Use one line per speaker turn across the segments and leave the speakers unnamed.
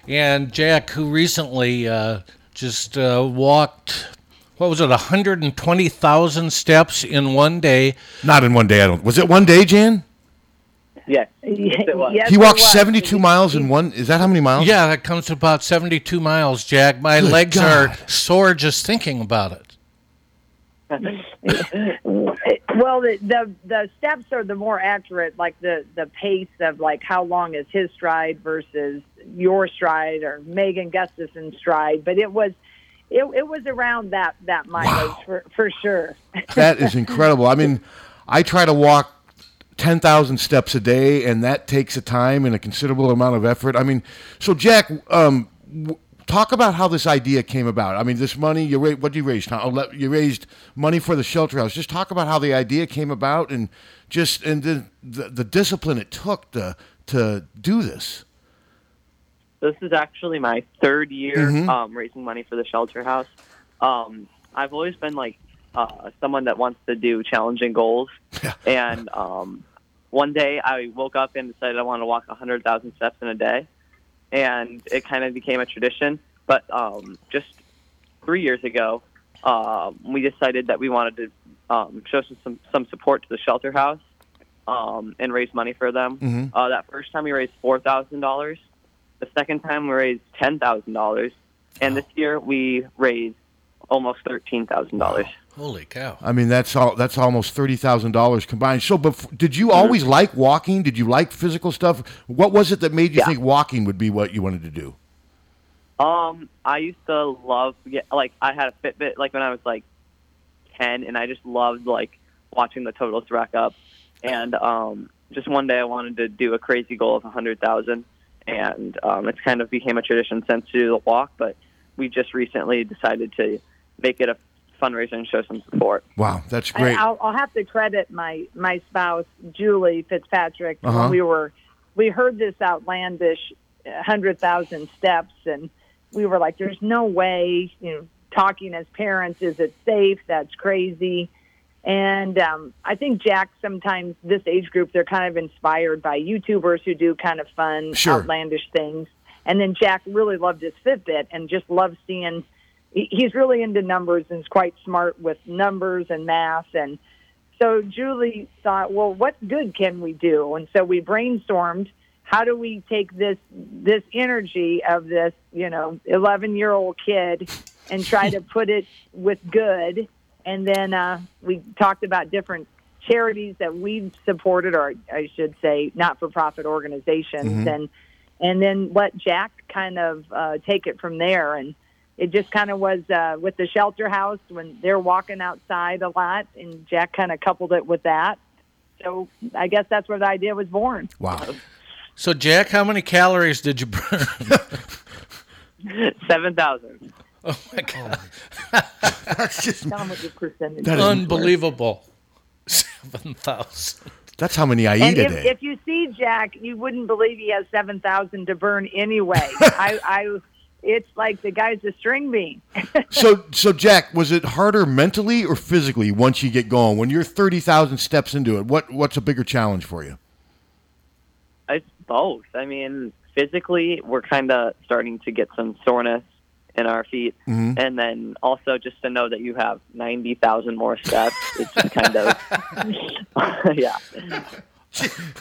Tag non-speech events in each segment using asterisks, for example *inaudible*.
And Jack, who recently uh, just walked what was it 120,000 steps in one day
not in one day i don't was it one day jan
yes,
yes it was.
he walked 72 miles in one is that how many miles
yeah that comes to about 72 miles jack my
Good
legs
God.
are sore just thinking about it
*laughs* well, the, the the steps are the more accurate, like the the pace of like how long is his stride versus your stride or Megan Gustafson's stride. But it was it it was around that that mileage for for sure.
*laughs* that is incredible i mean i try to walk 10,000 steps a day and that takes a time and a considerable amount of effort i mean so jack um, w- talk about how this idea came about i mean this money you ra- what did you raise Tom? Oh, le- you raised money for the shelter house just talk about how the idea came about and just and the, the, the discipline it took to to do this
This is actually my third year um, raising money for the shelter house. Um, I've always been like uh, someone that wants to do challenging goals, and um, one day I woke up and decided I wanted to walk 100,000 steps in a day, and it kind of became a tradition. But um, just three years ago, um, we decided that we wanted to um, show some- some some support to the shelter house um, and raise money for them.
Mm-hmm.
Mm-hmm.
Uh, that first time we raised four thousand dollars. The second time we raised ten thousand dollars, and this year we raised almost thirteen thousand dollars.
holy cow
I mean, that's all. That's almost thirty thousand dollars combined. So, bef- did you always like walking? Did you like physical stuff? What was it that made you think walking would be what you wanted to do?
Um, I used to love yeah, like I had a Fitbit like when I was like ten, and I just loved like watching the totals rack up. And um, just one day I wanted to do a crazy goal of a hundred thousand, and um, it's kind of became a tradition since to do the walk. But we just recently decided to make it a fundraiser and show some support.
Wow, that's
*laughs* I,
great.
I'll, I'll have to credit my my spouse Julie Fitzpatrick
Uh-huh.
when we were we heard this outlandish hundred thousand steps, and we were like, "There's no way." You know, talking as parents, is it safe? That's crazy. And um, I think Jack sometimes this age group they're kind of inspired by YouTubers who do kind of fun,
Sure.
outlandish things. And then Jack really loved his Fitbit and just loved seeing. he- He's really into numbers and is quite smart with numbers and math. And so Julie thought, well, what good can we do? And so we brainstormed. How do we take this this energy of this, you know, eleven year old kid, and try to put it with good? And then uh, we talked about different charities that we've supported, or I should say, not for profit organizations, and and then let Jack kind of uh, take it from there. And it just kind of was uh, with the shelter house when they're walking outside a lot, and Jack kind of coupled it with that. So I guess that's where the idea was born.
wow,
so jack how many calories did you burn
Uh, Seven thousand.
oh my god
Oh,
*laughs*
that's just
Tell 'em what your percentage
that
is.
is-
unbelievable 7000
that's how many I eat
And
a
if,
day.
if you see Jack, you wouldn't believe he has seven thousand to burn anyway.
*laughs*
I, I, it's like the guy's a string bean. *laughs*
so, so Jack, was it harder mentally or physically once you get going? When you're thirty thousand steps into it, what what's a bigger challenge for you?
It's both. I mean, physically, we're kind of starting to get some soreness in our feet.
Mhm.
And then also just to know that you have 90,000 more steps. It's kind of, *laughs* yeah.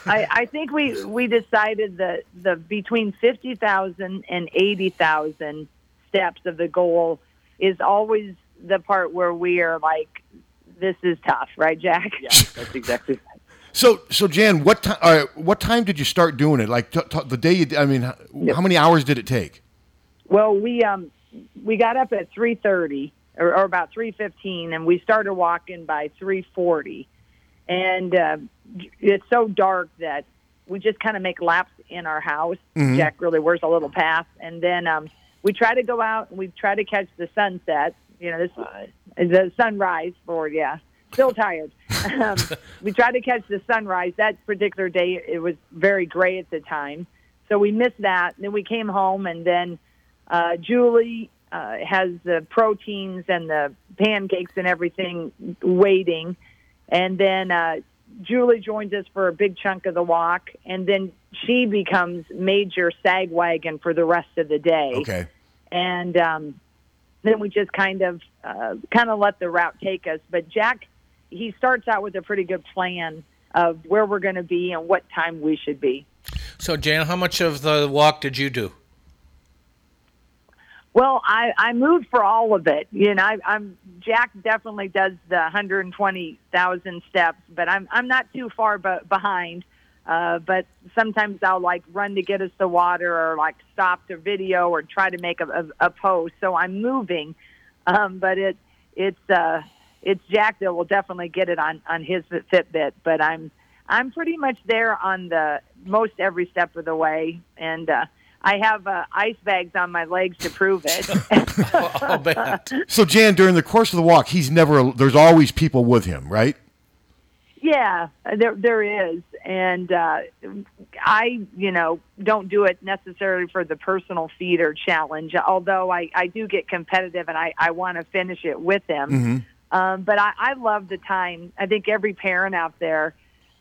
I, I think we we decided that the between fifty thousand and eighty thousand steps of the goal is always the part where we are like, this is tough, right, Jack?
Yeah, that's exactly
So, so Jan, what time? Uh, what time did you start doing it? Like t- t- the day you? d- I mean, h- how many hours did it take?
Well, we um we got up at three thirty or, or about three fifteen, and we started walking by three forty, and uh, it's so dark that we just kind of make laps in our house. Jack really wears a little path, and then um we try to go out and we try to catch the sunset. You know, this
fine.
the sunrise Lord, yeah still tired *laughs* um, we tried to catch the sunrise that particular day it was very gray at the time so we missed that then we came home and then uh, julie uh, has the proteins and the pancakes and everything waiting and then uh, julie joins us for a big chunk of the walk and then she becomes major sag wagon for the rest of the day
Okay.
and um, then we just kind of uh, kind of let the route take us. But Jack, he starts out with a pretty good plan of where we're going to be and what time we should be.
So, Jan, how much of the walk did you do?
Well, I, I moved for all of it. You know, I, I'm Jack definitely does the 120,000 steps, but I'm I'm not too far be- behind. Uh, but sometimes I'll like run to get us the water, or like stop to video, or try to make a, a, a post. So I'm moving, um, but it it's uh, it's Jack that will definitely get it on on his Fitbit. But I'm I'm pretty much there on the most every step of the way, and uh, I have uh, ice bags on my legs to prove it. *laughs*
I'll bet.
So, Jan, during the course of the walk, he's never. There's always people with him, right?
yeah, there there is, and uh, I you know don't do it necessarily for the personal feeder challenge, although I I do get competitive and I I want to finish it with him. Um, but I, I love the time. I think every parent out there,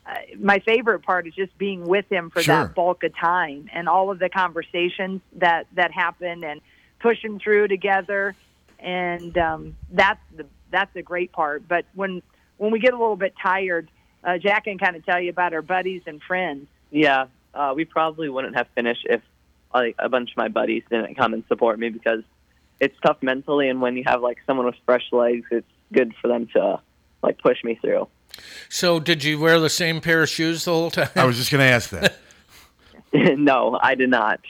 uh, my favorite part is just being with him for
Sure.
that bulk of time and all of the conversations that that happen and pushing through together. And um, that's the that's the great part. But when when we get a little bit tired, uh, Jack can kind of tell you about our buddies and friends.
Yeah, uh, we probably wouldn't have finished if like a bunch of my buddies didn't come and support me because it's tough mentally, and when you have like someone with fresh legs, it's good for them to like push me through. *laughs*
So, did you wear the same pair of shoes the whole time?
I was just going to ask that.
no, I did not.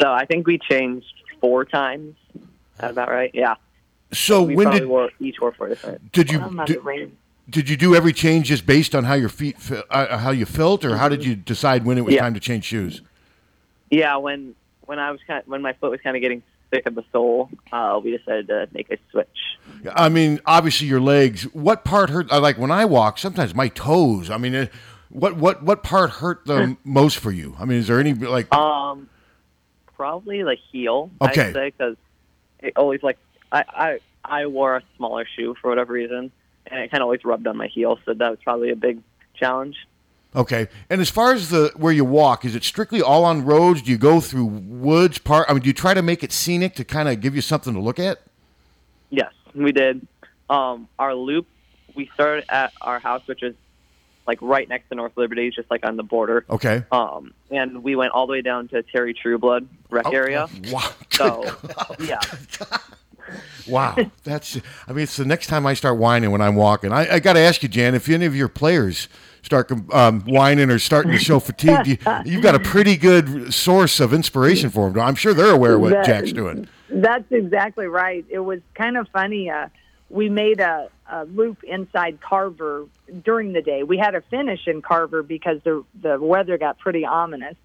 So I think we changed four times. Is that about right? Yeah.
So,
We
when
probably
did
wore each wore four different.
did you
Oh, I'm not
did,
afraid.
did you do every change just based on how your feet fe- uh, how you felt, or how did you decide when it was
Yeah.
time to change shoes?
Yeah, when when I was kind when my foot was kind of getting sick of the sole, uh, we decided to make a switch.
I mean, obviously your legs. What part hurt? uh, Like when I walk, sometimes my toes. I mean, uh, what what what part hurt the
Mm.
most for you? I mean, is there any like?
Um, probably the heel.
Okay.
I'd say because it always like I, I I wore a smaller shoe for whatever reason, and it kind of always rubbed on my heel, so that was probably a big challenge.
Okay, and as far as the where you walk, is it strictly all on roads? Do you go through woods? Park? I mean, do you try to make it scenic to kind of give you something to look at?
Yes, we did. Um, our loop we started at our house, which is like right next to North Liberty, just like on the border.
Okay.
Um, and we went all the way down to Terry Trueblood wreck area.
Oh, *laughs* Wow.
So
*laughs*
yeah.
Wow. *laughs* That's. I mean, it's the next time I start whining when I'm walking. I, I got to ask you, Jan, if any of your players start um, whining or starting to show fatigue, you, you've got a pretty good source of inspiration for them. I'm sure they're aware of what
That-
Jack's doing.
That's exactly right. It was kind of funny. Uh, we made a, a loop inside Carver during the day. We had a finish in Carver because the the weather got pretty ominous.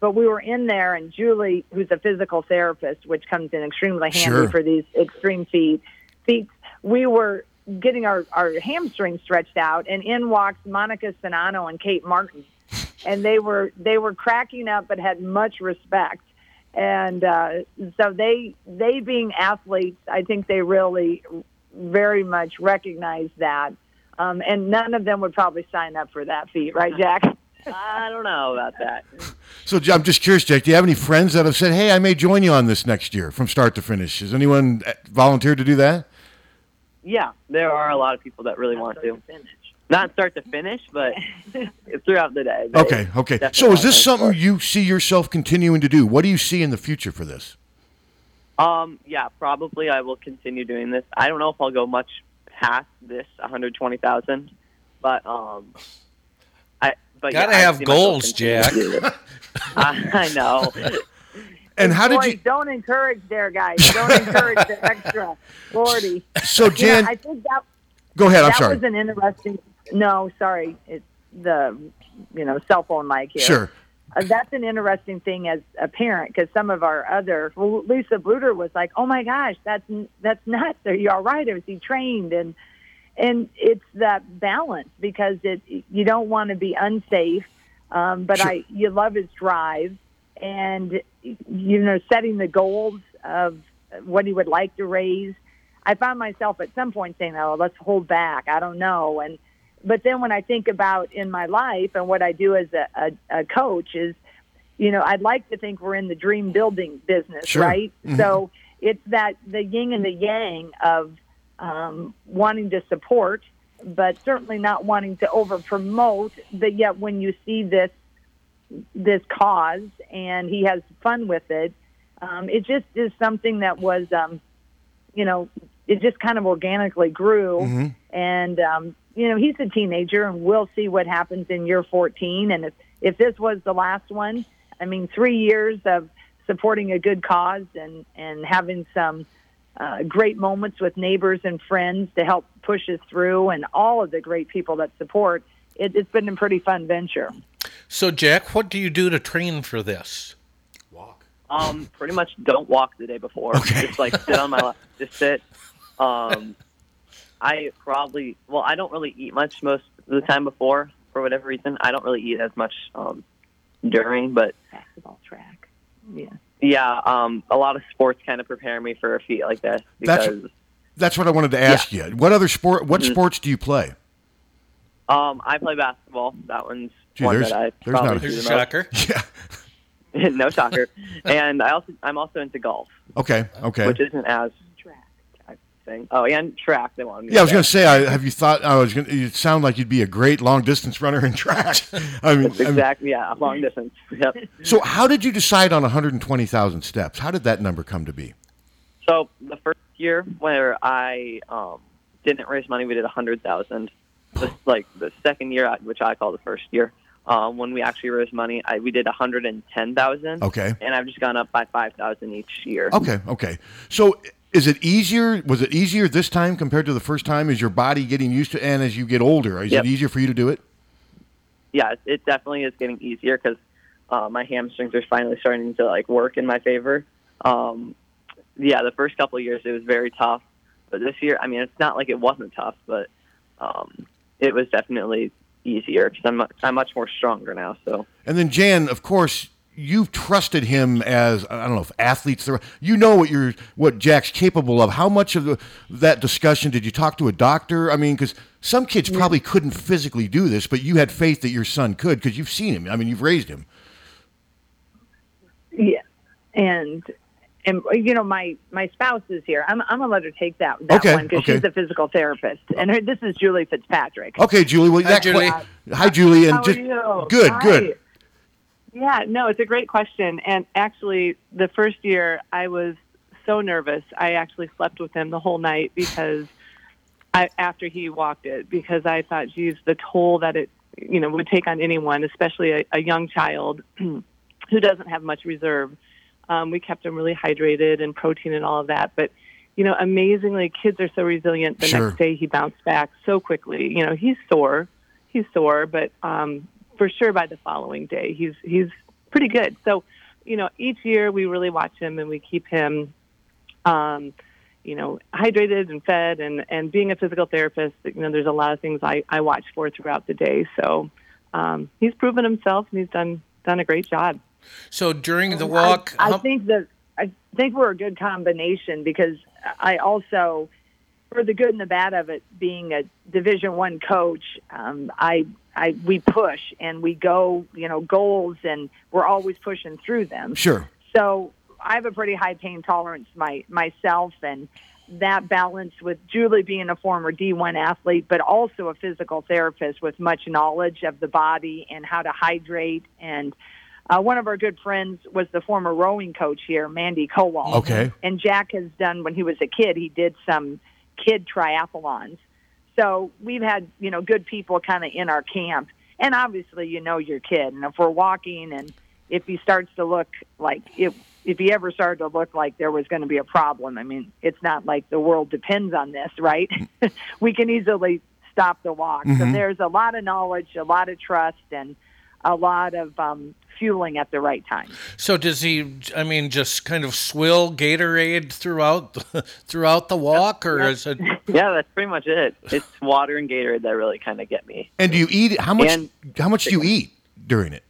But we were in there, and Julie, who's a physical therapist, which comes in extremely handy
Sure.
for these extreme feet, feet, we were getting our, our hamstrings stretched out, and in walks Monica Sonano and Kate Martin and they were they were cracking up but had much respect and uh, so they they being athletes i think they really
*laughs*
very much recognize that um, and none of them would probably sign up for that feat right jack
I don't know about that.
So J- I'm just curious, Jack. Do you have any friends that have said, "Hey, I may join you on this next year from start to finish"? Has anyone eh, volunteered to do that?
Yeah, there are a lot of people that really want to. Not start to finish, but throughout the day. but
Okay,
it's
okay. So
definitely
is this
on my
something you see yourself continuing to do? What do you see in the future for this?
Um, yeah, probably I will continue doing this. I don't know if I'll go much past this 120,000, but um, I but
Gotta
yeah, I
have
see myself
goals,
continuing
Jack.
to do
*laughs*
this. I, I know.
And how did
Boy,
you?
Don't encourage there, guys. Don't encourage the
*laughs*
extra forty.
So
Yeah,
Jan,
I think that
go ahead. I'm
that
sorry.
was an interesting. No, sorry, it's the you know cell phone mic here.
Sure.
Uh, that's an interesting thing as a parent because some of our other well, Lisa Bluter was like, "Oh my gosh, that's n- that's nuts. Are you all right? Is he trained?" And and it's that balance because it you don't want to be unsafe, um, but
Sure.
I you love his drive and you know setting the goals of what he would like to raise. I found myself at some point saying, "Oh, let's hold back. I don't know." And but then when I think about in my life and what I do as a, a, a coach is, you know, I'd like to think we're in the dream building business,
Sure.
right? So it's that the yin and the yang of um, wanting to support, but certainly not wanting to over promote. But yet, when you see this this cause and he has fun with it, um, it just is something that was, um, you know, it just kind of organically grew. And um, you know, he's a teenager, and we'll see what happens in year 14. And if if this was the last one, I mean, three years of supporting a good cause and and having some uh, great moments with neighbors and friends to help push us through, and all of the great people that support. It, it's been a pretty fun venture.
*laughs* So, Jack, what do you do to train for this?
Um, pretty much don't walk the day before. Just like sit on my lap, just sit. Um, I probably well, I don't really eat much most of the time before for whatever reason. I don't really eat as much um, during, but
Basketball track. Yeah.
yeah, um, a lot of sports kind of prepare me for a feat like this
That's-
because
That's what I wanted to ask you. What other sport? What sports do you play?
um, I play basketball. That one's
Gee,
one
there's-
that I
there's not
probably
a-
do
Here's a
the
shocker.
Yeah. *laughs*
most. *laughs* no soccer, and I also I'm also into golf,
Okay. Okay.
which isn't as track. I think. Oh, and track. They want me.
Yeah, I was
there.
going to say, I, have you thought? I was going. to You sound like you'd be a great long distance runner in track.
*laughs*
I mean, I mean,
Exactly. Yeah, long distance. Yep.
so how did you decide on 120,000 steps? How did that number come to be?
So the first year where I um, didn't raise money, we did a hundred thousand. This like the second year, I- which I call the first year, um, when we actually raised money, I, we did a hundred and ten thousand.
Okay.
And I've just gone up by five thousand each year.
Okay. Okay. So is it easier? Was it easier this time compared to the first time? Is your body getting used to? And as you get older, is
Yep.
it easier for you to do it?
Yeah, it, it definitely is getting easier because uh, my hamstrings are finally starting to like work in my favor. Um, yeah, the first couple of years it was very tough, but this year, I mean, it's not like it wasn't tough, but um, it was definitely easier because I'm mu- I'm much more stronger now. So.
And then Jan, of course, you've trusted him as I don't know if athletes. You know what you're, what Jack's capable of. How much of the, that discussion did you talk to a doctor? I mean, because some kids probably couldn't physically do this, but you had faith that your son could because you've seen him. I mean, you've raised him.
Yeah, and and you know my my spouse is here. I'm I'm gonna let her take that that
Okay,
one because
okay.
she's a physical therapist, and her, this is Julie Fitzpatrick.
Okay, Julie. Well, that
Julie.
hi, Julie. And
How
just
are you?
good,
Hi.
good.
Yeah, no, it's a great question. And actually, the first year I was so nervous. I actually slept with him the whole night because I, after he walked it, because I thought, geez, the toll that it, you know, would take on anyone, especially a, a young child who doesn't have much reserve. Um, we kept him really hydrated and protein and all of that. But, you know, amazingly, kids are so resilient. The
Sure.
next day he bounced back so quickly. You know, he's sore. He's sore, but um, for sure by the following day, he's, he's pretty good. So, you know, each year we really watch him and we keep him um, you know, hydrated and fed and, and being a physical therapist, you know, there's a lot of things I, I watch for throughout the day. So um, he's proven himself and he's done done a great job.
So, during the
Oh, I-
walk,
I,
how-
think that I think we're a good combination because I also, for the good and the bad of it, being a Division One coach, um, I I we push and we go, you know, goals, and we're always pushing through them.
Sure.
So I have a pretty high pain tolerance my myself, and that balance with Julie being a former D1 athlete, but also a physical therapist with much knowledge of the body and how to hydrate. And uh, one of our good friends was the former rowing coach here, Mandy Kowal.
Okay.
And Jack has done when he was a kid. He did some kid triathlons. So we've had you know good people kind of in our camp, and obviously you know your kid. And if we're walking, and if he starts to look like if if he ever started to look like there was going to be a problem, I mean it's not like the world depends on this, right? *laughs* we can easily stop the walk. So
Mhm.
there's a lot of knowledge, a lot of trust, and a lot of um, fueling at the right time.
So does he? I mean, just kind of swill Gatorade throughout throughout the *laughs* walk, or is it?
Yeah, that's pretty much it. It's water and Gatorade that really kind of get me.
And do you eat how much?
And-
how much do you eat during it?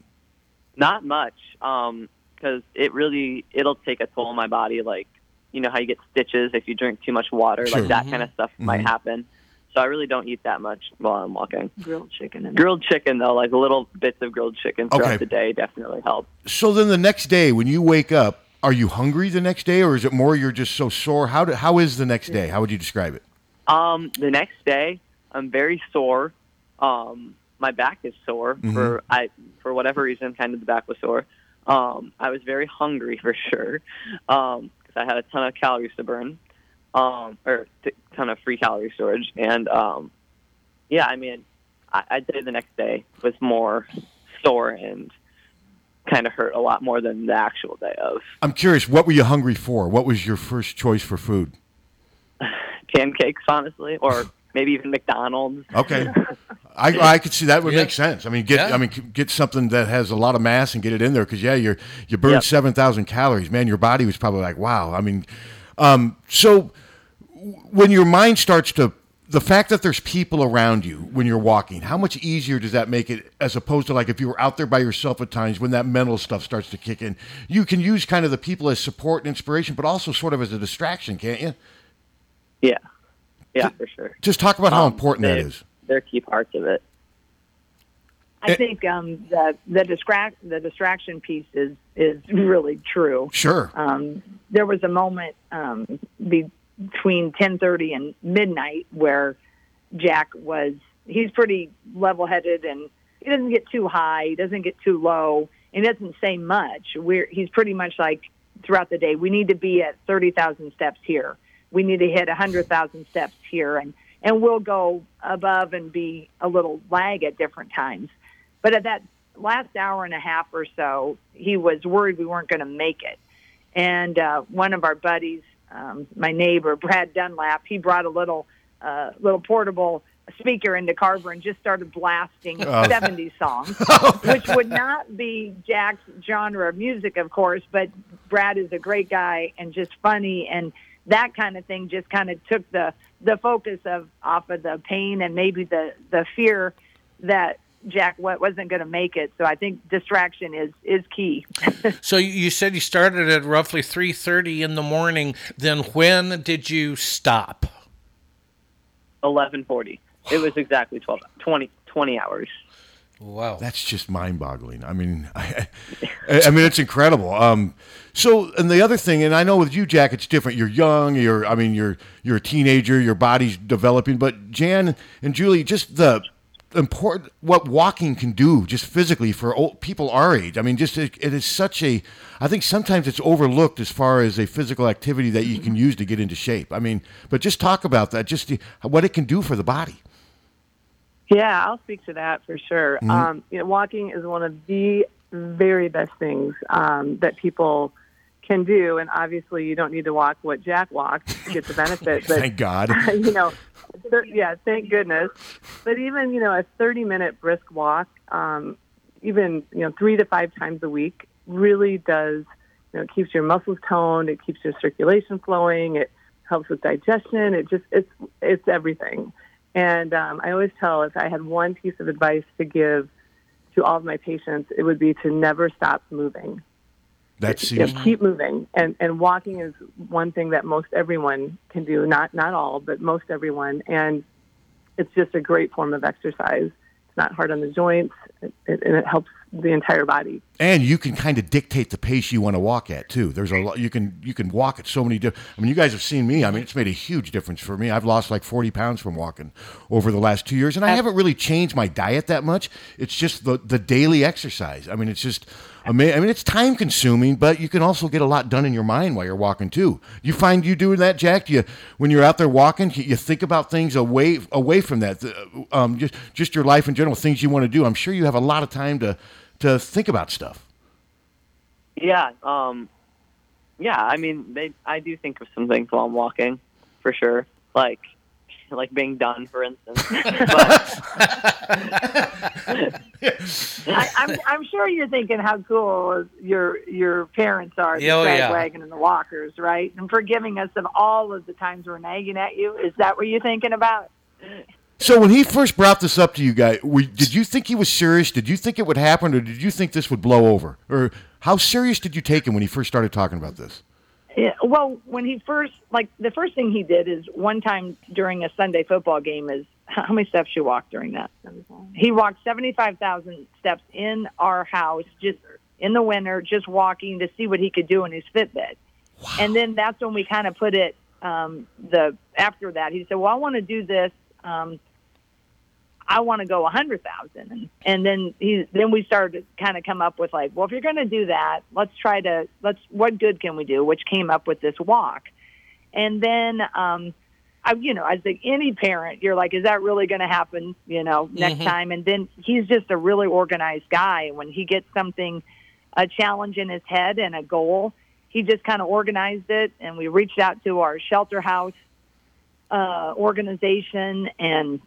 Not much, because it really it'll take a toll on my body. Like you know how you get stitches if you drink too much water,
Sure. Mm-hmm.
like that kind of stuff might happen. So I really don't eat that much while I'm walking.
Grilled chicken and
Grilled chicken though, like little bits of grilled chicken throughout
Okay.
the day, definitely help.
So then the next day when you wake up, are you hungry the next day, or is it more you're just so sore? How do, how is the next day? How would you describe it?
Um, the next day, I'm very sore. Um, my back is sore for I for whatever reason. Kind of the back was sore. Um, I was very hungry *laughs* for sure because I had a ton of calories to burn, um, or t- ton of free calorie storage. And um, yeah, I mean, I, I'd say the next day was more sore and kind of hurt a lot more than the actual day of
I'm curious. What were you hungry for? What was your first choice for food?
pancakes, honestly, or maybe even McDonald's.
Okay, I,
*laughs*
I could see that would
Yeah.
make sense. I mean, get
Yeah.
I mean c- get something that has a lot of mass and get it in there because yeah, you're you burned
Yep.
seven thousand calories, man. Your body was probably like, wow. I mean, um, so w- when your mind starts to the fact that there's people around you when you're walking, how much easier does that make it as opposed to like if you were out there by yourself at times when that mental stuff starts to kick in? You can use kind of the people as support and inspiration, but also sort of as a distraction, can't you?
Yeah, yeah, for sure.
Just talk about how
Um,
important that
they-
is.
*laughs* They're key parts of it.
I
It-
think um, the the distract the distraction piece is is really true.
Sure.
Um, there was a moment um, be- between ten thirty and midnight where Jack was he's pretty level headed and he doesn't get too high, he doesn't get too low, and he doesn't say much. We're he's pretty much like throughout the day. We need to be at thirty thousand steps here. We need to hit a hundred thousand steps here, and and we'll go above and be a little lag at different times. But at that last hour and a half or so, he was worried we weren't going to make it. And uh, one of our buddies, um, my neighbor Brad Dunlap, he brought a little uh, little portable speaker into Carver and just started blasting 70 songs, which would not be Jack's genre of music, of course. But Brad is a great guy and just funny and that kind of thing just kind of took the the focus of off of the pain and maybe the the fear that Jack wa- wasn't going to make it. So I think distraction is is key.
So you- you said you started at roughly three thirty in the morning. Then when did you stop?
Eleven forty. It was exactly 12, 20, 20 hours.
Wow.
That's just mind-boggling. I mean, *laughs* I, I I mean, it's incredible. Um, so, and the other thing, and I know with you, Jack, it's different. You're young. You're, I mean, you're you're a teenager. Your body's developing. But Jan and Julie, just the important what walking can do just physically for old people our age. I mean, just it, it is such a. I think sometimes it's overlooked as far as a physical activity that you can use to get into shape. I mean, but just talk about that. Just the, what it can do for the body.
Yeah, I'll speak to that for sure.
Mm-hmm.
Um, you know, walking is one of the very best things um, that people can do, and obviously, you don't need to walk what Jack walked to get the
*laughs*
benefit. But
Thank God.
*laughs* you know, thir- yeah, thank goodness. But even you know, a thirty-minute brisk walk, um, even you know, three to five times a week, really does. You know, it keeps your muscles toned. It keeps your circulation flowing. It helps with digestion. It just it's it's everything. And um, I always tell if I had one piece of advice to give to all of my patients, it would be to never stop moving
That
*laughs* you
seems.
know, keep moving and and walking is one thing that most everyone can do not not all but most everyone and it's just a great form of exercise It's not hard on the joints, it, it, and it helps the entire body.
and you can kind of dictate the pace you want to walk at too. There's a lot you can you can walk at so many. Di- I mean, you guys have seen me. I mean, it's made a huge difference for me. I've lost like 40 pounds from walking over the last two years, and I haven't really changed my diet that much. It's just the the daily exercise. I mean, it's just amazing. I mean, it's time consuming, but you can also get a lot done in your mind while you're walking too. You find you doing that, Jack? Do you when you're out there walking, you- you think about things away away from that. The, Um, just just your life in general, things you want to do. I'm sure you have a lot of time to to think about stuff.
Yeah, um, yeah. I mean, they, I do think of some things while I'm walking, for sure. Like, like being done, for instance. *laughs*
*laughs*
But-
I, I'm, I'm sure you're thinking how cool your your parents are, the
Yeah, oh,
drag
yeah.
wagon and the walkers, right? And forgiving us of all of the times we're nagging at you. Is that what you're thinking about?
So when he first brought this up to you guys, were, did you think he was serious? Did you think it would happen, or did you think this would blow over? Or how serious did you take him when he first started talking about this?
Yeah, well, when he first, like, the first thing he did is one time during a Sunday football game is how many steps you walk during that? He walked 75,000 steps in our house just in the winter, just walking to see what he could do in his Fitbit. And then that's when we kind of put it, um, the, after that, he said, well, I want to do this. Um, I want to go 100,000. And- And then he, then we started to kind of come up with like, well, if you're going to do that, let's try to, let's, what good can we do? Which came up with this walk. And then, um, I, you know, I think any parent, you're like, is that really going to happen, you know, next
Mhm.
time? And then he's just a really organized guy. When he gets something, a challenge in his head and a goal, he just kind of organized it. And we reached out to our shelter house uh, organization and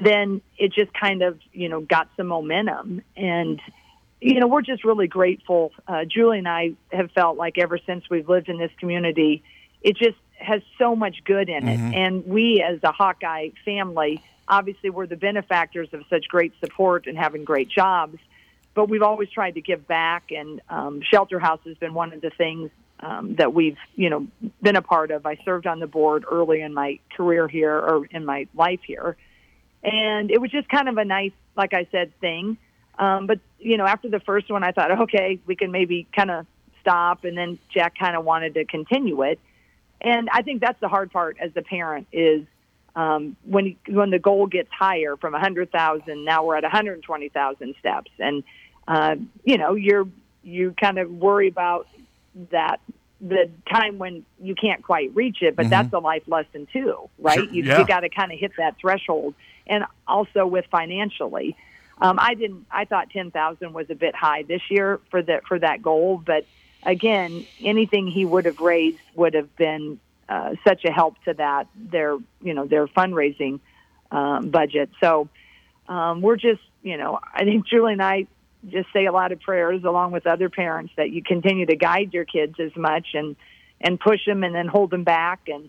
then it just kind of you know got some momentum and you know we're just really grateful uh, julie and i have felt like ever since we've lived in this community it just has so much good in it and we as a hawkeye family obviously we're the benefactors of such great support and having great jobs but we've always tried to give back and um, shelter house has been one of the things um, that we've you know been a part of i served on the board early in my career here or in my life here and it was just kind of a nice, like I said, thing. Um, but you know, after the first one, I thought, okay, we can maybe kind of stop, and then Jack kind of wanted to continue it, and I think that's the hard part as a parent is um, when when the goal gets higher from 100,000, now we're at 120,000 steps, and uh, you know, you're you kind of worry about that the time when you can't quite reach it, but that's a life lesson too, right?
Sure,
You,
yeah.
you got to kind of hit that threshold, and also with financially. Um, I didn't. I thought ten thousand was a bit high this year for that for that goal, but again, anything he would have raised would have been uh, such a help to that their you know their fundraising um, budget. So um, we're just you know I think Julie and I just say a lot of prayers along with other parents that you continue to guide your kids as much and and push them and then hold them back and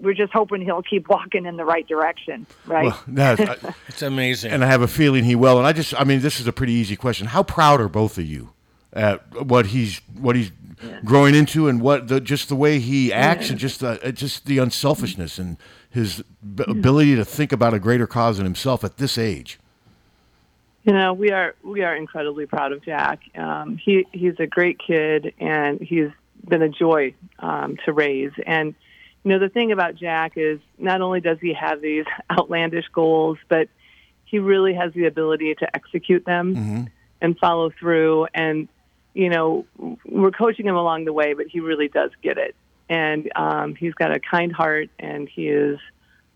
we're just hoping he'll keep walking in the right direction, right?
Well, no, I-
*laughs* It's amazing.
and I have a feeling he will. And I just, I mean, this is a pretty easy question. How proud are both of you at what he's what he's growing into and what the just the way he acts and just the uh, just the unselfishness and his b- ability to think about a greater cause than himself at this age.
You know, we are we are incredibly proud of Jack. Um, he he's a great kid, and he's been a joy um, to raise. And you know, the thing about Jack is not only does he have these *laughs* outlandish goals, but he really has the ability to execute them
Mm-hmm.
Mm-hmm.
and follow through. And you know, we're coaching him along the way, but he really does get it. And um, he's got a kind heart, and he is,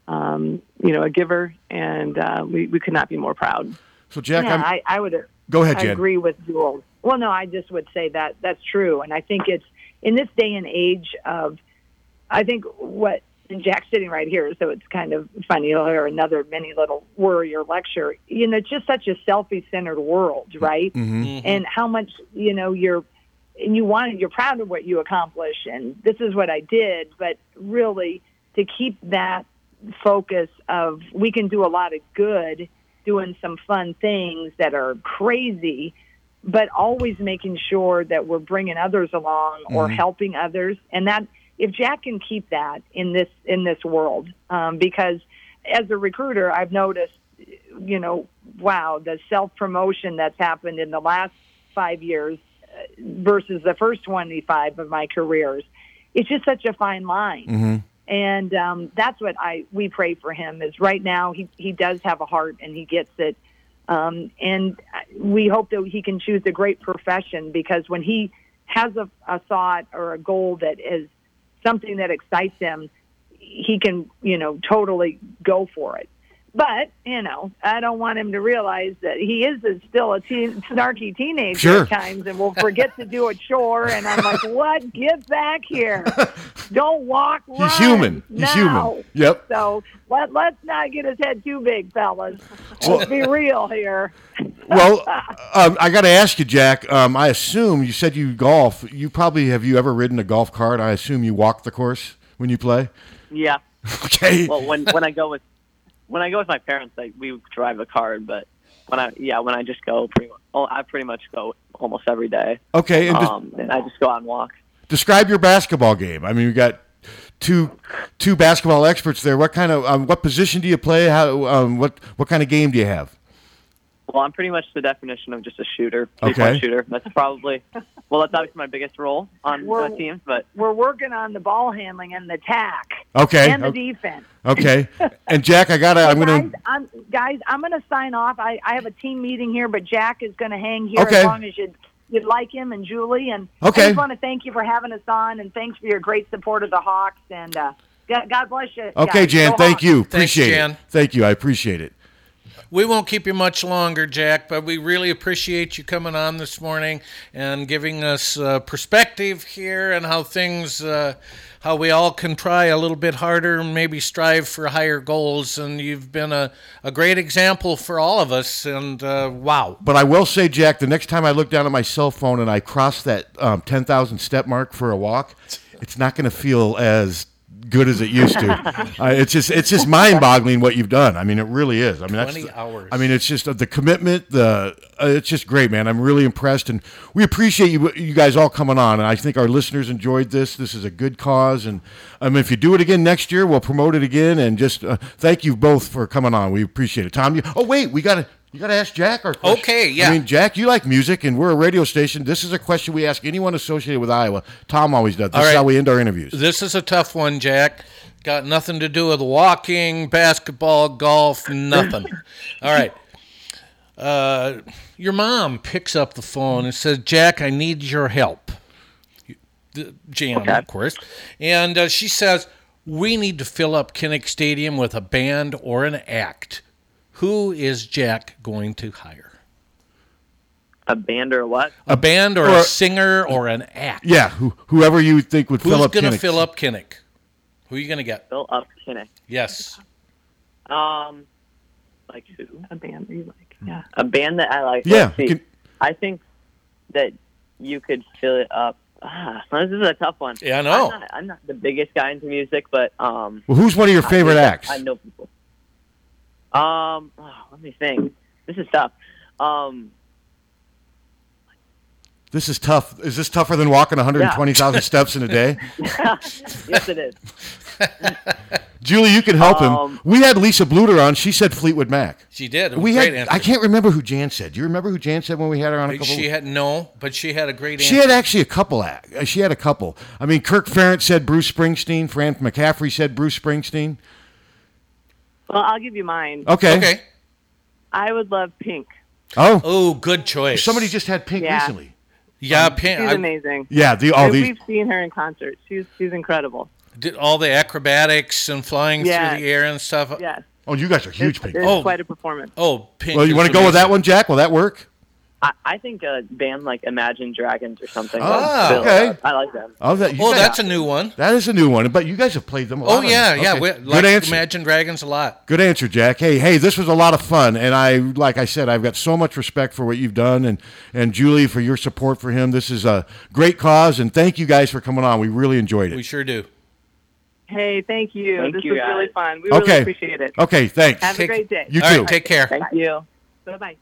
um, you know, a giver. And uh, we we could not be more proud.
So Jack,
yeah,
I'm,
I, I would
go ahead,
I
Jen.
agree with Jules. Well, no, I just would say that that's true, and I think it's in this day and age of, I think what and Jack's sitting right here, so it's kind of funny or another mini little worry or lecture. You know, it's just such a selfie-centered world,
Mm-hmm.
right? And how much you know you're. And you want you're proud of what you accomplish, and this is what I did. But really, to keep that focus of we can do a lot of good doing some fun things that are crazy, but always making sure that we're bringing others along or helping others. And that if Jack can keep that in this in this world, um, because as a recruiter, I've noticed you know, wow, the self promotion that's happened in the last five years uh, versus the first 25 of my careers. It's just such a fine line.
Mm-hmm.
And um, that's what I we pray for him is right now he, he does have a heart and he gets it. Um, and we hope that he can choose a great profession because when he has a, a thought or a goal that is something that excites him, he can, you know, totally go for it. But, you know, I don't want him to realize that he is a, still a teen, snarky teenager
Sure.
at times and will forget to do a chore. And I'm like, *laughs* what? Get back here. Don't walk.
He's
run
human. He's
now.
human. Yep.
So let, let's not get his head too
*laughs*
big, fellas. Let's be real here.
Well, um, I got to ask you, Jack. Um, I assume you said you golf. You probably have you ever ridden a golf cart? I assume you walk the course when you play.
Yeah.
Okay.
Well, when when I go with when I go with my parents, like we drive a car, but when I yeah when I just go pretty much, oh, I pretty much go almost every day.
okay. And des-
Um, and I just go out and walk.
describe your basketball game. I mean, we got two two basketball experts there. What kind of um, what position do you play? How um, what what kind of game do you have?
Well, I'm pretty much the definition of just a shooter, three-point
Okay.
shooter. That's probably well, that's obviously my biggest role Um, on
Well-
the team, but
We're working on the ball handling and the tack
Okay.
and the
o-
defense.
Okay. And Jack, I gotta. I'm gonna.
guys, I'm, guys, I'm going to sign off. I, I have a team meeting here, but Jack is going to hang here
Okay.
as long as you you'd like him and Julie. And
Okay.
I just want to thank you for having us on, and thanks for your great support of the Hawks. And uh, God, God bless you.
Okay,
guys.
Jan.
Go
Thank
Hawks.
you. Appreciate
Jan.
it. Thank you. I appreciate it.
We won't keep you much longer, Jack, but we really appreciate you coming on this morning and giving us uh, perspective here and how things, uh, how we all can try a little bit harder and maybe strive for higher goals. And you've been a, a great example for all of us. And uh, wow.
But I will say, Jack, the next time I look down at my cell phone and I cross that um, 10,000 step mark for a walk, it's not going to feel as good as it used to. uh, it's just it's just mind boggling what you've done. I mean, it really is. I mean, that's
20 hours.
I mean, it's just uh, the commitment. The uh, it's just great, man. I'm really impressed, and we appreciate you you guys all coming on. And I think our listeners enjoyed this. This is a good cause, and I mean, if you do it again next year, we'll promote it again. And just uh, thank you both for coming on. We appreciate it, Tom. You, oh wait, we got to. You got to ask Jack our question.
Okay, yeah.
I mean, Jack, you like music, and we're a radio station. This is a question we ask anyone associated with Iowa. Tom always does. This is
right.
how we end our interviews.
This is a tough one, Jack. Got nothing to do with walking, basketball, golf,
*laughs*
nothing. All right. Uh, your mom picks up the phone and says, Jack, I need your help. The- Jan, of course. And uh, she says, We need to fill up Kinnick Stadium with a band or an act. Who is Jack going to hire?
a band or what?
A band or,
Or-
a singer or an act?
Yeah, who, whoever you think would fill
Who's
up.
going to
Kinnick.
fill up Kinnick? Who are you going to get?
Bill up Kinnick.
Yes.
Um, like who?
A band that you like. Yeah.
A band that I like.
Yeah,
Let's see.
can-
I think that you could fill it up. Ah, this is a tough one.
Yeah, I know.
I'm not, I'm not the biggest guy into music, but um,
Well, who's one of your
I
favorite
think
acts?
I know people. Um, oh, let me think. This is tough. Um, *laughs*
This is tough. Is this tougher than walking 120,000 steps in a day?
yes, it is.
Julie, you can help him.
Um,
We had Lisa Bluter on. She said Fleetwood Mac.
She did. It was
We
a great
had,
answer.
I can't remember who Jan said. Do you remember who Jan said when we had her on a couple?
She had no, but she had a great
she
answer.
had actually a couple. Act, uh, she had a couple. I mean, Kirk Ferentz said Bruce Springsteen. Fran McCaffrey said Bruce Springsteen.
Well, I'll give you mine.
Okay.
okay.
I would love Pink.
Oh,
Oh, good choice.
somebody just had Pink
Yeah.
recently. Um,
yeah,
She's
Pam, I
amazing.
Yeah. The all
And
these.
We've seen her in concert. She's she's incredible.
did all the acrobatics and flying
Yeah.
through the air and stuff.
Yes.
Oh, you guys are huge
it's,
Pink.
it's
fans.
Oh.
quite a performance.
Oh, Pink.
well, you
is
want to go with that
amazing.
one, Jack? Will that work?
I, I think a band like Imagine Dragons or something. would
Ah,
fill it
okay.
up. I like them.
Oh, that. you
Oh,
guys-
that's a new one.
That is a new one, but you guys have played them a lot.
Oh
on
yeah,
this.
yeah.
Okay.
We
Good
like
answer.
Imagine Dragons a lot.
Good answer, Jack. Hey, hey, this was a lot of fun, and I, like I said, I've got so much respect for what you've done, and and Julie for your support for him. This is a great cause, and thank you guys for coming on. We really enjoyed it.
We sure do.
Hey, thank you.
Thank
this
you,
was really
guys.
fun. We
Okay.
really appreciate it.
okay, thanks.
Have
Take-
a great day.
You
All right,
too.
take care.
Thank you.
Bye bye.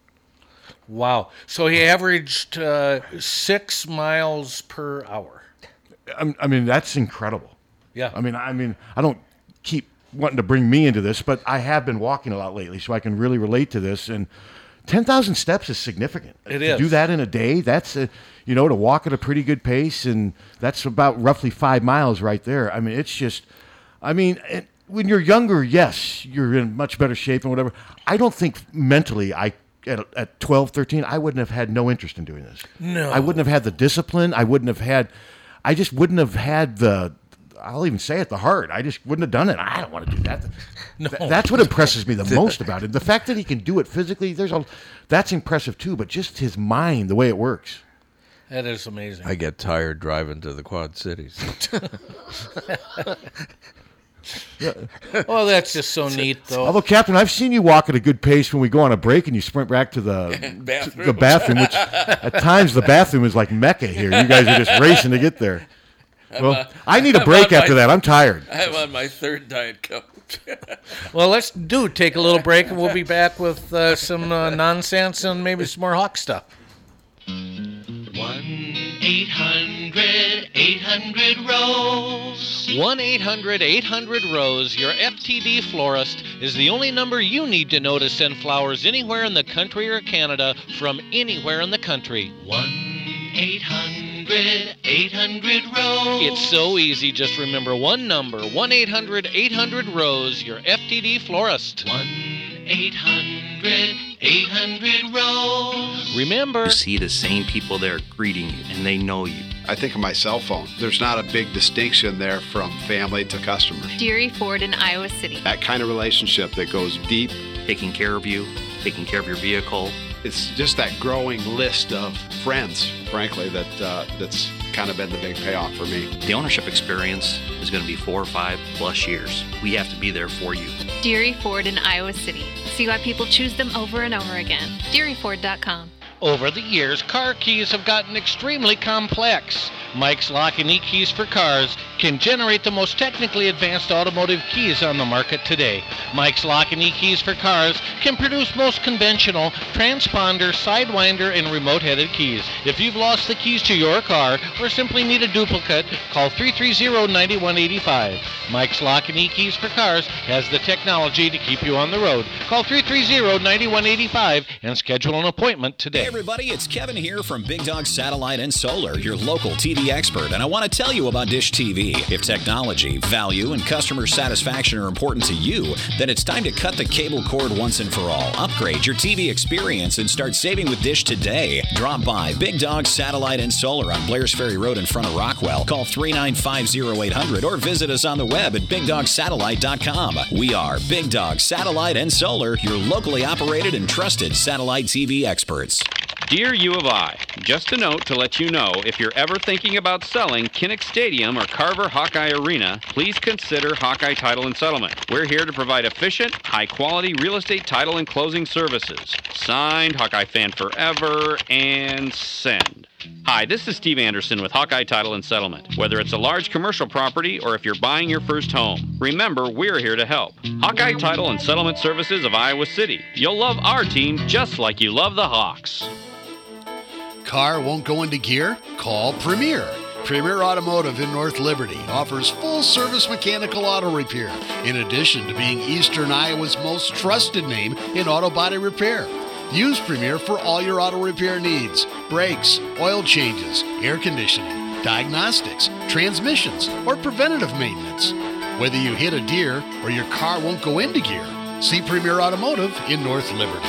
Wow. So he averaged uh, six miles per hour.
I'm- I mean, that's incredible.
Yeah.
I mean, I mean, I don't keep wanting to bring me into this, but I have been walking a lot lately, so I can really relate to this. And ten thousand steps is significant.
It
to
is.
do that in a day. That's a, you know to walk at a pretty good pace, and that's about roughly five miles right there. I mean, it's just, I mean. It, when you're younger, yes, you're in much better shape and whatever. I don't think mentally, I at, at 12, 13, I wouldn't have had no interest in doing this.
No.
I wouldn't have had the discipline. I wouldn't have had, I just wouldn't have had the, I'll even say it, the heart. I just wouldn't have done it. I don't want to do that.
Oh.
Th- that's what impresses me the most about it. The fact that he can do it physically, there's a, that's impressive too, but just his mind, the way it works.
That is amazing.
I get tired driving to the Quad Cities.
*laughs* oh, that's just so neat, though.
Although, Captain, I've seen you walk at a good pace when we go on a break and you sprint back to the
Bathroom.
the bathroom, which at times the bathroom is like Mecca here. You guys are just racing to get there. Well, I need a break
uh, my-
after that. I'm tired.
I'm on my third diet coke. *laughs*
Well, let's do take a little break, and we'll be back with uh, some uh, nonsense and maybe some more hawk stuff.
800 800 Rose. 1 800 800 Rose, your FTD florist, is the only number you need to know to send flowers anywhere in the country or Canada from anywhere in the country. 1 800 800 Rose. It's so easy, just remember one number 1 800 800 Rose, your FTD florist. 1 800 800 Rose. Remember.
You see the same people there greeting you, and they know you.
I think of my cell phone. There's not a big distinction there from family to customers.
Deary Ford in Iowa City.
That kind of relationship that goes deep.
taking care of you, taking care of your vehicle.
It's just that growing list of friends, frankly, that uh, that's kind of been the big payoff for me.
The ownership experience is going to be four or five plus years. We have to be there for you.
Deary Ford in Iowa City. See why people choose them over and over again. DearyFord.com.
Over the years, car keys have gotten extremely complex. Mike's Lock and E-Keys for Cars can generate the most technically advanced automotive keys on the market today. Mike's Lock and E-Keys for Cars can produce most conventional transponder, sidewinder, and remote-headed keys. If you've lost the keys to your car or simply need a duplicate, call 330-9185. Mike's Lock and E-Keys for Cars has the technology to keep you on the road. Call 330-9185 and schedule an appointment today.
Hey, everybody, it's Kevin here from Big Dog Satellite and Solar, your local TV expert, and I want to tell you about Dish TV. If technology, value, and customer satisfaction are important to you, then it's time to cut the cable cord once and for all. Upgrade your TV experience and start saving with Dish today. Drop by Big Dog Satellite and Solar on Blairs Ferry Road in front of Rockwell. Call 3950800 or visit us on the web at bigdogsatellite.com. We are Big Dog Satellite and Solar, your locally operated and trusted satellite TV experts.
Dear U of I, just a note to let you know if you're ever thinking about selling Kinnick Stadium or Carver Hawkeye Arena, please consider Hawkeye Title and Settlement. We're here to provide efficient, high quality real estate title and closing services. Signed, Hawkeye Fan Forever, and send. Hi, this is Steve Anderson with Hawkeye Title and Settlement. Whether it's a large commercial property or if you're buying your first home, remember we're here to help. Hawkeye Title and Settlement Services of Iowa City. You'll love our team just like you love the Hawks.
Car won't go into gear? Call Premier. Premier Automotive in North Liberty offers full service mechanical auto repair, in addition to being Eastern Iowa's most trusted name in auto body repair. Use Premier for all your auto repair needs brakes, oil changes, air conditioning, diagnostics, transmissions, or preventative maintenance. Whether you hit a deer or your car won't go into gear, see Premier Automotive in North Liberty.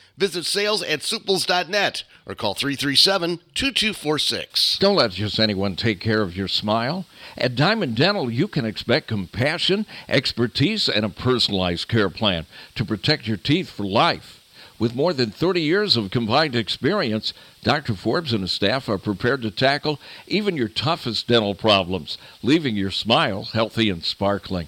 Visit sales at suples.net or call 337 2246.
Don't let just anyone take care of your smile. At Diamond Dental, you can expect compassion, expertise, and a personalized care plan to protect your teeth for life. With more than 30 years of combined experience, Dr. Forbes and his staff are prepared to tackle even your toughest dental problems, leaving your smile healthy and sparkling.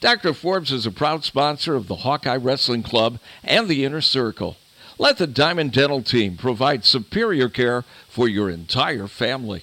Dr. Forbes is a proud sponsor of the Hawkeye Wrestling Club and the Inner Circle. Let the Diamond Dental team provide superior care for your entire family.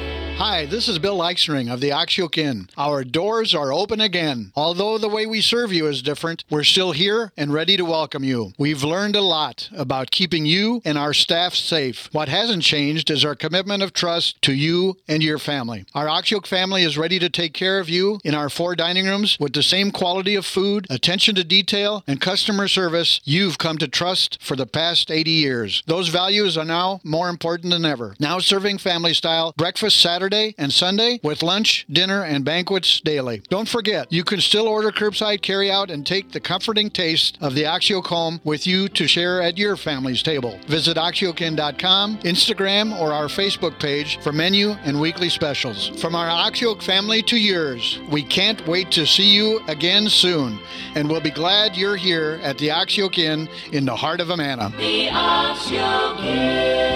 Hi, this is Bill Eichsring of the Oxyoke Inn. Our doors are open again. Although the way we serve you is different, we're still here and ready to welcome you. We've learned a lot about keeping you and our staff safe. What hasn't changed is our commitment of trust to you and your family. Our Oxyoke family is ready to take care of you in our four dining rooms with the same quality of food, attention to detail, and customer service you've come to trust for the past 80 years. Those values are now more important than ever. Now serving family style breakfast Saturday. Saturday and Sunday with lunch, dinner, and banquets daily. Don't forget, you can still order curbside carryout and take the comforting taste of the Oxyoke home with you to share at your family's table. Visit oxyokin.com, Instagram, or our Facebook page for menu and weekly specials. From our Oxyoke family to yours, we can't wait to see you again soon, and we'll be glad you're here at the Oxyoke Inn in the heart of Amana.
The Oxyoke Inn.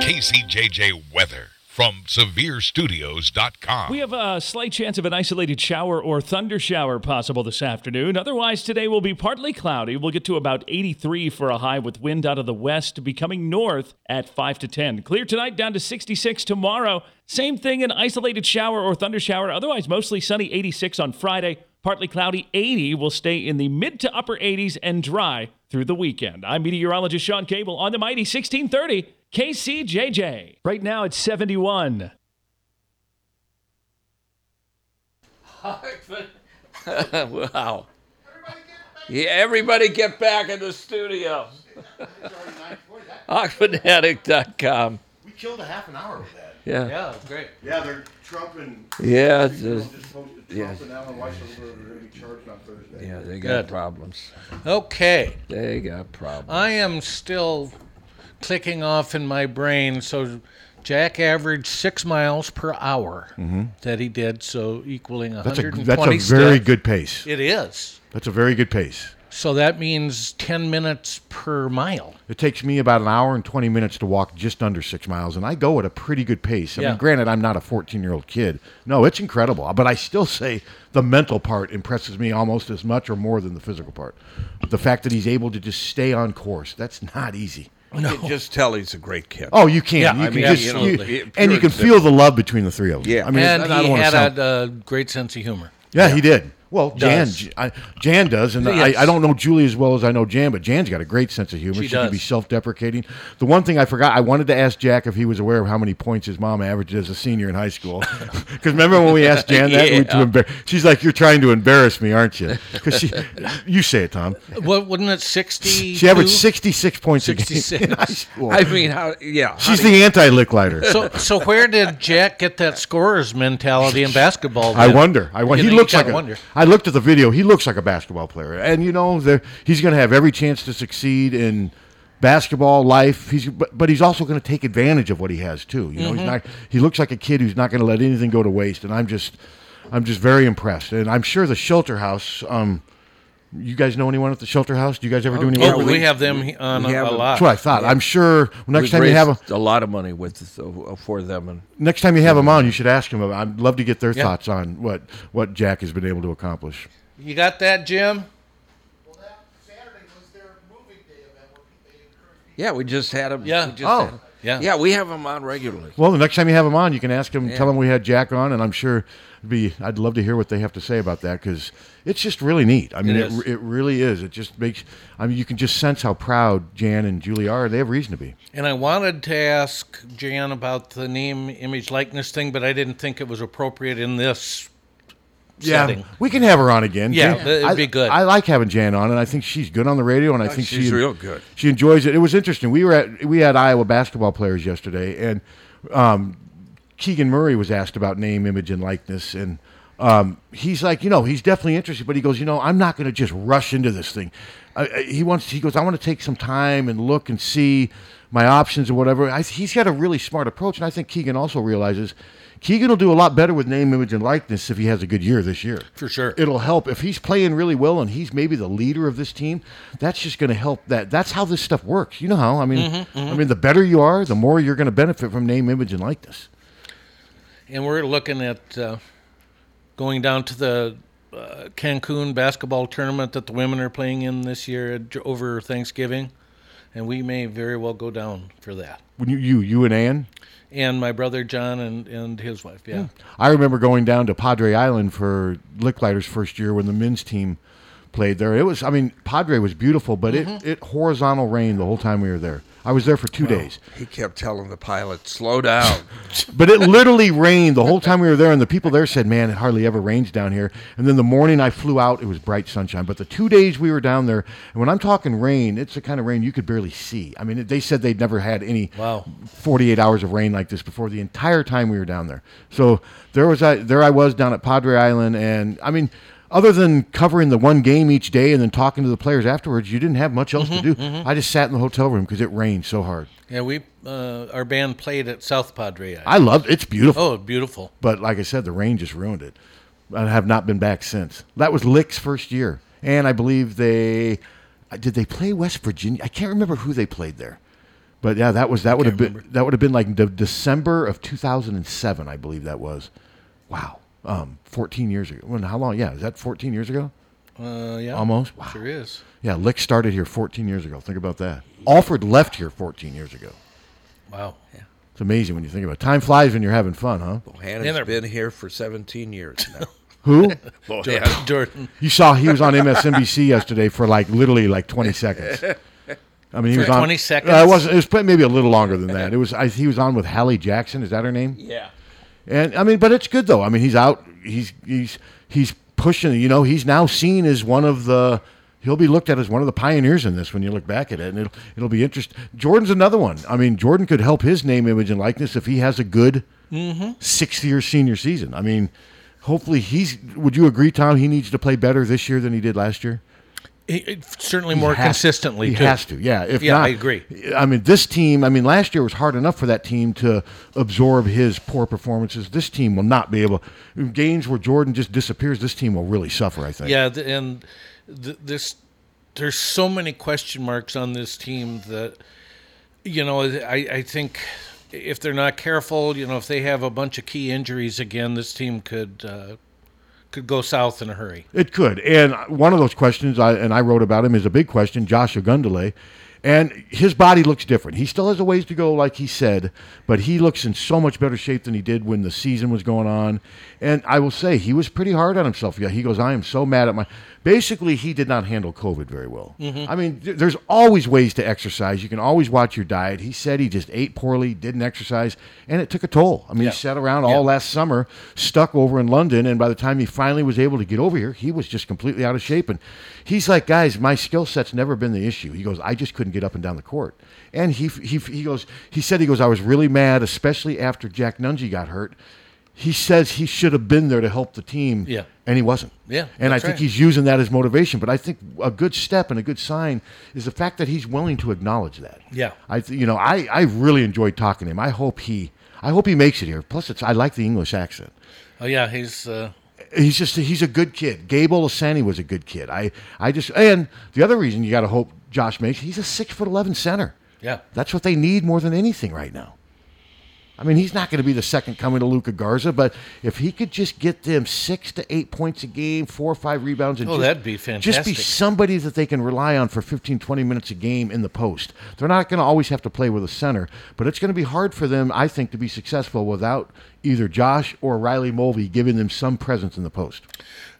KCJJ Weather from SevereStudios.com.
We have a slight chance of an isolated shower or thunder shower possible this afternoon. Otherwise, today will be partly cloudy. We'll get to about 83 for a high with wind out of the west becoming north at 5 to 10. Clear tonight down to 66 tomorrow. Same thing, an isolated shower or thunder shower. Otherwise, mostly sunny 86 on Friday. Partly cloudy 80 will stay in the mid to upper 80s and dry through the weekend. I'm meteorologist Sean Cable on the mighty 1630 KCJJ. Right now it's 71.
*laughs* wow. Yeah, everybody get back in the studio. Oxfordaddict.com.
We killed a half an hour with that.
Yeah.
Yeah, it's great.
Yeah, they're Trump and
Yeah, it's
Just
just-
posted Trump
yeah.
and Alan Weisel were going to be charged on Thursday.
Yeah, they got
Good.
problems.
Okay.
They got problems.
I am still clicking off in my brain. So Jack averaged six miles per hour
Mhm.
that he did, so equaling
That's a
120
that's a very
steps.
good pace.
It is.
That's a very good pace.
So that means 10 minutes per mile.
It takes me about an hour and 20 minutes to walk just under six miles, and I go at a pretty good pace. I
Yeah.
mean, granted, I'm not a 14 year old kid. No, it's incredible. uh, But I still say the mental part impresses me almost as much or more than the physical part. The fact that he's able to just stay on course, that's not easy.
You can just tell he's a great kid.
Oh, you can.
Yeah,
you
I
can
mean,
just,
you know,
you-
the-
and you
pure
can feel the love between the three of them.
Yeah.
I mean,
and
I don't
he
wanna
had
sound-
a uh, great sense of humor.
yeah, he did. Well, Jan,
Does.
J- I, Jan does, and
Yes.
I, I don't know Julie as well as I know Jan, but Jan's got a great sense of humor.
She
She, can
does.
be self-deprecating. The one thing I forgot, I wanted to ask Jack if he was aware of how many points his mom averaged as a senior in
*laughs*
high school. *laughs* Because remember when we asked Jan that, we, to
Yeah.
embar- she's like, "You're trying to embarrass me, aren't you?" Because she, you say it, Tom.
What, wasn't it 60?
She averaged 66 points a game in *laughs* high
66.
school.
how? Yeah.
She's the
*laughs*
anti-licklider.
So, so where did Jack get that scorer's mentality in basketball?
I
then?
wonder. I wonder.
You know,
He
you
looks like
gotta
a,
wonder.
I looked at the video. He looks like a basketball player, and you know, there he's going to have every chance to succeed in basketball life. He's but, but he's also going to take advantage of what he has too. You know,
Mhm.
Mm-hmm.
he's not. He looks like a kid who's not going to let anything go to waste. And I'm just, I'm just very impressed. And I'm sure the shelter house. Um, you guys know anyone at the shelter house? Do you guys ever do any?
Oh, we have them he- on
we
a
have
lot.
That's what I thought. I'm sure next
We've
time you
raised
have a
a lot of money with uh, for them and
next time you have them on, you should ask them. About, I'd love to get their
Yeah.
thoughts on what what Jack has been able to accomplish.
You got that, Jim?
yeah, we just had them.
Yeah.
Oh.
We just had 'em.
Yeah.
Yeah, we have them on regularly.
Well, the next time you have them on, you can ask them,
Yeah.
tell them we had Jack on, and I'm sure it'd be. I'd love to hear what they have to say about that because it's just really neat. I mean,
It
it,
is.
it, really is. It just makes. I mean, you can just sense how proud Jan and Julie are. They have reason to be.
And I wanted to ask Jan about the name, image, likeness thing, but I didn't think it was appropriate in this setting.
we can have her on again.
Yeah, that'd
I-
be good.
I like having Jan on, and I think she's good on the radio, and I
Oh,
think
she's
she,
real good.
She enjoys it. It was interesting. We were at we had Iowa basketball players yesterday, and um, Keegan Murray was asked about name, image, and likeness, and um, he's like, you know, he's definitely interested, but he goes, you know, I'm not going to just rush into this thing. I, I- he wants. He goes, I want to take some time and look and see my options or whatever. I, he's got a really smart approach, and I think Keegan also realizes. Keegan will do a lot better with name, image, and likeness if he has a good year this year.
For sure.
It'll help. If he's playing really well and he's maybe the leader of this team, that's just going to help that. That's how this stuff works. You know how? I mean,
Mhm, mhm.
I mean, the better you are, the more you're going to benefit from name, image, and likeness.
And we're looking at uh, going down to the uh, Cancun basketball tournament that the women are playing in this year at- over Thanksgiving, and we may very well go down for that.
When you, you, you and Ann,
And my brother John and, and his wife, yeah.
I remember going down to Padre Island for Licklider's first year when the men's team played there. It was, I mean, Padre was beautiful, but
Mhm.
Mm-hmm.
it, it horizontal rained the whole time we were there. I was there for two days.
He kept telling the pilot, slow
*laughs*
down.
*laughs* but it literally rained the whole time we were there, and the people there said, "Man, it hardly ever rains down here." And then the morning I flew out, it was bright sunshine. But the two days we were down there, and when I'm talking rain, it's the kind of rain you could barely see. I mean, they said they'd never had any
Wow.
48 hours of rain like this before the entire time we were down there. So there was I there I was down at Padre Island, and I mean. Other than covering the one game each day and then talking to the players afterwards, you didn't have much else
Mhm,
to do.
mhm.
I just sat in the hotel room because it rained so hard.
Yeah, we uh, our band played at South Padre.
I loved it's beautiful.
Oh, beautiful.
But like I said, the rain just ruined it. I have not been back since. That was Lick's first year, and I believe they uh, did they play West Virginia. I can't remember who they played there, but yeah, that was that would have been that would have been like de- December of two thousand and seven, I believe that was. Wow, um, fourteen years ago. When, how long? Yeah, is that fourteen years ago?
Uh, yeah.
Almost. Wow.
Sure is.
Yeah, Lick started here fourteen years ago. Think about that. Alford left here fourteen years ago.
Wow.
It's amazing when you think about it. Time flies when you're having fun, huh?
Hannah's been here for 17 years now.
*laughs*
*laughs*
Who?
*laughs*
Bohannon.
You saw he was on MSNBC yesterday for like literally like 20 seconds.
*laughs*
I mean, he
For
was on
20 seconds?
Uh, it was it was maybe a little longer than
*laughs*
that. It was I, he was on with Hallie Jackson. Is that her name?
Yeah.
And I mean, but it's good though. I mean, he's out. He's he's he's pushing. You know, he's now seen as one of the. He'll be looked at as one of the pioneers in this when you look back at it, and it'll it'll be interesting. Jordan's another one. I mean, Jordan could help his name, image, and likeness if he has a good
Mhm.
sixth year senior season. I mean, hopefully he's. Would you agree, Tom? He needs to play better this year than he did last year.
He, he- certainly
He
more
has-
consistently.
He
too.
has to, yeah. If
yeah,
not,
I agree.
I mean, this team. I mean, last year was hard enough for that team to absorb his poor performances. This team will not be able. Games where Jordan just disappears, this team will really suffer. I think.
Yeah, th- and th- this there's so many question marks on this team that you know I, I think if they're not careful, you know, if they have a bunch of key injuries again, this team could uh, could go south in a hurry.
It could. And one of those questions, I, and I wrote about him, is a big question, Josh Agundale. And his body looks different. He still has a ways to go, like he said, but he looks in so much better shape than he did when the season was going on. And I will say, he was pretty hard on himself. Yeah, he goes, I am so mad at my. Basically, he did not handle COVID very well.
Mhm.
I mean, th- there's always ways to exercise. You can always watch your diet. He said he just ate poorly, didn't exercise, and it took a toll. I mean, he sat around all last summer, stuck over in London, and by the time he finally was able to get over here, he was just completely out of shape. And he's like, guys, my skill set's never been the issue. He goes, I just couldn't get up and down the court. And he he he goes, he said he goes, I was really mad, especially after Jack Nungy got hurt. He says he should have been there to help the team.
Yeah.
And he wasn't.
Yeah,
And I
that's
think
right.
he's using that as motivation. But I think a good step and a good sign is the fact that he's willing to acknowledge that.
Yeah.
I th- you know I I really enjoyed talking to him. I hope he I hope he makes it here. Plus, it's I like the English accent.
Oh yeah, he's uh,
He's just he's a good kid. Gabe Olasani was a good kid. I I just and the other reason you got to hope Josh makes he's a six foot eleven center.
yeah.
That's what they need more than anything right now. I mean, he's not going to be the second coming to Luca Garza, but if he could just get them six to eight points a game, four or five rebounds, and
Oh,
just,
that'd be
Just be
fantastic.
somebody that they can rely on for 15, 20 minutes a game in the post. They're not going to always have to play with a center, but it's going to be hard for them, I think, to be successful without either Josh or Riley Mulvey giving them some presence in the post.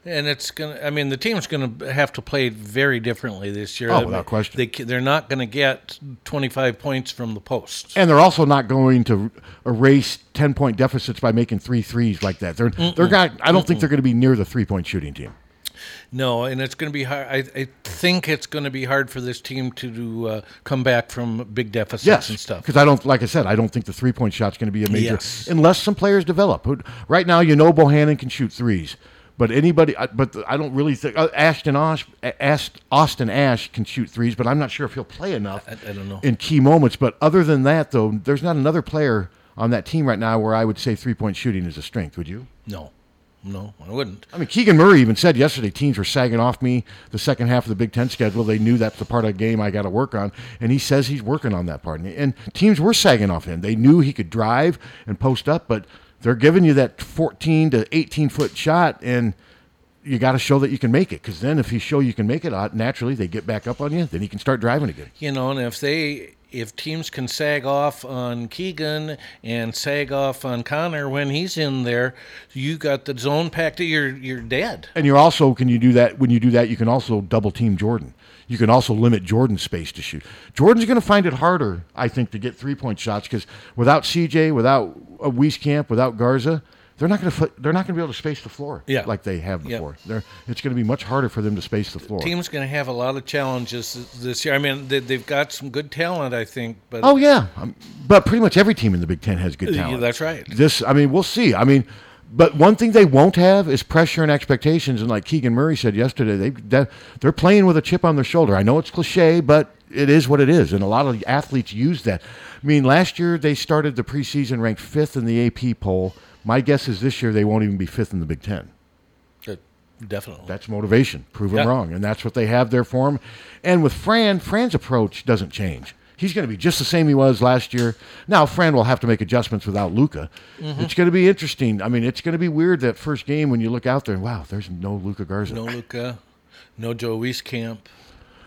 And it's gonna. I mean, the team's gonna have to play very differently this year.
Oh,
I mean,
without question.
They, ca- they're not gonna get 25 points from the post.
And they're also not going to erase 10 point deficits by making three threes like that. They're, they're
Mm-mm.
not, I don't think
Mm-mm.
they're going to be near the three point shooting team.
No, and it's going to be hard. I, I think it's going to be hard for this team to do, uh, come back from big deficits
Yes,
and stuff.
Because I don't, like I said, I don't think the three point shot's going to be a major
Yes.
unless some players develop. Who- Right now, you know, Bohannon can shoot threes, but anybody, I- but I don't really think uh, Ashton Ash, Ash, Austin Ash can shoot threes, but I'm not sure if he'll play enough
I, I don't know.
in key moments. But other than that, though, there's not another player on that team right now where I would say three point shooting is a strength. Would you?
no, no, I wouldn't.
I mean, Keegan Murray even said yesterday teams were sagging off me the second half of the Big Ten schedule. They knew that's the part of the game I got to work on. And he says he's working on that part. And- And teams were sagging off him. They knew he could drive and post up, but they're giving you that 14 to 18 foot shot. And you got to show that you can make it. Because then if you show you can make it, uh, naturally they get back up on you. Then you can start driving again.
You know, and if they, if teams can sag off on Keegan and sag off on Connor when he's in there, you got the zone packed. You're you're dead.
And you're also can you do that when you do that you can also double team Jordan. You can also limit Jordan's space to shoot. Jordan's going to find it harder, I think, to get three point shots because without CJ, without uh, Wieskamp, without Garza, they're not going to they're not going to be able to space the floor
Yeah.
like they have
Yeah.
before. They're, it's going to be much harder for them to space the floor.
Team's going to have a lot of challenges th- this year. I mean, they, they've got some good talent, I think. But
Oh yeah, um, but pretty much every team in the Big Ten has good
Yeah,
talent.
that's right.
This, I mean, we'll see. I mean, but one thing they won't have is pressure and expectations. And like Keegan Murray said yesterday, they that- they're playing with a chip on their shoulder. I know it's cliche, but it is what it is, and a lot of athletes use that. I mean, last year they started the preseason ranked fifth in the AP poll. My guess is this year they won't even be fifth in the Big Ten.
Uh, definitely.
That's motivation. Prove them
Yeah.
wrong, and that's what they have there for him. And with Fran, Fran's approach doesn't change. He's going to be just the same he was last year. Now Fran will have to make adjustments without Luca.
Mhm.
It's going to be interesting. I mean, it's going to be weird that first game when you look out there and wow, there's no Luca Garza.
no Luca, no Joe Wieskamp.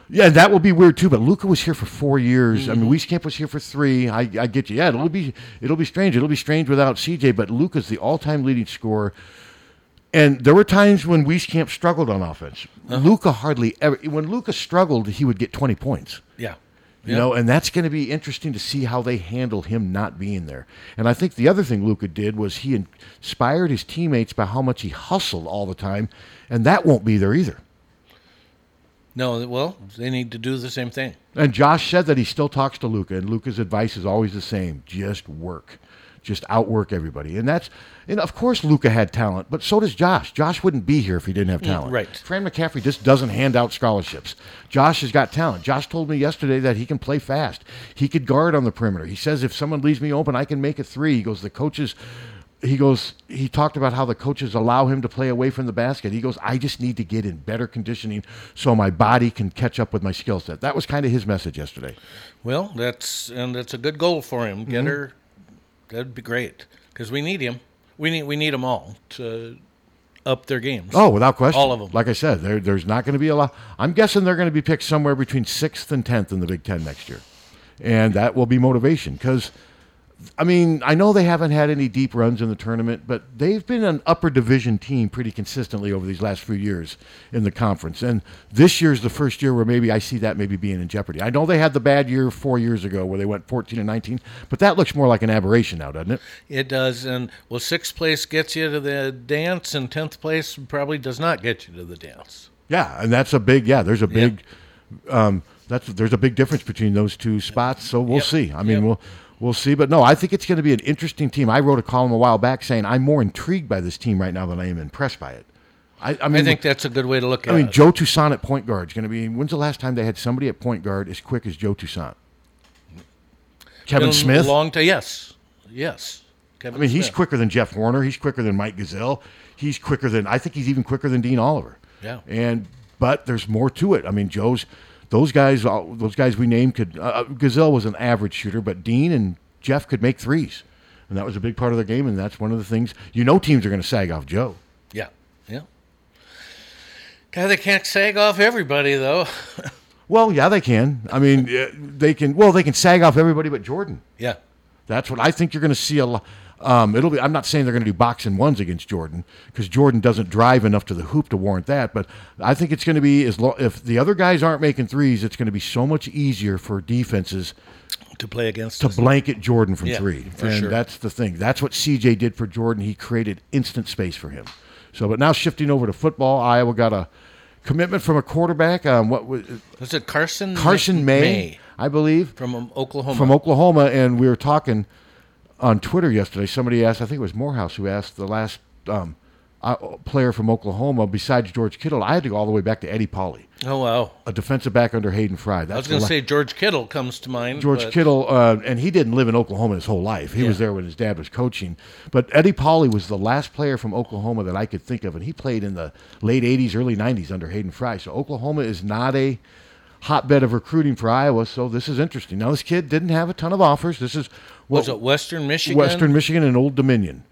Yeah, that will be weird too. But Luca was here for four years. I
Mm-hmm.
mean, Wieskamp was here for three. I, I get you. Yeah, it'll be it'll be strange. It'll be strange without CJ. But Luca's the all-time leading scorer. And there were times when Wieskamp struggled on offense.
Uh-huh.
Luca hardly ever. When Luca struggled, he would get twenty points.
Yeah.
You
Yeah.
know, and that's going to be interesting to see how they handle him not being there. And I think the other thing Luca did was he inspired his teammates by how much he hustled all the time, and that won't be there either.
No, well, they need to do the same thing.
And Josh said that he still talks to Luca, and Luca's advice is always the same: just work, just outwork everybody. And that's, and of course, Luca had talent, but so does Josh. Josh wouldn't be here if he didn't have
Mm,
talent.
right.
Fran McCaffrey just doesn't hand out scholarships. Josh has got talent. Josh told me yesterday that he can play fast. He could guard on the perimeter. He says if someone leaves me open, I can make a three. He goes, the coaches. He goes, he talked about how the coaches allow him to play away from the basket. He goes, I just need to get in better conditioning so my body can catch up with my skill set. That was kind of his message yesterday.
Well, that's and that's a good goal for him. Get
Mhm.
her. That'd be great because we need him. We need we need them all to up their games.
Oh, without question.
all of them.
Like I said, there, there's not going to be a lot. I'm guessing they're going to be picked somewhere between sixth and tenth in the Big Ten next year, and that will be motivation because. I mean, I know they haven't had any deep runs in the tournament, but they've been an upper division team pretty consistently over these last few years in the conference. And this year's the first year where maybe I see that maybe being in jeopardy. I know they had the bad year four years ago where they went 14 and 19, but that looks more like an aberration now, doesn't it?
It does, and well, sixth place gets you to the dance, and tenth place probably does not get you to the dance.
Yeah, and that's a big yeah. There's a big um, that's there's a big difference between those two spots. So we'll see. I mean, we'll we'll see. But no, I think it's going to be an interesting team. I wrote a column a while back saying I'm more intrigued by this team right now than I am impressed by it. I, I mean,
think that's a good way to look
I
at
mean,
it.
Joe Toussaint at point guard is going to be. When's the last time they had somebody at point guard as quick as Joe Toussaint? Kevin
Been a
Smith.
long time. Yes, yes.
I
Kevin
mean, he's
Smith.
quicker than Jeff Warner. He's quicker than Mike Gazelle. He's quicker than I think he's even quicker than Dean Oliver.
Yeah.
And but there's more to it. I mean, Joe's those guys. all- uh, Those guys we named could uh, Gazelle was an average shooter, but Dean and Jeff could make threes. and that was a big part of their game. And that's one of the things you know teams are going to sag off Joe.
Yeah, yeah. God, they can't sag off everybody though.
Well, yeah, they can. I mean, uh, they can. Well, they can sag off everybody but Jordan.
Yeah.
That's what I think you're going to see a lot. Um, it'll be. I'm not saying they're going to do boxing ones against Jordan because Jordan doesn't drive enough to the hoop to warrant that. But I think it's going to be as long if the other guys aren't making threes, it's going to be so much easier for defenses
to play against
to
us.
blanket Jordan from
Yeah,
three.
for
and
sure.
that's the thing. That's what CJ did for Jordan. He created instant space for him. So, but now shifting over to football, Iowa got a commitment from a quarterback. Um, what was
Was it Carson?
Carson May, I believe,
from um, Oklahoma.
from Oklahoma, and we were talking on Twitter yesterday. Somebody asked, I think it was Morehouse who asked the last um, uh, player from Oklahoma besides George Kittle. I had to go all the way back to Eddie Polly,
Oh wow!
a defensive back under Hayden
I
Fry.
was
the
going to
la-
say George Kittle comes to mind.
George
but-
Kittle, uh, and he didn't live in Oklahoma his whole life. He was there when his dad was coaching. But Eddie Pauley was the last player from Oklahoma that I could think of, and he played in the late 80s, early 90s under Hayden Fry. So Oklahoma is not a hotbed of recruiting for Iowa, so this is interesting. Now, this kid didn't have a ton of offers. This is
Was it Western Michigan?
Western Michigan and Old Dominion.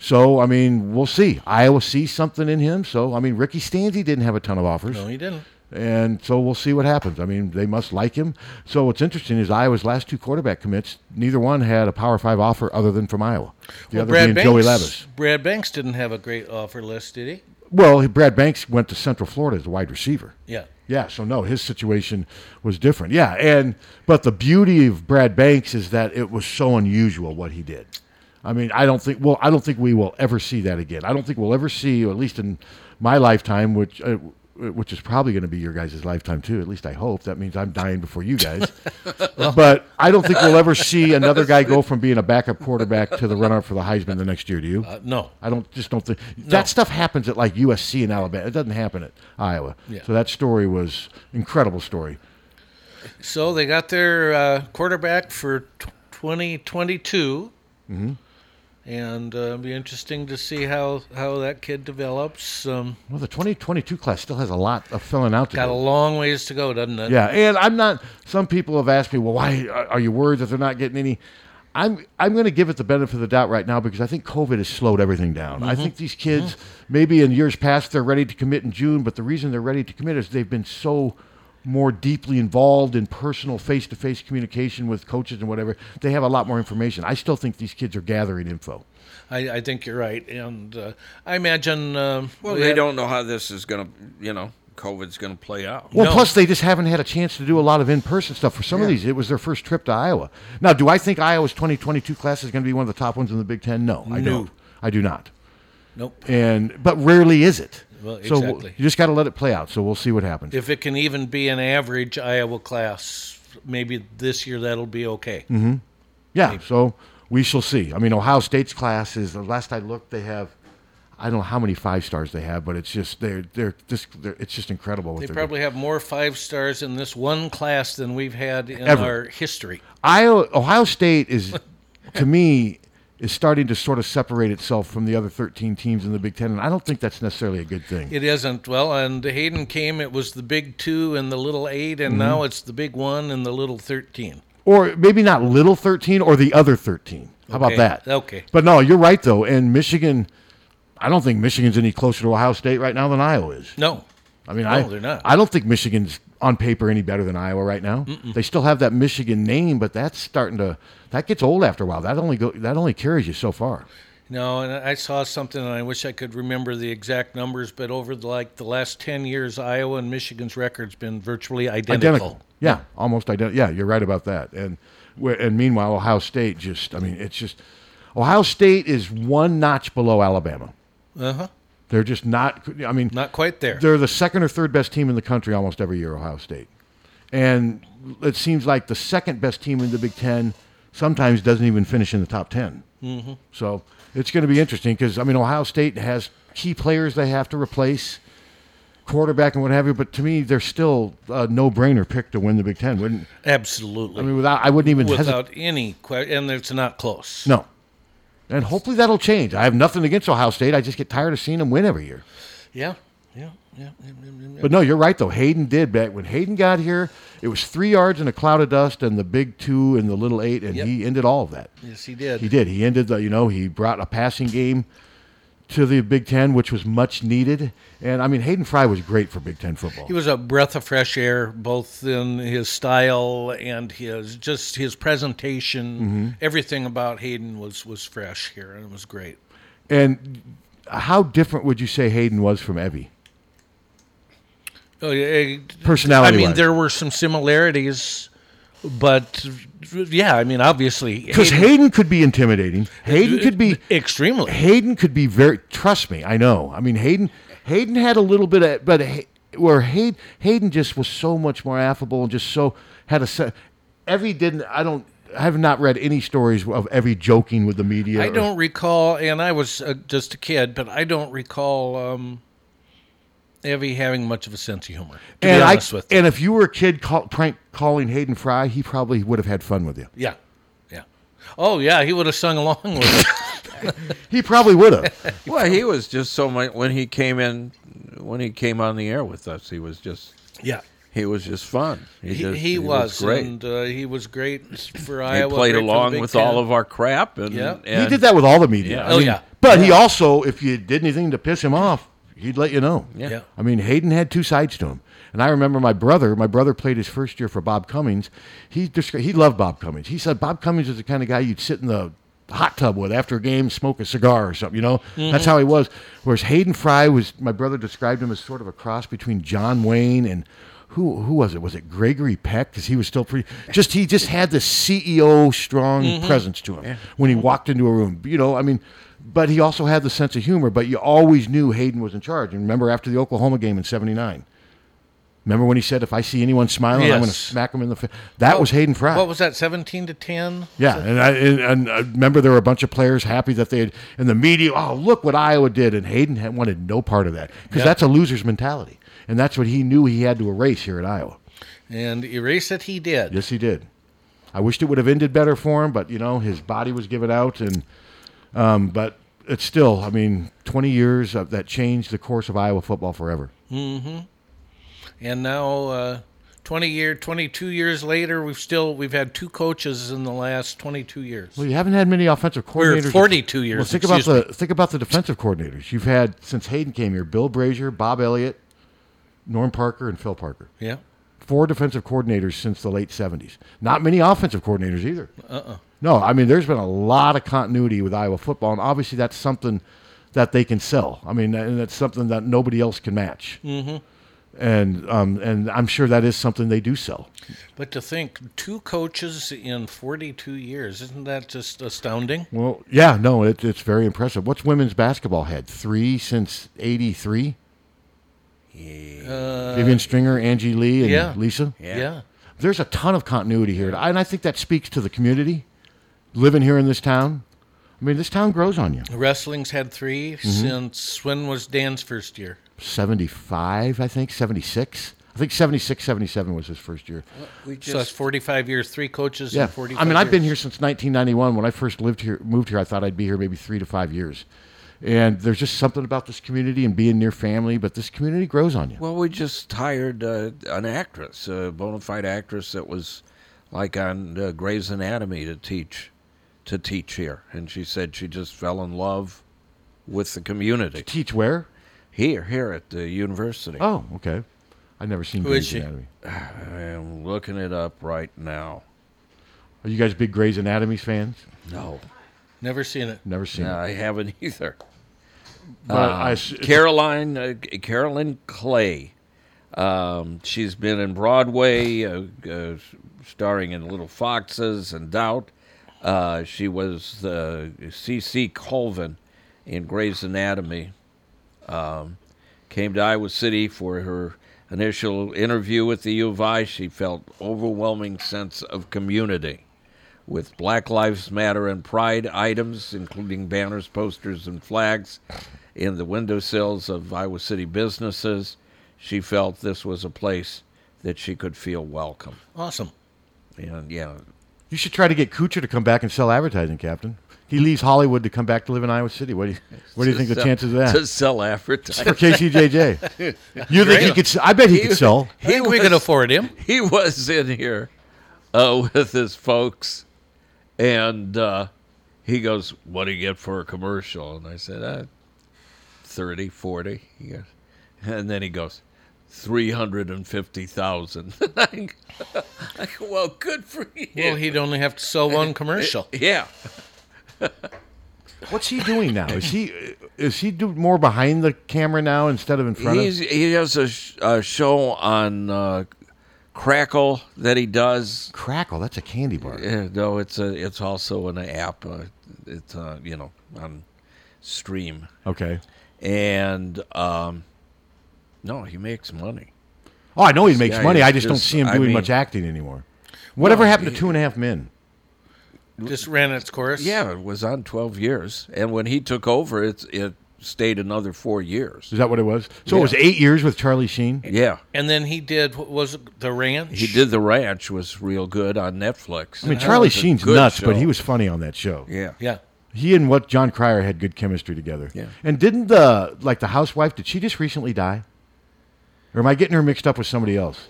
So, I mean, we'll see. Iowa sees something in him. So, I mean, Ricky Stanzi didn't have a ton of offers.
No, he didn't.
And so we'll see what happens. I mean, they must like him. So what's interesting is Iowa's last two quarterback commits, neither one had a Power Five offer other than from Iowa. The
Well,
other
Brad
being
Banks,
Joey Levis.
Brad Banks didn't have a great offer list, did he?
Well, he- Brad Banks went to Central Florida as a wide receiver.
Yeah.
Yeah. So no, his situation was different. Yeah, and but the beauty of Brad Banks is that it was so unusual what he did. I mean, I don't think. Well, I don't think we will ever see that again. I don't think we'll ever see, or at least in my lifetime, which. Uh, which is probably going to be your guys' lifetime too. At least I hope. That means I'm dying before you guys. but I don't think we'll
*laughs*
ever see another guy go from being a backup quarterback to the runner for the Heisman the next year. Do you?
Uh, no.
I don't. Just don't think that stuff happens at like USC and Alabama. It doesn't happen at Iowa.
Yeah.
So that story was incredible story.
So they got their uh, quarterback for t- 2022,
hmm
and uh, it'll be interesting to see how, how that kid develops. Um,
Well, the 2022 class still has a lot of filling out to
got
do.
a long ways to go, doesn't it?
Yeah, and I'm not. Some people have asked me, "Well, why are are you worried that they're not getting any?" I'm I'm going to give it the benefit of the doubt right now because I think COVID has slowed everything down. I
Mhm.
think these kids, maybe in years past, they're ready to commit in June, but the reason they're ready to commit is they've been so more deeply involved in personal face-to-face communication with coaches and whatever. They have a lot more information. I still think these kids are gathering info.
I, I think you're right, and uh, I imagine. Um,
Well,
we
they
had-
don't know how this is going to, you know, COVID's going to play out.
Well, plus they just haven't had a chance to do a lot of in-person stuff. For some of these, it was their first trip to Iowa. Now, do I think Iowa's 2022 class is going to be one of the top ones in the Big Ten? No, I
No.
don't. I do not.
Nope.
And but rarely is it.
Well,
So we'll-
exactly.
you just got to let it play out. So we'll see what happens.
If it can even be an average Iowa class, maybe this year that'll be okay.
hmm Yeah. So we shall see. I mean, Ohio State's class is the last I looked, they have. I don't know how many five stars they have, but it's just they're they're just they're, it's just incredible what
They
they're
probably have more five stars in this one class than we've had in
Ever.
our history.
Iowa, Ohio
*laughs*
State is, to me, is starting to sort of separate itself from the other 13 teams in the Big Ten, and I don't think that's necessarily a good thing.
It isn't. Well, and Hayden came, it was the big two and the little eight, and
Mhm.
now it's the big one and the little 13.
Or maybe not little 13 or the other 13. How about
Okay,
that?
okay.
But no, you're right though. And Michigan, I don't think Michigan's any closer to Ohio State right now than Iowa is.
No.
I mean,
No,
I
they're not.
I don't think Michigan's on paper any better than Iowa right now.
Mm-mm.
They still have that Michigan name, but that's starting to that gets old after a while. That only go that only carries you so far.
No, and I saw something, and I wish I could remember the exact numbers, but over the, like the last 10 years, Iowa and Michigan's record's been virtually identical.
Yeah, almost identical. Yeah, you're right about that. And where- and meanwhile, Ohio State just I mean, it's just Ohio State is one notch below Alabama.
Uh huh.
They're just not I mean,
not quite there.
They're the second or third best team in the country almost every year, Ohio State. And it seems like the second best team in the Big 10 sometimes doesn't even finish in the top 10.
Mhm.
So, it's going to be interesting because I mean, Ohio State has key players they have to replace quarterback and what have you. But to me, they're still a no-brainer pick to win the Big Ten. Wouldn't
Absolutely.
I mean, without I wouldn't even hesitate.
Without any question, and it's not close.
No, and hopefully that'll change. I have nothing against Ohio State. I just get tired of seeing them win every year.
Yeah. Yeah, yeah, yeah, yeah, yeah.
But no, you're right though. Hayden did back when Hayden got here. It was three yards and a cloud of dust, and the big two and the little eight, and
Yep.
he ended all of that.
Yes, he did.
He did. He ended the. You know, he brought a passing game to the Big Ten, which was much needed. And I mean, Hayden Fry was great for Big Ten football.
He was a breath of fresh air, both in his style and his just his presentation.
Mhm.
Everything about Hayden was was fresh here, and it was great.
And how different would you say Hayden was from Evie?
Oh, yeah,
Personality
I mean,
wise.
there were some similarities, but yeah, I mean, obviously,
Because Hayden, could be intimidating. Hayden could be
Uh, extremely.
Hayden could be very. Trust me, I know. I mean, Hayden. Hayden had a little bit of, but Hay- where Hayden, Hayden just was so much more affable and just so had a. se- Evie didn't. I don't. I have not read any stories of Evie joking with the media.
I
or-
don't recall, and I was uh, just a kid, but I don't recall um, Evie having much of a sense of humor. To
and
be
I,
honest with
and if you were a kid call, prank calling Hayden Fry, he probably would have had fun with you.
you. Yeah, yeah. Oh, yeah, he would have sung along with it.
He probably would have.
*laughs* Well, he was just so much when he came in, when he came on the air with us, he was just
Yeah.
he was just fun.
He,
just,
he was,
great.
and uh, he was great for
he
Iowa.
played
great for the
along
Big
with
Ten.
all of our crap, and,
Yeah.
and
he did that with all the media.
Yeah.
I
Oh,
mean,
yeah.
But he also, if you did anything to piss him off, he'd let you know.
Yeah. Yeah.
I mean, Hayden had two sides to him. And I remember my brother, my brother played his first year for Bob Cummings. He descri- he loved Bob Cummings. He said Bob Cummings is the kind of guy you'd sit in the hot tub with after a game, smoke a cigar or something, you know?
Mm-hmm.
That's
Mhm.
how he was. Whereas Hayden Fry was my brother described him as sort of a cross between John Wayne and who who was it? Was it Gregory Peck? Because he was still pretty. Just he just had this CEO strong
Mm-hmm.
Mhm.
presence to him
Yeah.
when he walked into a room. You know, I mean, but he also had the sense of humor. But you always knew Hayden was in charge. And remember after the Oklahoma game in '79, remember when he said, "If I see anyone smiling, I'm going to
Yes.
smack him in the face." That was Hayden Fry.
What was that? Seventeen to ten.
Yeah, and I and, and I remember there were a bunch of players happy that they had, and the media. Oh, look what Iowa did, and Hayden had wanted no part of that because
Yeah.
that's a loser's mentality, and that's what he knew he had to erase here at Iowa.
And erase it, he did.
Yes, he did. I wished it would have ended better for him, but you know his body was given out, and um, but it's still. I mean, twenty years of, that changed the course of Iowa football forever.
Mm-hmm. And now, uh, twenty year, twenty-two years later, we've still we've had two coaches in the last twenty-two years.
Well, you haven't had many offensive
We're
coordinators.
42 years,
Well, think about
excuse
the think about the defensive coordinators you've had since Hayden came here: Bill Brazier, Bob Elliott, Norm Parker, and Phil Parker.
Yeah.
Four defensive coordinators since the late '70s. Not many offensive coordinators either.
Uh-uh.
No, I mean there's been a lot of continuity with Iowa football, and obviously that's something that they can sell. I mean, and that's something that nobody else can match.
Mhm.
And um, and I'm sure that is something they do sell.
But to think two coaches in forty-two years, isn't that just astounding?
Well, yeah, no, it, it's very impressive. What's women's basketball had? Three since '83.
Uh,
Vivian Stringer, Angie Lee, and
yeah.
Lisa.
Yeah. Yeah.
There's a ton of continuity here, and I think that speaks to the community living here in this town. I mean, this town grows on you.
Wrestling's had 3
Mhm.
since when was Dan's first year?
75, I think, 76. I think 76, 77 was his first year.
We just, so that's 45 years, three coaches
yeah.
in 45
I mean, I've been
years.
here since 1991. When I first lived here, moved here, I thought I'd be here maybe three to five years. And there's just something about this community and being near family, but this community grows on you.
Well, we just hired uh, an actress, a bona fide actress that was like on uh, Grey's Anatomy to teach, to teach here, and she said she just fell in love with the community.
teach where?
Here, here at the university.
Oh, okay. I've never seen
Who is
Grey's
she?
Anatomy.
*sighs* I'm looking it up right now.
Are you guys big Grey's Anatomy fans?
No.
Never seen it.
Never seen
No,
it.
I haven't either.
But
Um,
I s-
Caroline uh, Carolyn Clay. Um, she's been in Broadway, uh, uh, starring in Little Foxes and Doubt. Uh, she was uh, C.C. Colvin in Grey's Anatomy. Um, came to Iowa City for her initial interview with the U of I. She felt overwhelming sense of community with Black Lives Matter and Pride items, including banners, posters, and flags in the windowsills of Iowa City businesses. She felt this was a place that she could feel welcome.
Awesome.
And yeah,
You should try to get Kuchar to come back and sell advertising, Captain. He leaves Hollywood to come back to live in Iowa City. What do you, what do you
To
think the
sell-
chances of that?
to sell advertising. *laughs*
for KCJJ. You think he could? s- I bet he could sell.
I think we could afford him.
He was in here uh, with his folks, and uh, he goes, "What do you get for a commercial?" And I said, uh, 30, 40. He goes, and then he goes, *laughs* 350,000. well, good for you.
Well, he'd only have to sell one commercial.
*laughs* yeah.
What's he doing now? Is he is he do more behind the camera now instead of in front
He's,
of?
he has a, sh- a show on uh, Crackle that he does.
Crackle, that's a candy bar.
Yeah, no, it's a it's also an app. Uh, it's uh, you know on stream.
Okay.
And um, no, he makes money.
Oh, I know he makes
Yeah,
money.
he's
I just, don't see him
I
doing
mean,
much acting anymore. Whatever
Well,
happened to
he-
Two and a Half Men?
Just ran its course.
Yeah, it was on twelve years, and when he took over, it's it stayed another four years.
Is that what it was? So
Yeah.
it was eight years with Charlie Sheen.
Yeah,
And then he did what was it, the ranch?
he did the ranch was real good on Netflix.
I mean,
That
Charlie
was a
Sheen's
good
nuts,
show.
but he was funny on that show.
Yeah.
Yeah.
He and what John Cryer had good chemistry together.
Yeah.
And didn't the like the housewife? Did she just recently die? Or am I getting her mixed up with somebody else?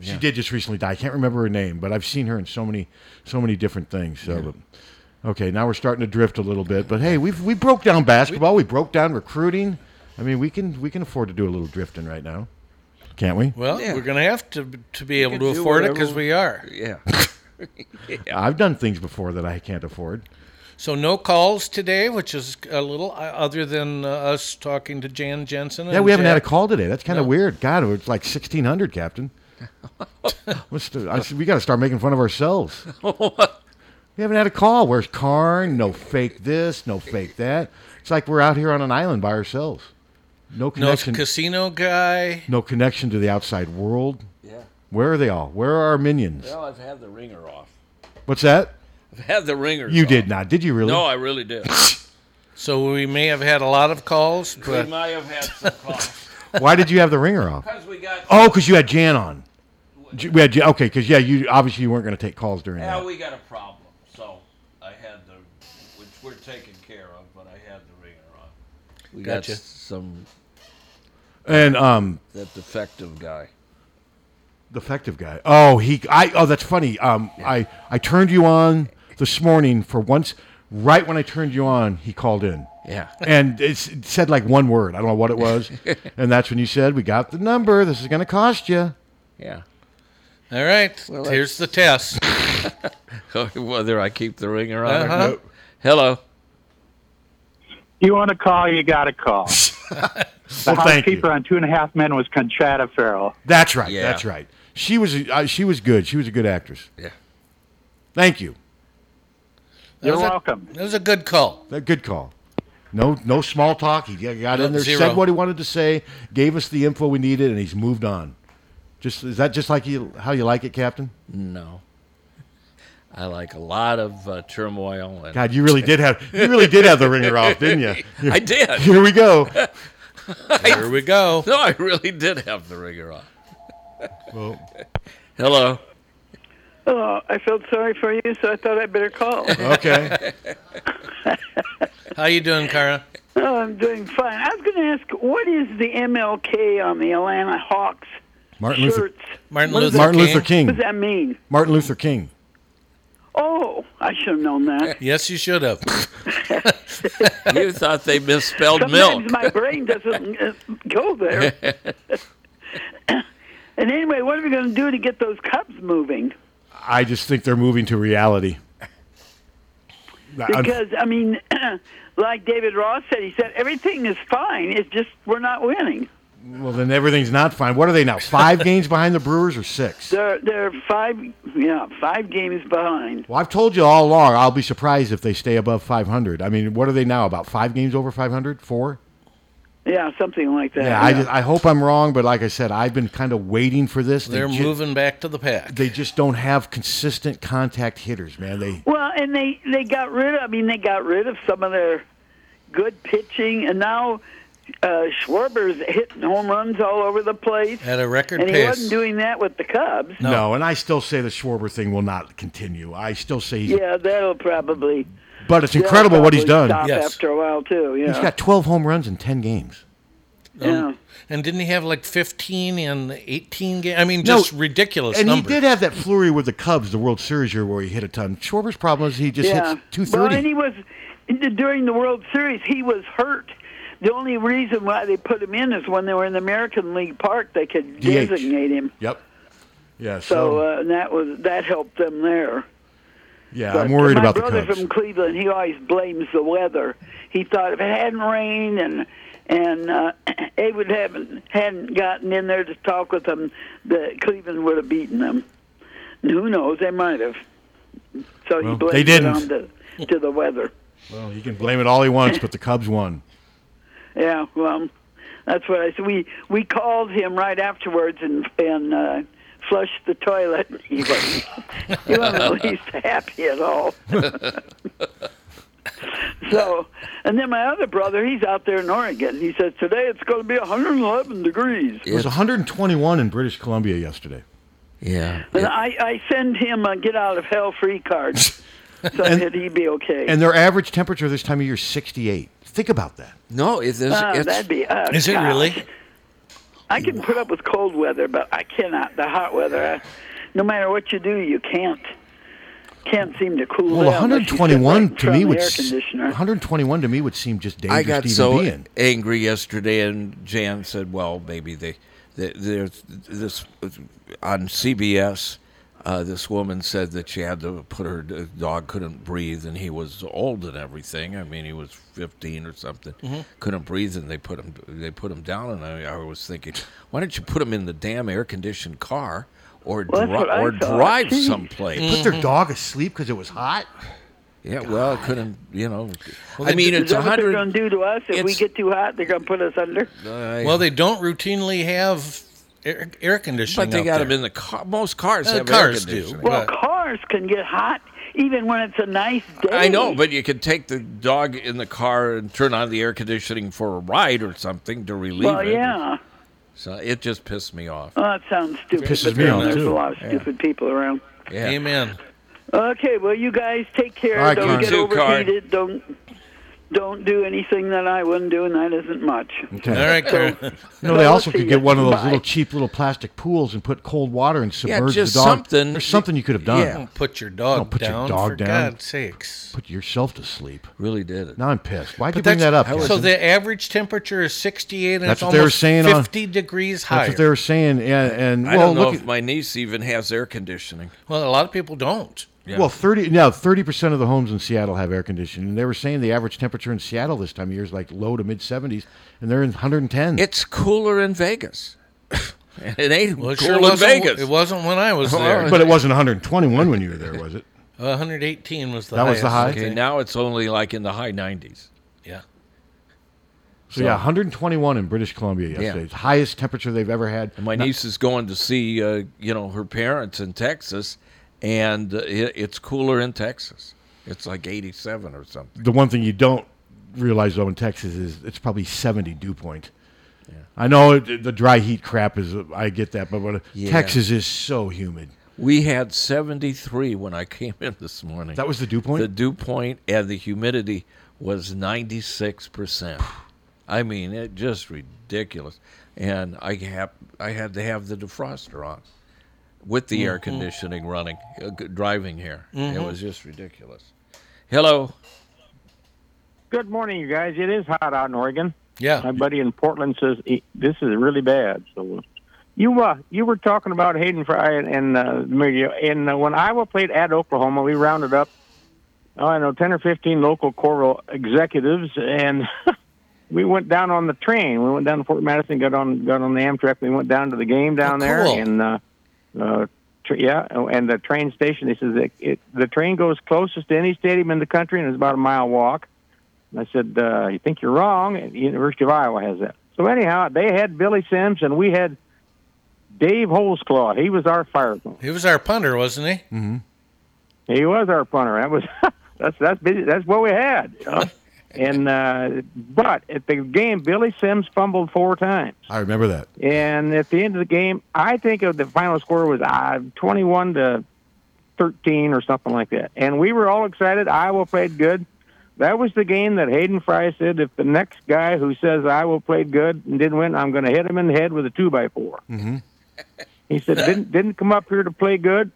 She did just recently die. I can't remember her name, but I've seen her in so many, so many different things. So, but, okay, now we're starting to drift a little bit. But hey, we've we broke down basketball. We broke down recruiting. I mean, we can we can afford to do a little drifting right now, can't we?
Well, we're going to have to to be able
can
to
do
afford it because
whatever-
we are.
Yeah. *laughs*
I've done things before that I can't afford.
So no calls today, which is a little uh, other than uh, us talking to Jan Jensen.
Yeah,
and
we haven't had a
Jack.
call today. That's kind of
No.
weird. God, it's like sixteen
*laughs*
hundred, Captain. What's the, I, we got to start making fun of ourselves. we haven't had a call. Where's Karn? No fake this. No fake that. It's like we're out here on an island by ourselves. No
No
connection.
casino guy.
No connection to the outside world.
Yeah.
Where are they all? Where are our minions?
*laughs* Well, I've had the ringer off.
What's that?
I've had the ringer.
You did not, did you? Really?
No, I really did.
*laughs* So we may have had a lot of calls,
we
but
might have had some calls.
*laughs*
Why did you have the ringer off?
'Cause we got-
oh, because you had Jan on. J- We had Jan, okay, because yeah, you obviously you weren't going to take calls during that.
Yeah, we got a problem. So I had the, which we're taking care of, but I had the ringer on. We
Gotcha.
got some
And um,
that defective guy.
defective guy.
Uh,
Oh, he. I. Oh, that's funny. Um, I. I turned you on this morning for once. Right when I turned you on, he called in.
Yeah.
And it's, it said like one word. I don't know what it was. and that's when you said, "We got the number. This is going to cost you."
Yeah.
all right. here's the test.
*laughs* Whether I keep the ringer on or
Uh-huh.
not. Hello.
You want to call, you got to
*laughs*
call. the
Well, thank you.
housekeeper on Two and a Half Men was Conchata Farrell.
That's right.
Yeah.
That's right. She was. Uh, she was good. She was a good actress.
Yeah.
Thank you.
You're
That was a-
welcome.
That was a good call.
That good call. No, no small talk. He got got in
Nope,
there,
zero.
said what he wanted to say, gave us the info we needed, and he's moved on. Just is that just like you, how you like it, Captain?
No. I like a lot of uh, turmoil. And
God, you really did have you really did have the ringer off, didn't you?
*laughs*
Here-
I did.
*laughs* Here
*laughs*
we go.
Here we go.
No, I really did have the ringer on.
Well,
Hello.
Oh, I felt sorry for you, so I thought I'd better call.
*laughs* Okay.
How you doing, Cara?
*laughs* oh, I'm doing fine. I was going to ask, what is the MLK on the Atlanta Hawks?
Martin Luther
Shirts.
Martin
What does
Luther
that-
Martin Luther King.
What does that mean?
Martin Luther King.
Oh, I should have
*laughs*
known that.
Yes, you should have.
*laughs* you thought they misspelled
Sometimes
milk.
my brain doesn't uh,
*laughs*
go there. *laughs* and anyway, what are we going to do to get those Cubs moving?
I just think they're moving to reality. I'm-
Because, I mean, *clears throat* like David Ross said, he said, everything is fine. It's just we're not winning.
well, then everything's not fine. What are they now? Five games behind the Brewers or six?
They're, they're five, yeah, five games behind.
Well, I've told you all along. I'll be surprised if they stay above 500. I mean, what are they now? About five games over 500? Four?
Yeah, something like that.
Yeah. I, just, I hope I'm wrong, but like I said, I've been kind of waiting for this. They
They're
ju-
moving back to the pack.
They just don't have consistent contact hitters, man. They
Well, and they they got rid of. I mean, they got rid of some of their good pitching, and now uh, Schwarber's hitting home runs all over the place
At a record
and he
pace.
wasn't doing that with the Cubs.
No. and I still say the Schwarber thing will not continue. I still say, he's,
Yeah, that'll probably.
but it's
that'll
incredible what he's
probably
done.
Stop After a while too. Yeah.
He's got 12 home runs in 10 games.
yeah.
Um, And didn't he have like 15 and 18 games? I mean,
No,
just ridiculous
and
numbers.
he did have that flurry with the Cubs, the World Series year, where he hit a ton. Schwarber's problem is he just
yeah.
hits 230.
Well, and he was during the World Series. He was hurt. The only reason why they put him in is when they were in the American League Park, they could
DH.
designate him.
Yep. Yeah.
So
So,
uh, and that was that helped them there.
yeah,
But
I'm worried
my
about the
brother
Cubs.
from Cleveland. He always blames the weather. He thought if it hadn't rained and and uh, *clears throat* Awood haven't hadn't gotten in there to talk with them, that Cleveland would have beaten them. And who knows? They might have. So
Well,
he blames
they didn't.
it on to, to the weather.
Well, he can blame it all he wants, but the Cubs won.
Yeah, well, that's what I said. We we called him right afterwards and and uh, flushed the toilet. *laughs* He wasn't, he wasn't at least happy at all.
Mm-hmm.
so, and then my other brother, he's out there in Oregon. He says today it's going to be 111 degrees.
It was 121 in British Columbia yesterday.
Yeah.
And I I send him a get out of hell free card, so that he'd be okay.
And their average temperature this time of year is 68. Think about that.
No, it's,
Ah, that'd be uh, gosh. I can put up with cold weather, but I cannot the hot weather. I, no matter what you do, you can't can't seem to cool
Well,
down. unless you sit right
121
in
to
front
me
of the
would
air
s-
conditioner.
121 to me would seem just dangerous
I got
to even
so
*laughs*
be in.
angry yesterday, and Jan said, "Well, maybe they, they there's this on CBS." Uh, this woman said that she had to put her the dog couldn't breathe, and he was old and everything. I mean, he was fifteen or something,
Mm-hmm.
Mhm.
couldn't breathe, and they put him they put him down. And I, I was thinking, why don't you put him in the damn air conditioned car or
Well, that's
dri-
what I
or
thought. *laughs*
drive
Jeez.
someplace? Mm-hmm.
Put their dog asleep because it was hot.
Yeah, well, it couldn't you know?
Well,
I mean,
is
it's
that what they're
hundred. *laughs*
going to do to us if we get too hot? They're going to put us under.
Well,
well, they don't routinely have air, air conditioning.
But they
out
got
there.
them in the car. Most cars
Uh,
have air
cars do,
conditioning.
Well, cars can get hot even when it's a nice day.
I know, but you could take the dog in the car and turn on the air conditioning for a ride or something to relieve
well,
it.
yeah.
So it just pissed me off.
Well, that sounds stupid.
Pisses
but
me
then
off,
There's
too.
a lot of
Yeah.
stupid people around.
Yeah. Amen.
Okay, well, you guys take care.
All right,
don't
Karen.
get
You too, Karen.
overheated. Don't don't do anything that I wouldn't do, and that isn't much.
You know, they also could get one of those little cheap little plastic pools and put cold water and submerge
just
the dog.
something.
There's something you could have done.
Yeah.
Put your dog
Don't put
down,
your dog
for
down.
God's sakes.
Put yourself to sleep.
Really did it.
Now I'm pissed. Why'd
But
you bring that up?
that's- So
Jason?
the average temperature is 68, and
That's
it's
what they were
almost
saying on-
50 degrees
That's
higher.
what they were saying. And, and
I
well,
don't know
look
if my niece even has air conditioning. *laughs*
well, a lot of people don't.
Well, thirty now thirty percent of the homes in Seattle have air conditioning, and they were saying the average temperature in Seattle this time of year is like low to mid seventies, and they're in hundred and ten.
It's cooler in Vegas. it ain't
Well, it
cool
sure
in
wasn't-
Vegas.
it wasn't when
*laughs*
I was there.
Oh, but it wasn't one hundred and twenty one when you were there, was it?
Uh, 118 was the
That was
highest, I
the high?
think.
Okay, now it's only like in the high 90s.
Yeah.
So, yeah, one hundred and twenty one in British Columbia yesterday, It's the highest temperature they've ever had.
And my niece is going to see, uh, you know, her parents in Texas, and uh, it, it's cooler in Texas. It's like 87 or something.
The one thing you don't realize though in Texas is it's probably seventy dew point. I know it, the dry heat crap is I get that, but when,
Yeah.
Texas is so humid.
We had 73 when I came in this morning.
That was the dew point?
The dew point and the humidity was 96%. I mean, it just ridiculous. And I have I had to have the defroster on with the air
Mm-hmm.
Mhm. conditioning running uh, g- driving here. It
Mhm.
was just ridiculous. Hello.
Good morning, you guys. It is hot out in Oregon.
Yeah.
My buddy in Portland says "E- this is really bad. So you uh, you were talking about Hayden Fry and, and uh, media, and uh, when Iowa played at Oklahoma, we rounded up oh, I know ten or fifteen local choral executives, and *laughs* we went down on the train. We went down to Fort Madison, got on got on the Amtrak. We went down to the game down
Oh,
there,
cool.
and uh, uh, tr- yeah, oh, and the train station. They says it, it, the train goes closest to any stadium in the country, and it's about a mile walk. And I said, uh, "You think you're wrong?" And the University of Iowa has that. So anyhow, they had Billy Sims, and we had Dave Holesclaw. He was our fire.
He was our punter, wasn't he?
Mm-hmm.
*laughs*
He was our punter. That was that's that's busy. that's what we had. you know?
And uh, but at the game, Billy Sims fumbled four times.
I remember that.
And at the end of the game, I think of the final score was uh, 21 to 13 or something like that. And we were all excited. Iowa played good. That was the game that Hayden Fry said, if the next guy who says Iowa played good and didn't win, I'm going to hit him in the head with a two by four.
Mm-hmm.
He said, didn't didn't come up here to play good,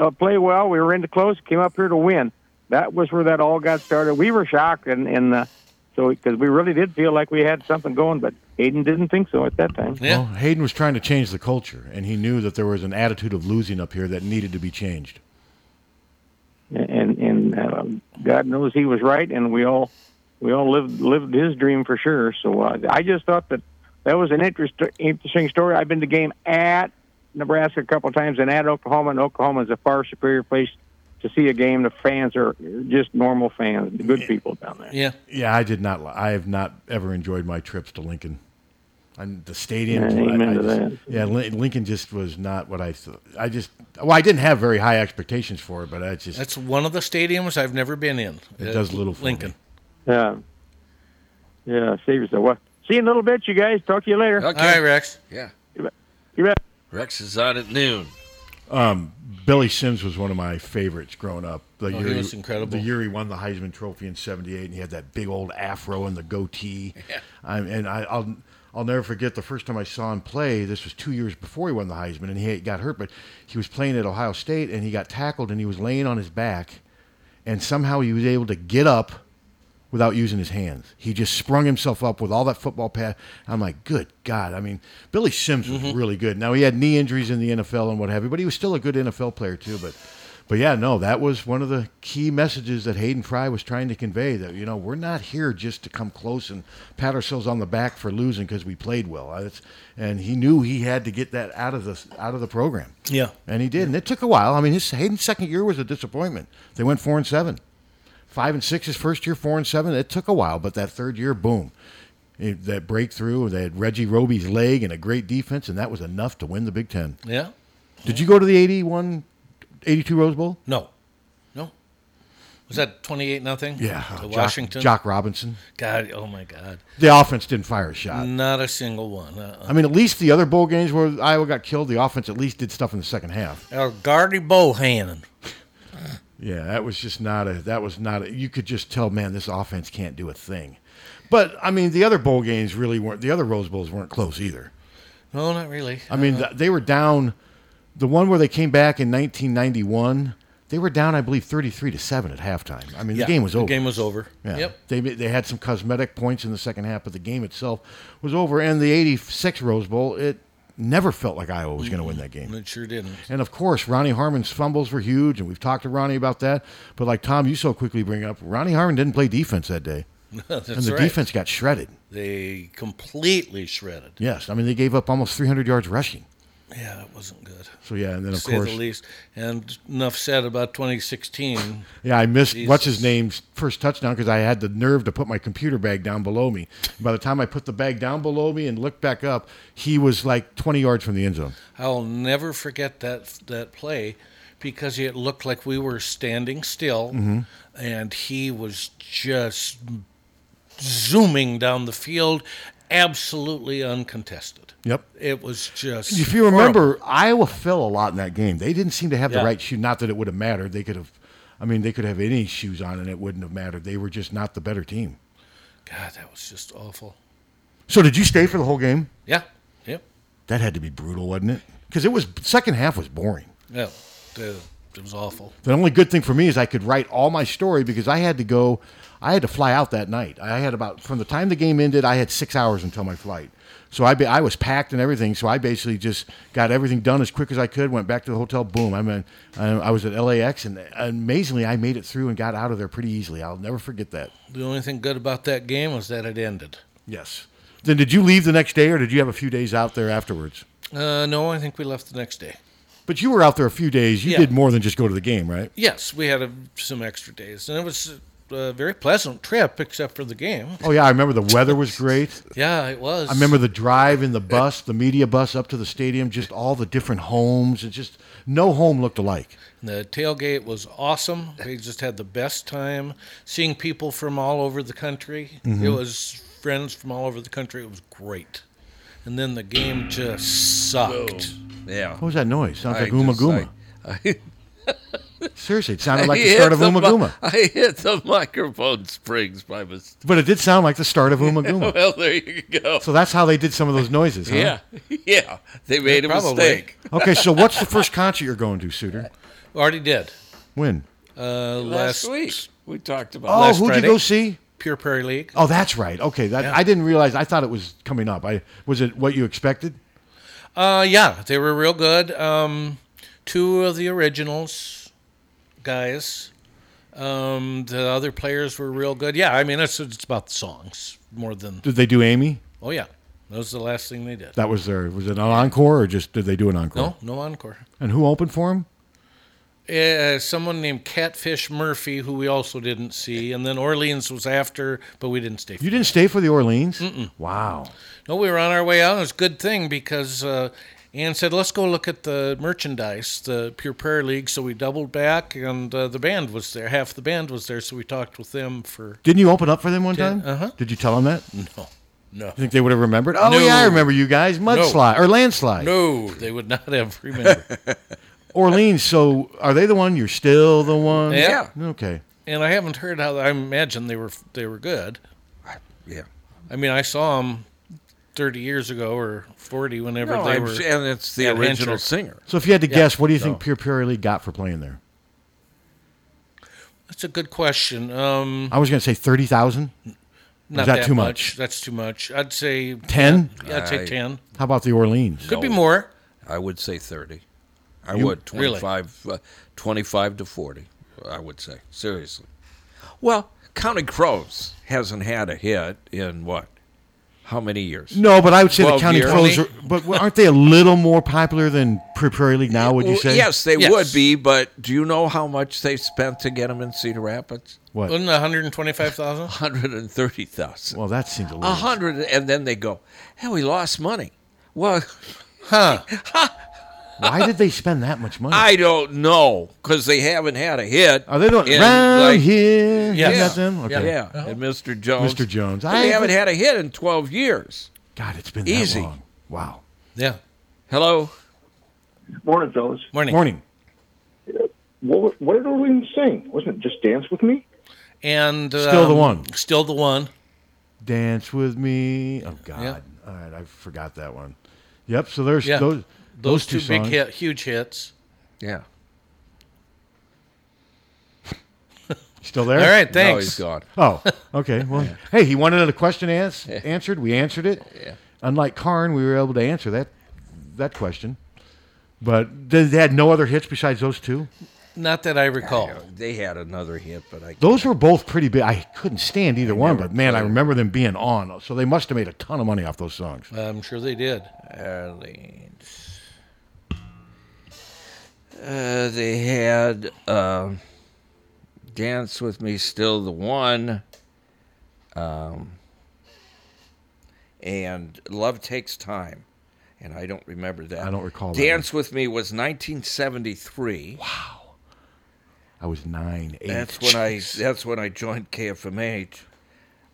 uh, play well. We were into close. Came up here to win. That was where that all got started. We were shocked, and and uh, so because we really did feel like we had something going, but Hayden didn't think so at that time.
Well, Hayden was trying to change the culture, and he knew that there was an attitude of losing up here that needed to be changed.
And and uh, God knows he was right, and we all we all lived lived his dream for sure. So uh, I just thought that that was an interest, interesting story. I've been to game at Nebraska a couple of times and at Oklahoma, and Oklahoma is a far superior place to see a game. The fans are just normal fans, good people down there.
Yeah.
Yeah, I did not. li- I have not ever enjoyed my trips to Lincoln. And the stadium.
Yeah, amen to that.
yeah, Lin- Lincoln just was not what I thought. I just, well, I didn't have very high expectations for it, but I just,
That's one of the stadiums I've never been in.
It does little for
Lincoln.
Yeah. Yeah, save yourself. Well, see you in a little bit, you guys. Talk to you later.
Okay. All right,
Rex.
Yeah.
You bet.
Rex is out at noon.
um, Billy Sims was one of my favorites growing up.
Oh,
The
he
year
was incredible.
The year he won the Heisman Trophy in '78, and he had that big old afro and the goatee.
*laughs* Yeah.
i and I, I'll I'll never forget the first time I saw him play. This was two years before he won the Heisman, and he had- got hurt, but he was playing at Ohio State, and he got tackled, and he was laying on his back, and somehow he was able to get up without using his hands. He just sprung himself up with all that football pass. I'm like, good God. I mean, Billy Sims was really good. Now he had knee injuries in the NFL and what have you, but he was still a good NFL player too. But but yeah, no, that was one of the key messages that Hayden Fry was trying to convey that, you know, we're not here just to come close and pat ourselves on the back for losing because we played well. I- It's, and he knew he had to get that out of the out of the program.
Yeah.
And he did. And it took a while. I mean, his Hayden's second year was a disappointment. They went four and seven five and six his first year, four and seven. It took a while, but that third year, boom, It- that breakthrough. They had Reggie Roby's leg and a great defense, and that was enough to win the Big Ten.
Yeah.
Did you go to the 81, 82 Rose Bowl?
No. No. Was that 28 nothing?
Yeah,
To
Jock-
Washington.
Jock Robinson.
God, oh my God.
The offense didn't fire a shot.
Not a single one. Uh-uh.
I mean, at least the other bowl games where Iowa got killed, the offense at least did stuff in the second half.
Or Gardy Bohannon.
Yeah, that was just not a. That was not a. You could just tell, man, this offense can't do a thing. But I mean, the other bowl games really weren't. The other Rose Bowls weren't close either.
No, not really.
I mean,
Uh,
th- they were down. The one where they came back in 1991, they were down, I believe, 33 to seven at halftime. I mean,
Yeah,
the game was
the
over.
game was over.
Yeah.
Yep.
They they had some cosmetic points in the second half, but the game itself was over. And the '86 Rose Bowl, it never felt like Iowa was going to win that game.
it sure didn't. *laughs*
And of course, Ronnie Harmon's fumbles were huge, and we've talked to Ronnie about that. But like Tom, you so quickly bring up, Ronnie Harmon didn't play defense that day,
*laughs* That's
and the
right.
defense got shredded.
They completely shredded.
Yes, I mean they gave up almost 300 yards rushing.
Yeah, it wasn't good.
So yeah, and then
to
of
say
course,
the least. And enough said about 2016.
Yeah, I missed
Jesus.
what's his name's first touchdown because I had the nerve to put my computer bag down below me. By the time I put the bag down below me and looked back up, he was like 20 yards from the end zone.
I'll never forget that that play because it looked like we were standing still
Mhm.
and he was just zooming down the field absolutely uncontested.
Yep.
It was just
If you remember, Iowa fell a lot in that game. They didn't seem to have
Yeah.
the right shoe. Not that it would have mattered. They could have, I mean, they could have any shoes on and it wouldn't have mattered. They were just not the better team.
God, that was just awful.
So did you stay for the whole game?
Yeah. Yep.
That had to be brutal, wasn't it? Because it was second half was boring.
Yeah. It it was awful.
The only good thing for me is I could write all my story because I had to go, I had to fly out that night. I had about from the time the game ended, I had six hours until my flight. So I, ba- I was packed and everything. So I basically just got everything done as quick as I could. Went back to the hotel. Boom! I mean, I I was at LAX, and amazingly, I made it through and got out of there pretty easily. I'll never forget that.
The only thing good about that game was that it ended.
Yes. Then, did you leave the next day, or did you have a few days out there afterwards?
Uh, no, I think we left the next day.
But you were out there a few days. You
Yeah.
did more than just go to the game, right?
Yes, we had a, some extra days, and it was uh, very pleasant trip, except for the game.
Oh yeah, I remember the weather was great.
Yeah, it was.
I remember the drive in the bus, the media bus up to the stadium, just all the different homes. It just no home looked alike.
The tailgate was awesome. We just had the best time seeing people from all over the country.
Mhm.
It was friends from all over the country. It was great. And then the game just sucked.
Yeah.
What was that noise? Sounds
I
like Uma
just-
Guma.
*laughs*
Seriously, it sounded like the start of Uma
Umaguma.
Guma.
*laughs* I hit the microphone springs by mistake.
But it did sound like the start of Uma
*laughs*
Guma.
well, there you go.
So that's how they did some of those noises, huh?
Yeah, *laughs* yeah. They made a
Probably.
mistake.
Okay, so what's the first concert you're going to, Suter?
Already did.
When?
Uh,
Last
last,
week we talked about.
Oh,
last
who'd you
Friday.
go see?
Pure Prairie League.
Oh, that's right. Okay, that I didn't realize. I thought it was coming up. I was it what you expected?
Uh, yeah, they were real good. Um, two of the originals guys. Um, the other players were real good. Yeah, I mean it's it's about the songs more than.
Did they do Amy?
Oh yeah, that was the last thing they did.
That was their was it an encore or just did they do an encore?
No, no encore.
And who opened for him?
Uh, someone named Catfish Murphy, who we also didn't see, and then Orleans was after, but we didn't stay.
You didn't stay for the Orleans? Mm-mm. Wow.
No, we were on our way out. It was a good thing because uh, Ann said, "Let's go look at the merchandise, the Pure Prayer League." So we doubled back, and uh, the band was there. Half the band was there, so we talked with them for.
Didn't you open up for them one
Did-
time?
uh-huh.
Did you tell them that?
No, no.
You think they would have remembered? Oh
No.
yeah, I remember you guys. Mudslide or landslide.
No, they would not have *laughs*
*laughs*
remembered.
Orleans. So are they the one? You're still the
Um,
one.
Yeah.
Okay.
and I haven't heard how. I imagine they were they were good.
Yeah.
I mean, I saw them thirty years ago or forty, whenever
No,
they
I'm
were.
s- and it's the
at
original
Hanchurch.
singer.
So if you had to
Yeah,
guess, what do you think
so.
Pure Prairie League got for playing there?
That's a good question. Um,
I was going to say thirty thousand.
not
Is that too much?
That's too much. I'd say
Ten.
Yeah, I'd say ten.
How about the Orleans?
Could be more.
I would say thirty. I
You-
would
Really?
25, uh, 25 to forty. I would say seriously. Well, Counting Crows hasn't had a hit in what? How many years?
No, but I would say the
12
County
years?
Crows. Are, but aren't they a little more popular than Pure Prairie League now? Would you
Well,
say?
Yes, they would be. But do you know how much they spent to get them in Cedar Rapids?
What?
Wasn't one hundred and twenty-five thousand? One
hundred and thirty thousand.
Well, that seems a little.
A hundred, and then they go, "Hey, we lost money." Well, *laughs*
huh?
Why did they spend that much money?
I don't know because they haven't had a hit.
Are they doing
in,
round
like-
here?
Yeah,
Yeah, that's them? Okay.
yeah. And Mr. Jones,
Mr. Jones.
They
I-
haven't had a hit in twelve years.
God, it's been that
easy.
long. Wow.
Yeah.
Hello.
Morning, fellas.
Morning.
Morning.
What, what did Orleans sing? Wasn't it just Dance With Me?
And uh,
Still the one.
Still the one.
Dance with me. Oh God.
Yeah.
All right, I forgot that one. Yep. So there's
Yeah.
those. Those, two,
big
songs.
hit, huge hits.
Yeah.
*laughs* Still there?
All right, No, thanks.
he's gone.
Oh,
*laughs*
okay. Well, hey, he wanted a question ans- answered. We answered it.
Yeah.
Unlike Karn, we were able to answer that that question. But they they had no other hits besides those two.
Not that I recall.
They had another hit, but I
Those were both pretty big. I couldn't stand either one, but man, I remember them being on. So they must have made a ton of money off those songs.
I'm sure they did.
Orleans. Uh, they had um Dance with Me, Still the One, um, and Love Takes Time. And I don't remember that.
I don't recall that
Dance with Me was 1973. Wow.
I was nine, eight.
That's when I that's when I joined KFMH.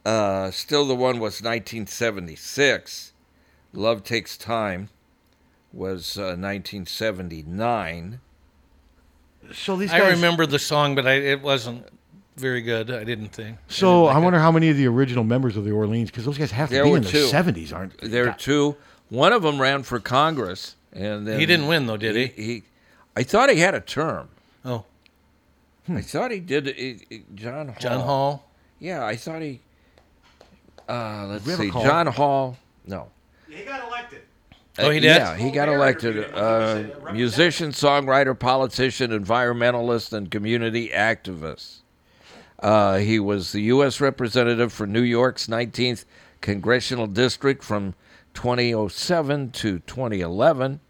Uh, still the one was 1976. Love Takes Time was uh, 1979.
So these
I
guys-
remember the song, but I, it wasn't very good. I didn't think.
So I wonder how many of the original members of the Orleans, because those guys have to
There
be
were
in their
two.
seventies, aren't?
There were two. One of them ran for Congress, and then
He didn't win, though, did he?
He, I thought he had a term.
Oh.
Hmm.
I thought he did. eh, eh, John Hall.
John Hall.
Yeah, I thought he. Uh, let's
We have a
see,
call.
John Hall. No.
He got elected.
Uh,
Oh, he did?
Yeah, he got elected. Uh, musician, songwriter, politician, environmentalist, and community activist. Uh, he was the U.S. representative for New York's 19th congressional district from 2007 to 2011.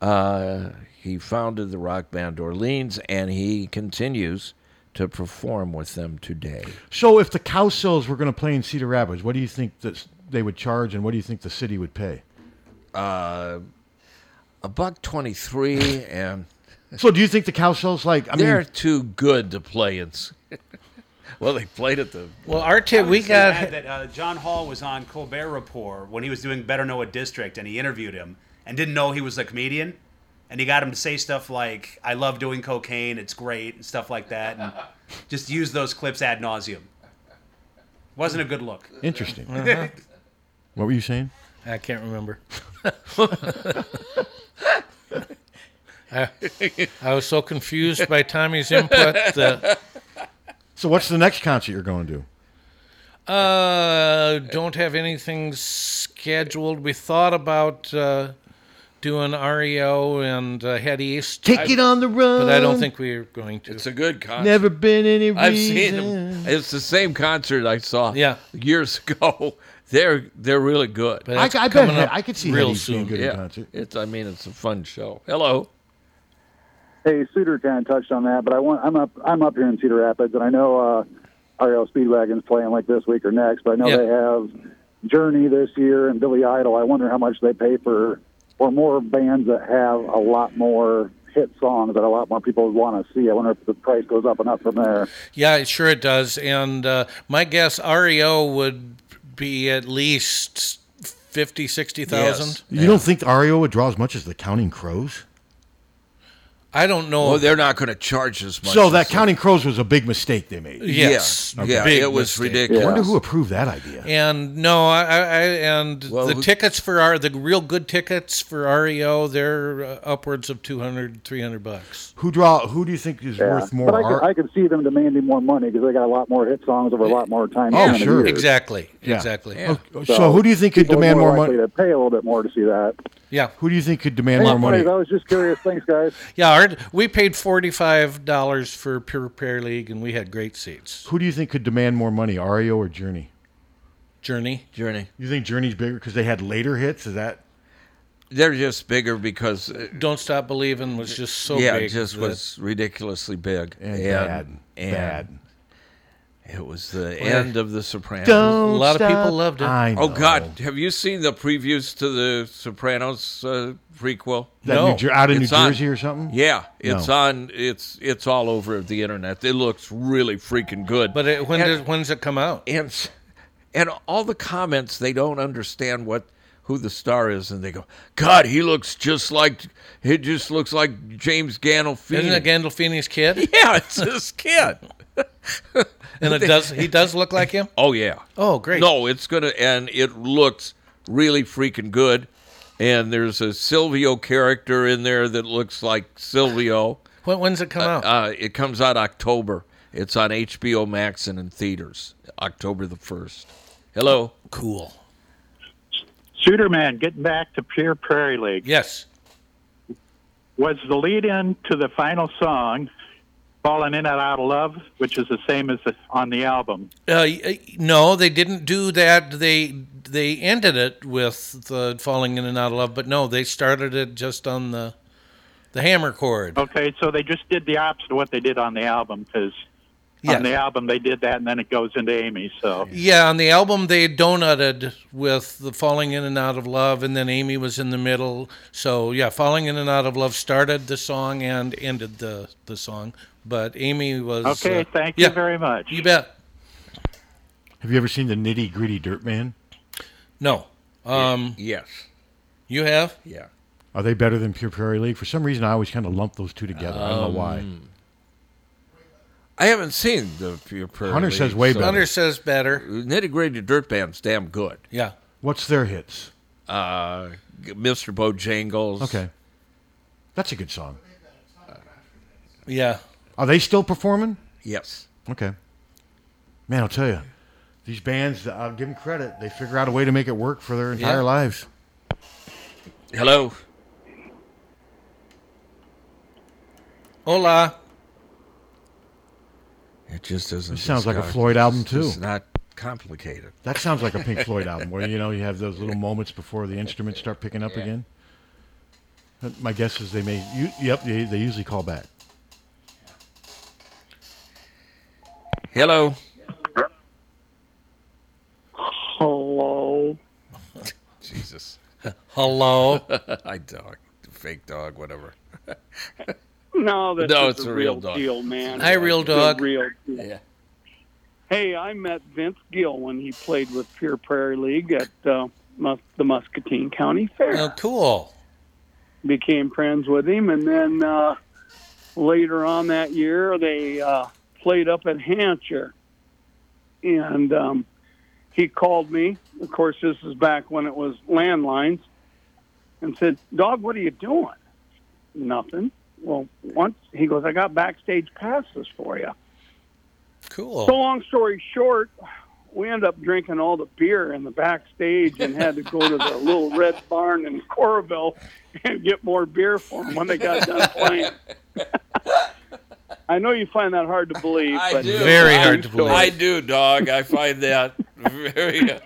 Uh, he founded the rock band Orleans, and he continues to perform with them today.
So if the Cowsills were going to play in Cedar Rapids, what do you think that they would charge, and what do you think the city would pay?
Uh, a buck twenty-three, and
*laughs* So do you think the Cowsills like? I
they're
mean,
too good to play in. s- *laughs* well, they played at the
Well, Arte, we
Obviously,
got
add that uh, John Hall was on Colbert Report when he was doing Better Know a District, and he interviewed him and didn't know he was a comedian, and he got him to say stuff like "I love doing cocaine, it's great" and stuff like that,
*laughs*
and just use those clips ad nauseum. Wasn't a good look.
*laughs* interesting. What were you saying?
I can't remember. *laughs* I, I was so confused by Tommy's input that
So what's the next concert you're going to?
uh, don't have anything scheduled. We thought about uh, doing REO and uh, Head East.
Take it on the
But I don't
run.
think we're going to. It's
a good concert.
Never been any reason.
Uh, I've seen them. It's the same concert I saw
yeah.
years *laughs* ago. They're they're really good.
But I- it's I bet coming up I could see real Hetty's being soon. good in
yeah.
concert.
It's I mean it's a fun show. Hello.
Hey, Suter kind of touched on that, but I want I'm up I'm up here in Cedar Rapids, and I know uh, RL Speedwagon's playing like this week or next, but I know
Yeah.
they have Journey this year and Billy Idol. I wonder how much they pay for for more bands that have a lot more hit songs that a lot more people would want to see. I wonder if the price goes up and up from there.
Yeah, it sure it does. And uh, my guess, REO would be at least 50, 60,000.
You don't think REO would draw as much as the Counting Crows?
I don't know.
Well, they're not going to charge as much.
So
as
that
the-
Counting Crows was a big mistake they made.
Yes. Yeah. Yeah, it was ridiculous.
I wonder who approved that idea.
And no, I, I I- and
uh, Well,
the
who-
tickets for our the real good tickets for REO, they're uh, upwards of 200, 300 bucks.
Who draw? Who do you think is worth more?
but I could,
art?
I could see them demanding more money because they got a lot more hit songs over a lot more time.
Oh,
span in a
sure.
year.
Exactly.
Yeah. Oh,
Exactly.
Okay, so who do you think could
people are
demand more
likely
money?
To pay a little bit more to see that.
Yeah.
Who do you think could demand
Hey,
more money?
anyways, I was just curious. Thanks, guys.
Yeah, our, we paid forty five dollars for Pure Prayer League, and we had great seats.
Who do you think could demand more money, REO or Journey?
Journey.
Journey.
You think Journey's bigger because they had later hits? Is that
They're just bigger because uh,
Don't Stop Believing was just so
yeah,
big.
it just
that-
was ridiculously big
And bad.
and
Bad.
It was the
Well,
end of the Sopranos.
Don't A lot of stop. people loved it. I
Oh
know.
God, have you seen the previews to the Sopranos uh, prequel?
That No. New Jer- out in New
It's on-
Jersey or something?
Yeah,
No.
it's on. It's it's all over the internet. It looks really freaking good.
But it, when
And-
does when's it come out?
And s- and all the comments they don't understand what who the star is, and they go, God, he looks just like he just looks like James Gandolfini. *laughs*
Isn't it Gandolfini's kid?
Yeah, it's his
*laughs*
kid.
and it does. He does look like him.
Oh yeah.
Oh, great.
No, it's gonna and it looks really freaking good. And there's a Silvio character in there that looks like Silvio.
When, when's it come out?
Uh, uh, it comes out October. It's on HBO Max and in theaters, October the first. Hello.
Cool.
Shooter man, getting back to Pure Prairie League.
Yes.
Was the lead in to the final song, Falling In and Out of Love, which is the same as the, on the album.
Uh, y- uh, no, they didn't do that. They they ended it with the falling in and out of love, but no, they started it just on the the hammer chord.
Okay, so they just did the opposite of what they did on the album because
Yes.
on the album they did that and then it goes into Amy. So
Yeah, on the album they donutted with the falling in and out of love, and then Amy was in the middle. So yeah, falling in and out of love started the song and ended the the song, but Amy was
okay,
uh,
thank
yeah,
you very much.
You bet.
Have you ever seen the Nitty Gritty Dirt Man?
No. Um,
yes.
You have?
Yeah.
Are they better than Pure Prairie League? For some reason, I always kind of lump those two together. I don't know why.
Um, I haven't seen the Pure Prairie.
Hunter
League,
says way better. Hunter
says better.
Nitty Gritty Dirt Band's damn good.
Yeah.
What's their hits?
Uh, Mr. Bojangles.
Okay, that's a good song.
Yeah.
Are they still performing?
Yes.
Okay. Man, I'll tell you, these bands. uh, I'll give them credit. They figure out a way to make it work for their entire
Yeah.
lives.
Hello.
Hola.
It just doesn't.
It sounds like a
discuss-
Floyd album too.
It's not complicated.
That sounds like a Pink Floyd album where you know you have those little moments before the instruments start picking up again. But My guess is they may. You, yep, they, they usually call back.
Hello.
Hello.
*laughs* Jesus.
Hello.
*laughs* I dog, fake dog, whatever. *laughs*
No, that's
No,
no,
it's
a
a
real,
real dog.
deal, man.
Hi, real
It's a
dog.
Real deal.
Yeah.
Hey, I met Vince Gill when he played with Pure Prairie League at uh, Mus- the Muscatine County Fair.
Oh, cool.
Became friends with him, and then uh, later on that year, they uh, played up at Hancher, and um, he called me. Of course, this is back when it was landlines, and said, "Dog, what are you doing?" Nothing. Well, once he goes, I got backstage passes for you.
Cool.
So long story short, we end up drinking all the beer in the backstage and had to go
*laughs*
to the little red barn in Coraville and get more beer for them when they got done playing. *laughs* I know you find that hard to believe, but
I- I do, dog. I find that very.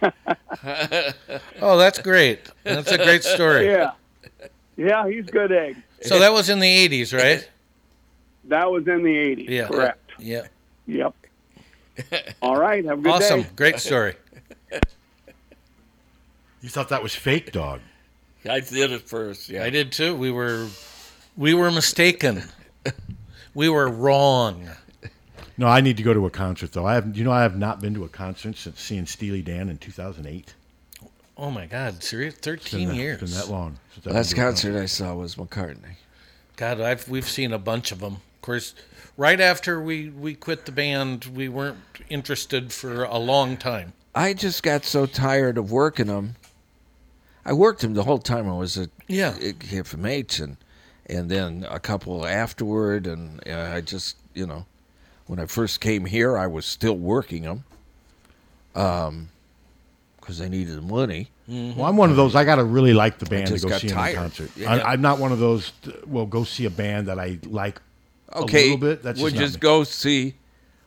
Oh, that's great. That's a great story.
*laughs*
Yeah, *laughs* yeah, he's good egg.
So that was in the 80s,
*laughs*
right?
That was in the '80s,
Yeah.
correct?
Yeah.
Yep. All right, have a good
Awesome.
day.
Great story.
You thought that was fake dog.
I did at first. Yeah.
I did too. We were we were mistaken. We were wrong.
No, I need to go to a concert though. I have you know I have not been to a concert since seeing Steely Dan in 2008.
Oh my God! Serious,
It's been
thirteen
that-
years.
It's been that long. since I've
Last
been to a
concert I saw was McCartney.
God, I've we've seen a bunch of them. Of course, right after we we quit the band, we weren't interested for a long time.
I just got so tired of working them. I worked them the whole time I was at
Yeah.
at KFMH, and and then a couple afterward, and uh, I just you know, when I first came here, I was still working them, um, because I needed the money.
Well, I'm one of those. I gotta really like the band to
just
go
got
see
tired.
them in concert.
Yeah.
I, I'm not one of those. t- Well, go see a band that I like
Okay,
a little bit. That's
would
just,
you
not me.
go see?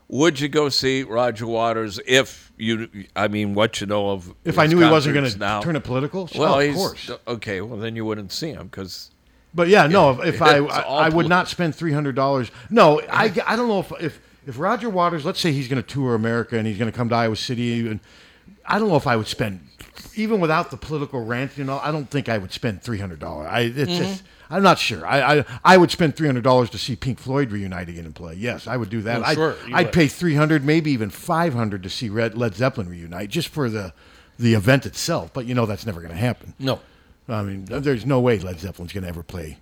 Would you go see Roger Waters if you? I mean, what you know of?
If I
his
knew he wasn't
concerts
gonna
now?
turn it political? Sure,
well,
of
he's-
course.
Okay, well then you wouldn't see him because.
But yeah, no. If, if I,
It's all
I, I would
polit-
not spend three hundred dollars. No, I, I don't know if if if Roger Waters, let's say he's going to tour America and he's going to come to Iowa City, and I don't know if I would spend even without the political rant. You know, I don't think I would spend three hundred dollars. I it's
Mm-hmm.
Mhm.
just. I'm not sure. I, I I would spend three hundred dollars to see Pink Floyd reunite again and play. Yes, I would do that.
Well,
I'd,
Oh, sure, you
I'd
would.
pay three hundred, maybe even five hundred to see Red Led Zeppelin reunite just for the the event itself. But you know that's never going to happen.
No,
I mean there's no way Led Zeppelin's going to ever play.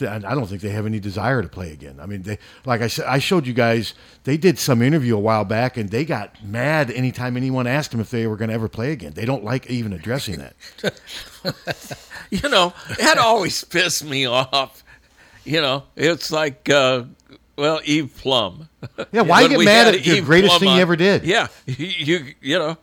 And I don't think they have any desire to play again. I mean, they like I said, I showed you guys they did some interview a while back, and they got mad anytime anyone asked them if they were going to ever play again. They don't like even addressing that.
you know that always *laughs* pissed me off you know it's like uh well eve plum
Yeah, why
When
get
we
mad
had
at the greatest thing you ever did?
yeah *laughs* you you know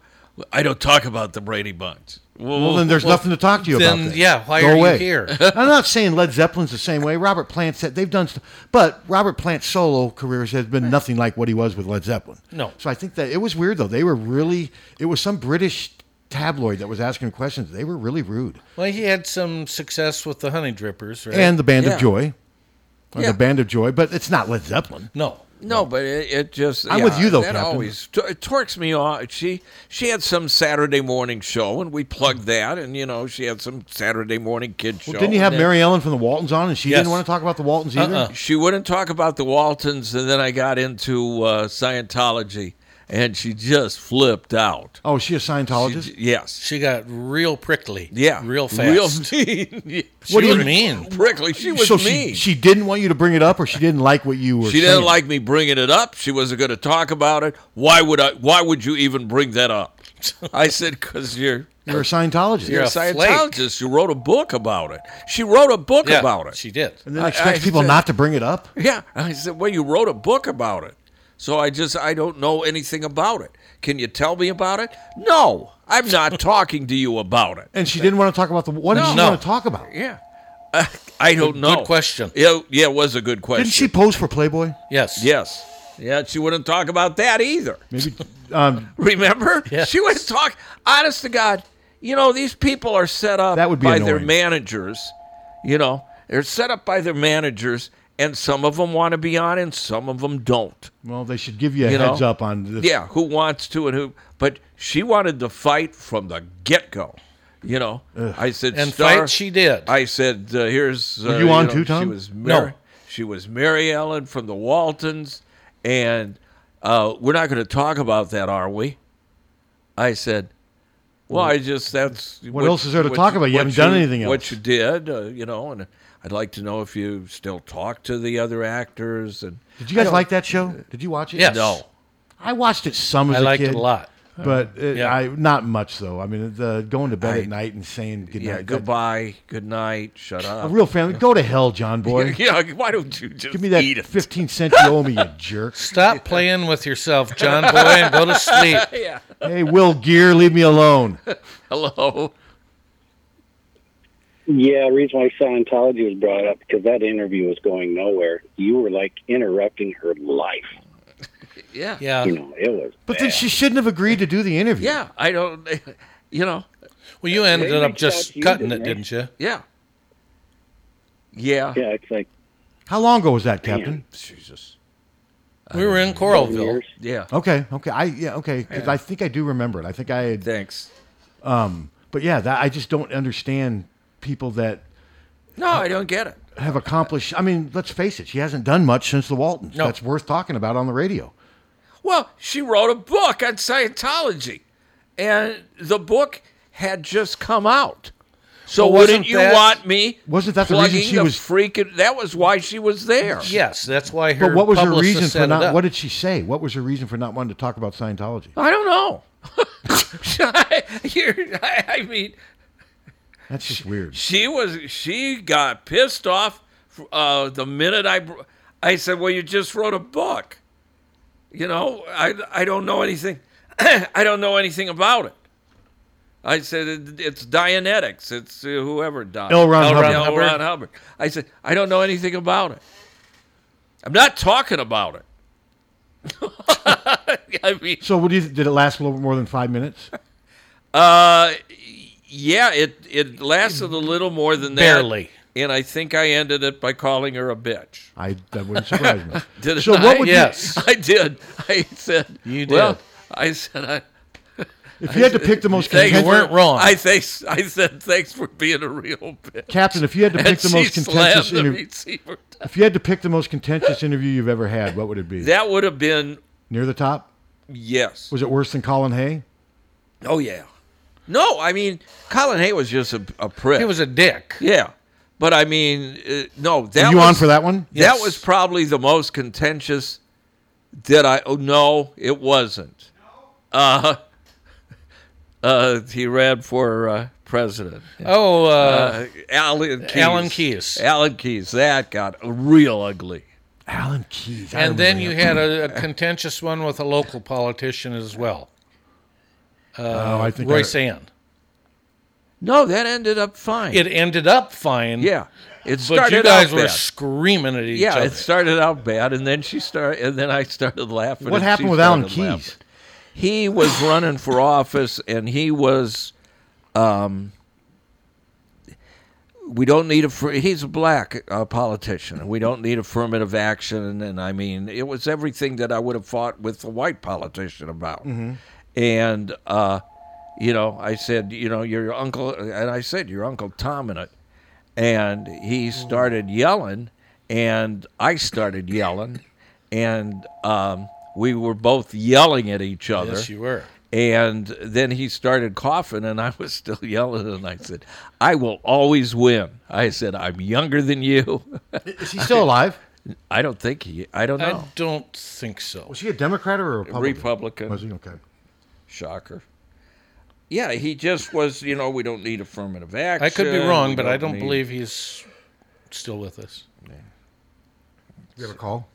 i don't talk about the brady bunch
Well, then there's
well,
nothing to talk to you
then,
about. Then.
yeah, why
Go
are you
away.
here?
*laughs* I'm not saying Led Zeppelin's the same way. Robert Plant said they've done, st- but Robert Plant's solo career has been nothing like what he was with Led Zeppelin.
No.
So I think that it was weird though. They were really. It was some British tabloid that was asking questions. They were really rude.
Well, he had some success with the Honey Drippers, right?
And the Band of Joy, or
Yeah.
the Band of Joy, but it's not Led Zeppelin.
No.
No, but it, it just.
I'm
yeah,
with you, though,
That
Captain.
always t- it torques me off. She she had some Saturday morning show, and we plugged that, and you know she had some Saturday morning kid show.
Well, didn't you have
and then-
Mary Ellen from the Waltons on, and she
Yes. Uh-uh.
didn't want to talk about the Waltons either?
She wouldn't talk about the Waltons, and then I got into uh, Scientology, and she just flipped out.
Oh, is she a Scientologist?
Yes,
she got real prickly.
Yeah,
real
*laughs*
fast.
Real mean. Yeah.
What do you
was
mean?
Prickly. She was
so
mean.
She, she didn't want you to bring it up, or she didn't like what you were.
She didn't
saying?
like me bringing it up. She wasn't going to talk about it. Why would I? Why would you even bring that up? *laughs* I said, "Cause you're
You're a Scientologist.
you're a Scientologist. You wrote a book about it. She wrote a book
Yeah,
about it.
She did.
And then expect people
said-
not to bring it up.
Yeah, I said, well, you wrote a book about it, so I just I don't know anything about it. Can you tell me about it? No, I'm not talking to you about it.
And she didn't want to talk about the. What did
No.
she
No.
want to talk about?
Yeah. I, I don't
Good-
know.
good question.
Yeah, yeah, it was a good question.
Didn't she pose for Playboy?
Yes.
Yes. Yeah, she wouldn't talk about that either.
Maybe. Um,
*laughs* Remember? She wouldn't talk. Honest to God, you know, these people are set up
That would be
by their
annoying.
managers. You know, they're set up by their managers, and some of them want to be on, and some of them don't.
Well, they should give you a
You know?
heads up on this.
Yeah, who wants to and who? But she wanted to fight from the get go. You know, I said,
And
Star,
fight she did.
I said, uh, here's.
Were
uh,
you on
know,
too, Tom?
She was
No.
Mary, She was Mary Ellen from the Waltons, and uh, we're not going to talk about that, are we? I said, well, I just that's
What else is there to talk about? You
what
haven't done anything
What
else.
you did, uh, you know, and I'd like to know if you still talk to the other actors. And
Did you guys
I don't-
like that show? Did you watch it?
No.
I watched it some as
I
a
liked it
kid,
a lot.
but it,
Yeah.
I not much though. I mean, the going to bed
I-
at night and saying good
yeah,
night.
goodbye, good night, shut
A
up. *laughs*
real family. Go to hell, John boy.
yeah, why don't you just
Give me that
eat it?
fifteen cent you owe me, you
*laughs*
jerk.
Stop playing with yourself, John Boy, and go to sleep.
*laughs* yeah.
Hey, Will Gear, leave me alone. Oh.
Hello.
Yeah, the reason why Scientology was brought up because that interview was going nowhere. You were like interrupting her life.
Yeah.
Yeah.
You know, it was.
But then she shouldn't have agreed to do the interview.
Yeah, I don't. *laughs* You know.
Well, you ended
They
up
reached out
just
to you,
cutting
didn't
it,
they?
didn't you?
Yeah. Yeah.
Yeah, it's like
How long ago was that, Captain?
Jesus.
We were in Coralville.
Yeah.
Okay. Okay. I yeah. Okay. 'cause I think I do remember it. I think I had.
Thanks.
Um. But yeah, that I just don't understand people that
No, I don't get it.
have accomplished. I mean, let's face it. She hasn't done much since the Waltons.
No.
That's worth talking about on the radio.
Well, she wrote a book on Scientology, and the book had just come out. So
Well, wasn't
wouldn't you
that-
want me?
Wasn't that the reason
plugging
she
the
was-
freaking? That was why she was there.
Yes, that's why her.
But what was her
publicist
reason
set
for
it
not?
up.
What did she say? What was her reason for not wanting to talk about Scientology?
I don't know. *laughs* You're- I, I mean,
That's just weird.
she was she got pissed off uh, the minute I br- I said, "Well, you just wrote a book." You know, I I don't know anything. *clears throat* I don't know anything about it. I said it, it's Dianetics. It's uh, whoever died.
L. Ron Hubbard.
L. Ron Hubbard. I said I don't know anything about it. I'm not talking about it. *laughs* I mean,
So, what do you, did it last a little more than five minutes?
Uh, yeah, it it lasted a little more than that.
Mm. Barely.
And I think I ended it by calling her a bitch.
I that wouldn't surprise me.
*laughs* Did
so,
I?
what would
I did. I said.
You
Well,
did.
I said I.
If you had to pick the most
Thanks
contentious- You weren't wrong.
I thanks. I said thanks for being a real bitch,
Captain, if you had
*laughs*
to
And
pick the
she
most contentious
slammed the
interview,
receiver.
if you had to pick the most contentious interview you've ever had, what would it be?
That would have been
Near the top?
yes.
Was it worse than Colin Hay?
Oh yeah. No, I mean Colin Hay was just a, a prick. He was
a dick.
Yeah, but I mean, uh, no. That
you
was,
on for that one?
That
Yes.
was probably the most contentious. Did I? Oh no, it wasn't. Uh, *laughs* uh, he ran for uh, president.
Oh, uh,
Alan Keyes.
Alan Keyes.
Alan Keyes. That got real ugly.
Alan Keyes.
And then you had a, a
*laughs*
contentious one with a local politician as well. Uh,
Oh, I think
Roy
I-
Sand.
No, that ended up fine.
It ended up fine.
Yeah, it
But
started
you guys
out
were
bad.
screaming at each
yeah,
other.
it started out bad, and then she started, and then I started laughing.
What
and
happened
she
with Alan
started laughing. He was running for office, and he was, um, we don't need a. fir- He's a black uh, politician, and we don't need affirmative action. And, I mean, it was everything that I would have fought with the white politician about.
Mm-hmm.
Mhm.
And uh, you know, I said, you know, your uncle, and I said, your uncle Tom in it, and he started yelling, and I started yelling, and um, we were both yelling at each other.
Yes, you were.
And then he started coughing, and I was still yelling. And I said, I will always win. I said, I'm younger than you.
Is he still alive?
I don't think he, I don't
I
know.
don't think so.
Was he a Democrat or a Republican?
Republican.
Was he okay?
Shocker. Yeah, he just was, you know, we don't need affirmative action.
I could be
we
wrong, but I don't
need-
believe he's still with us.
You have a call?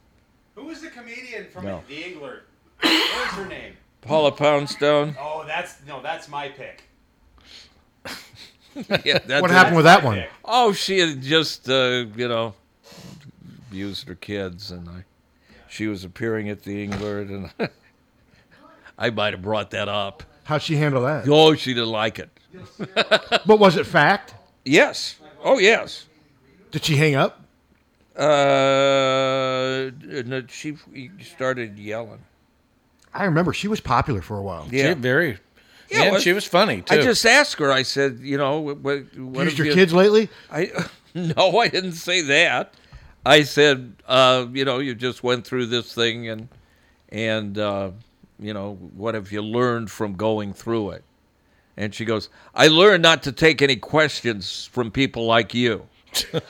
Who was the comedian from
No.
The Engler? What was her name?
Paula Poundstone. *laughs*
Oh, that's no, that's my pick.
Yeah, that's
What
it.
happened with that one?
Oh, she had just, uh, you know, abused her kids, and I, she was appearing at the England, and *laughs* I might have brought that up.
How'd she handle that? *laughs*
Oh, she didn't like it.
But was it fact?
Yes. Oh, yes.
Did she hang up?
Uh, no, she started yelling.
I remember she was popular for a while.
Yeah. She
very.
Yeah,
and
well,
she was funny too.
I just asked her. I said, you know, what, what
Used
have
your
you-
kids lately?
*laughs* I no, I didn't say that. I said, uh, you know, you just went through this thing, and and uh, you know, what have you learned from going through it? And she goes, I learned not to take any questions from people like you. *laughs*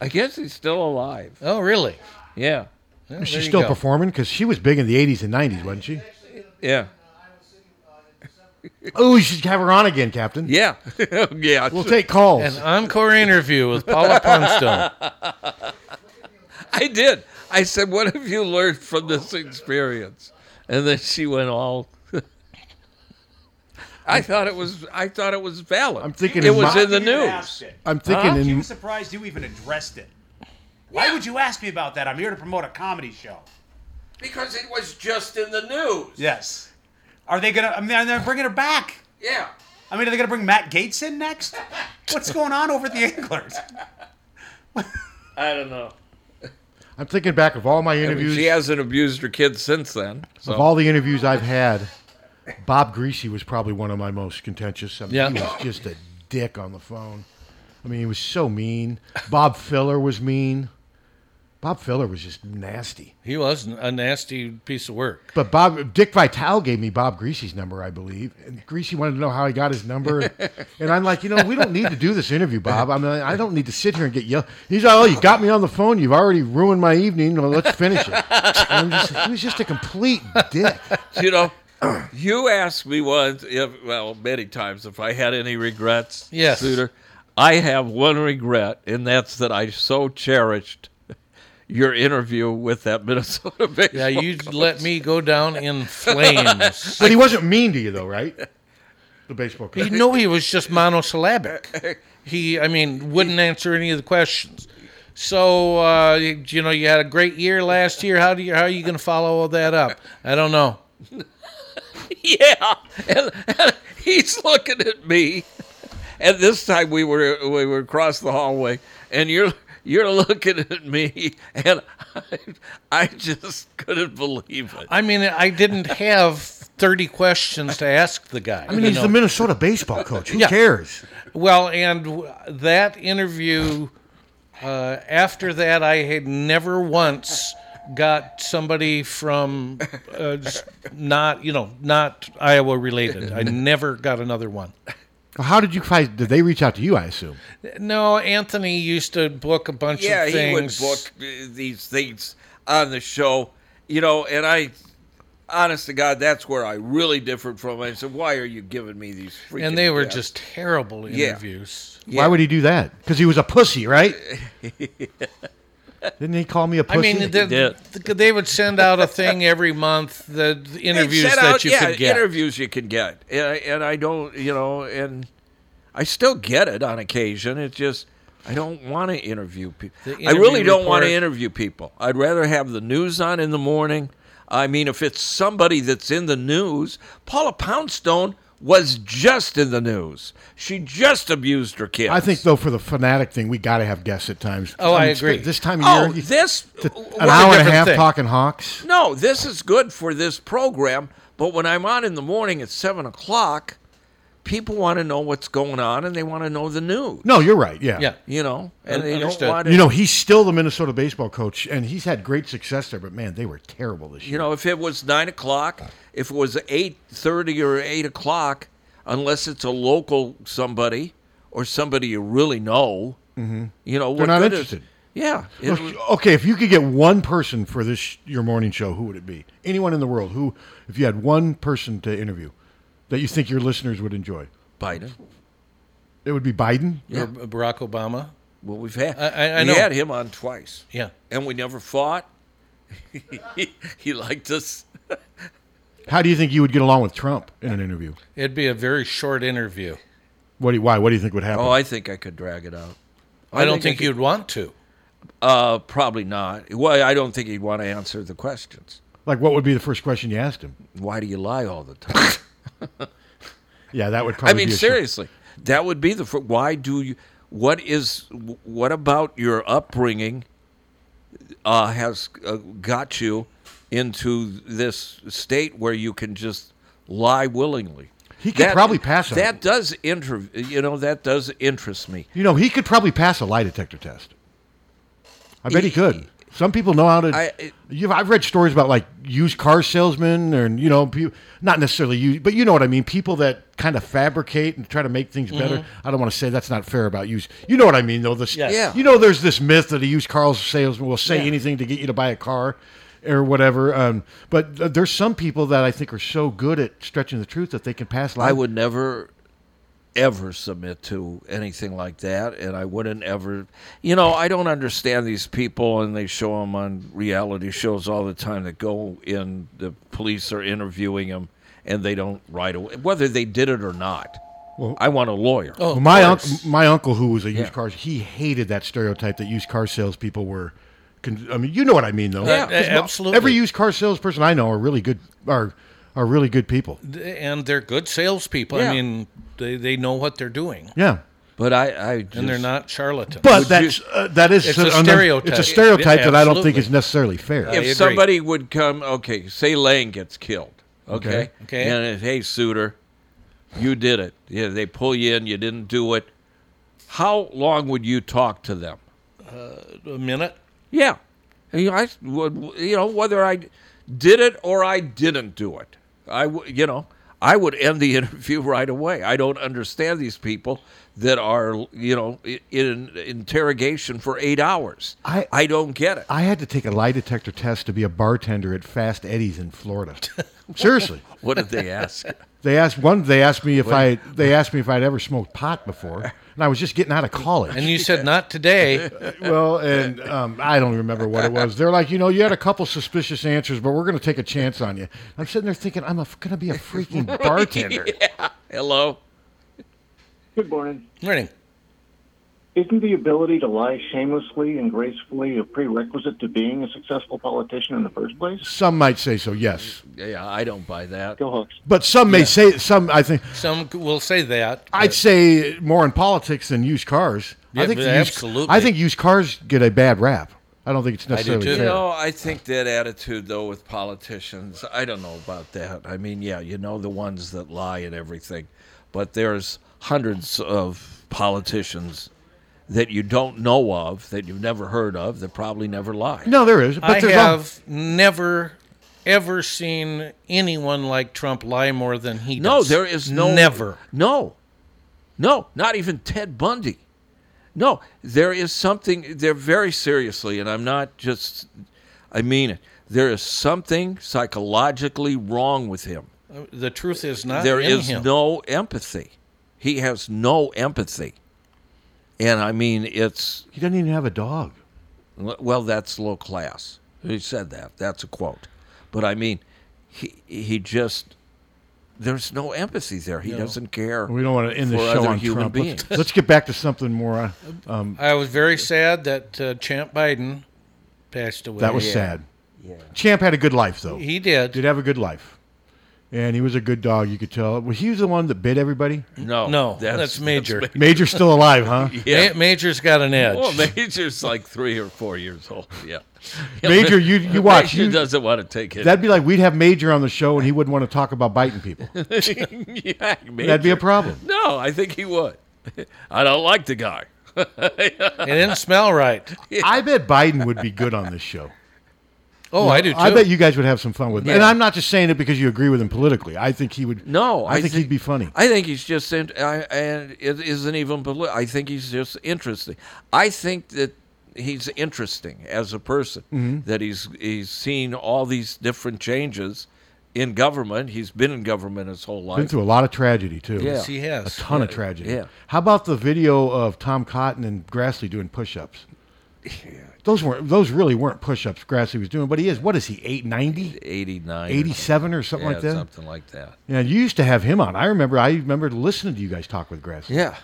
I guess he's still alive.
Oh, really?
Yeah.
Is she still performing? Because she was big in the 80s and 90s, wasn't she?
Yeah.
Oh, you should have her on again, Captain.
Yeah. *laughs* yeah.
We'll take calls.
An encore interview with Paula Poundstone.
I did. I said, "What have you learned from this experience?" And then she went all. *laughs* I thought it was. I thought it was valid. I'm
thinking
it
in
was
my-
in the
You didn't
news.
ask it. I'm thinking
Huh?
in-
I'm surprised you even addressed it. Why would you ask me about that? I'm here to promote a comedy show.
because it was just in the news.
Yes. Are they gonna? I mean, are they bringing her back?
Yeah.
I mean, are they gonna bring Matt Gates in next? What's going on over at the Anglers?
I don't know.
I'm thinking back of all my
I mean,
interviews,
she hasn't abused her kids since then. So.
of all the interviews I've had. Bob Greasy was probably one of my most contentious. I mean,
Yeah.
he was just a dick on the phone. I mean, he was so mean. Bob Filler was mean. Bob Filler was just nasty.
He was a nasty piece of work.
But Bob Dick Vitale gave me Bob Greasy's number, I believe, and Greasy wanted to know how he got
*laughs*
his number. and I'm like, you know, we don't need to do this interview, Bob. I mean, I don't need to sit here and get yelled. He's like, oh, you got me on the phone. You've already ruined my evening. Well, let's finish it. And I'm just, he was just a complete dick.
*laughs* you know, you asked me once, if, well, many times, if I had any regrets.
Yes.
Suter. I have one regret, and that's that I so cherished your interview with that Minnesota *laughs* baseball.
Yeah, you let me go down in flames.
But he wasn't mean to you, though, right? *laughs* The baseball
You
coach.
know, he was just monosyllabic. He, I mean, wouldn't answer any of the questions. So, uh, you, you know, you had a great year last year. How do you, how are you going to follow that up? I don't know.
yeah. And, and he's looking at me. And this time we were we were across the hallway, and you're you're looking at me, and *laughs* I, I just couldn't believe it.
I mean, I didn't have 30 questions to ask the guy.
I mean,
you
he's
know.
the Minnesota baseball coach. Who
Yeah.
cares?
Well, and w- that interview, uh, after that, I had never once got somebody from uh, s- not, you know, not Iowa related.
*laughs*
I never got another one.
How did you find? Did they reach out to you? I assume.
No, Anthony used to book a bunch
yeah,
of
he would
things.
book uh, these things on the show, you know. And I, honest to God, that's where I really differed from. him. I said, "Why are you giving me these?" Freaking
and they were
guests?"
just terrible
Yeah.
interviews.
Why would he do that? Because he was a
*laughs*
pussy, right? Didn't he call me a
I
pussy?
mean, the, the, they would send out a thing every month, the the interviews
set
that
out-
you
yeah,
could get.
interviews you could get, and I, and I don't, you know, and I still get it on occasion. It's just I don't want to interview people. The I interview really don't want to report. interview people. I'd rather have the news on in the morning. I mean, if it's somebody that's in the news, Paula Poundstone was just in the news. She just abused her kid.
I think though for the fanatic thing, we got to have guests at times.
Oh, I
mean, sp-
agree.
This time of
Oh,
year, you-
this-
to-
what
an
a
hour and a
different
half
thing.
talking hawks.
No, this is good for this program, but when I'm on in the morning at 7 o'clock, people want to know what's going on and they want to know the news.
No, you're right. Yeah.
You know, and they
Understood.
don't want to,
You know, he's still the Minnesota baseball coach, and he's had great success there. But man, they were terrible this year.
you know, if it was 9 o'clock, if it was 8.30 or 8 o'clock, unless it's a local somebody or somebody you really know,
Mhm.
you know, what
They're not
good is-
interested.
yeah. it
Look,
was-
okay, if you could get one person for this sh- your morning show, who would it be? Anyone in the world who, if you had one person to interview, that you think your listeners would enjoy,
Biden.
it would be Biden.
Or Barack Obama.
Well, we've had
I, I, I
we
know.
had him on twice.
Yeah.
And we never fought. *laughs* he, he liked us.
How do you think you would get along with Trump in an interview?
It'd be a very short interview.
What? Do you, why? What do you think would happen?
Oh, I think I could drag it out.
I, don't think, you'd want to.
Uh, probably not. Well, I don't think he'd want to answer the questions.
Like, what would be the first question you asked him?
*laughs* Why do you lie all the time?
Yeah, that would
I
probably.
mean,
be a short-
seriously. That would be the. fir- Why do you? What is? What about your upbringing uh, has uh, got you into this state where you can just lie willingly?
He could probably pass a-
That does inter. You know that does interest me.
You know, he could probably pass a lie detector test. I bet he, could. Some people know how to. you've, I've read stories about like used car salesmen, and you know, peo- not necessarily used, but you know what I mean. People that kind of fabricate and try to make things
Mhm.
better. I don't want to say that's not fair about used. You know what I mean, though. This,
Yes. Yeah.
You know, there's this myth that a used car salesman will say
Yeah.
anything to get you to buy a car or whatever. Um, but th- there's some people that I think are so good at stretching the truth that they can pass.
I would never, ever submit to anything like that, and I wouldn't ever. You know, I don't understand these people, and they show them on reality shows all the time. That go in, the police are interviewing them, and they don't right away, whether they did it or not.
Well-
I want a lawyer.
Well, my
uncle.
uncle, my uncle, who was a used
Yeah.
car, he hated that stereotype that used car salespeople were. Con- I mean, you know what I mean, though.
Yeah,
'Cause
a-
mo-
absolutely.
Every used car salesperson I know are really good are are really good people.
and they're good salespeople.
Yeah.
I mean, they, they know what they're doing.
Yeah.
But I, I
and they're not charlatans.
But that's uh, that is
it's
an
a
un-
stereotype.
It's a stereotype that I don't think is necessarily fair.
If somebody would come, okay, say Lane gets killed, okay,
Okay. Okay.
and it- hey Suter, you did it. Yeah, they pull you in. You didn't do it. How long would you talk to them?
Uh,
a minute.
Yeah, you know, I would. You know, whether I did it or I didn't do it, I w- you know I would end the *laughs* interview right away. I don't understand these people that are you know i- in interrogation for eight hours.
I-
I don't get it.
I had to take a lie detector test to be a bartender at Fast Eddie's in Florida. Seriously.
*laughs* What did they ask?
They asked one. They asked me if
What?
I. They asked me if I'd ever smoked pot before, and I was just getting out of college.
And you said not today.
*laughs* well, and um, I don't remember what it was. They're like, you know, you had a couple suspicious answers, but we're going to take a chance on you. I'm sitting there thinking, I'm going to be
*laughs*
a freaking bartender.
yeah. Hello.
Good morning.
Morning.
Isn't the ability to lie shamelessly and gracefully a prerequisite to being a successful politician in the first place?
Some might say so, yes.
Yeah, I don't buy that.
Go Hawks.
But some may say some. I think
Some c- will say that.
I'd say more in politics than used cars. I
Yeah,
think
but
the used-
absolutely.
I think used cars get a bad rap. I don't think it's necessarily
You
fair.
know, I think that attitude though with politicians, I don't know about that. I mean, yeah, you know the ones that lie and everything, but there's hundreds of politicians that you don't know of, that you've never heard of, that probably never lie.
No, there is.
I have never, ever seen anyone like Trump lie more than he does.
No, there is no
Never.
No, no, not even Ted Bundy. No, there is something. There very seriously, and I'm not just. I mean it. There is something psychologically wrong with him.
Uh, The truth is not
There
in
is
him.
no empathy. He has no empathy, and I mean it's.
He doesn't even have a dog.
Well, that's low class. He said that. That's a quote, but I mean, he he just. There's no empathy there. He
No.
doesn't care.
We don't want to end
for
the show
other
on
human
Trump.
beings. *laughs*
Let's, let's get back to something more. uh, Um,
I was very sad that uh, Champ Biden passed away.
That was sad. Champ had a good life though.
He did.
Did have a good life, and he was a good dog. You could tell. Well, he was the one that
*laughs*
bit everybody.
No,
No, that's, Major.
Major's still
*laughs*
alive, huh?
Ma- Major's got an edge.
Well, Major's like three or four years old. Yeah. Yeah,
Major,
Ma- *laughs*
you you watch.
Major
You,
doesn't want to take it.
That'd be like we'd have Major on the show and he wouldn't want to talk about biting
*laughs*
people.
yeah,
That'd be a
Major.
problem.
No, I think he would. I don't like the
*laughs*
guy.
It didn't smell right.
I bet Biden would be good on this show.
Oh,
You know,
I do too.
I bet you guys would have some fun with him. And
Yeah.
I'm not just saying it because you agree with him politically. I think he would.
No,
I,
I
think,
think-
he'd be funny.
I think he's just in, I, and it isn't even. poli- I think he's just interesting. I think that he's interesting as a person.
Mhm.
That he's he's seen all these different changes in government. He's been in government his whole life.
Been through a lot of tragedy too.
Yeah. Yes, he has.
A ton of
Yeah.
tragedy.
Yeah.
How about the video of Tom Cotton and Grassley doing push-ups? Those weren't. Those really weren't push-ups. Grassley was doing, but he is. What is he? Eight ninety?
89 or
87 or something
Yeah,
like that.
something like that.
Yeah, you used to have him on. I remember. I remember listening to you guys talk with Grassley.
Yeah.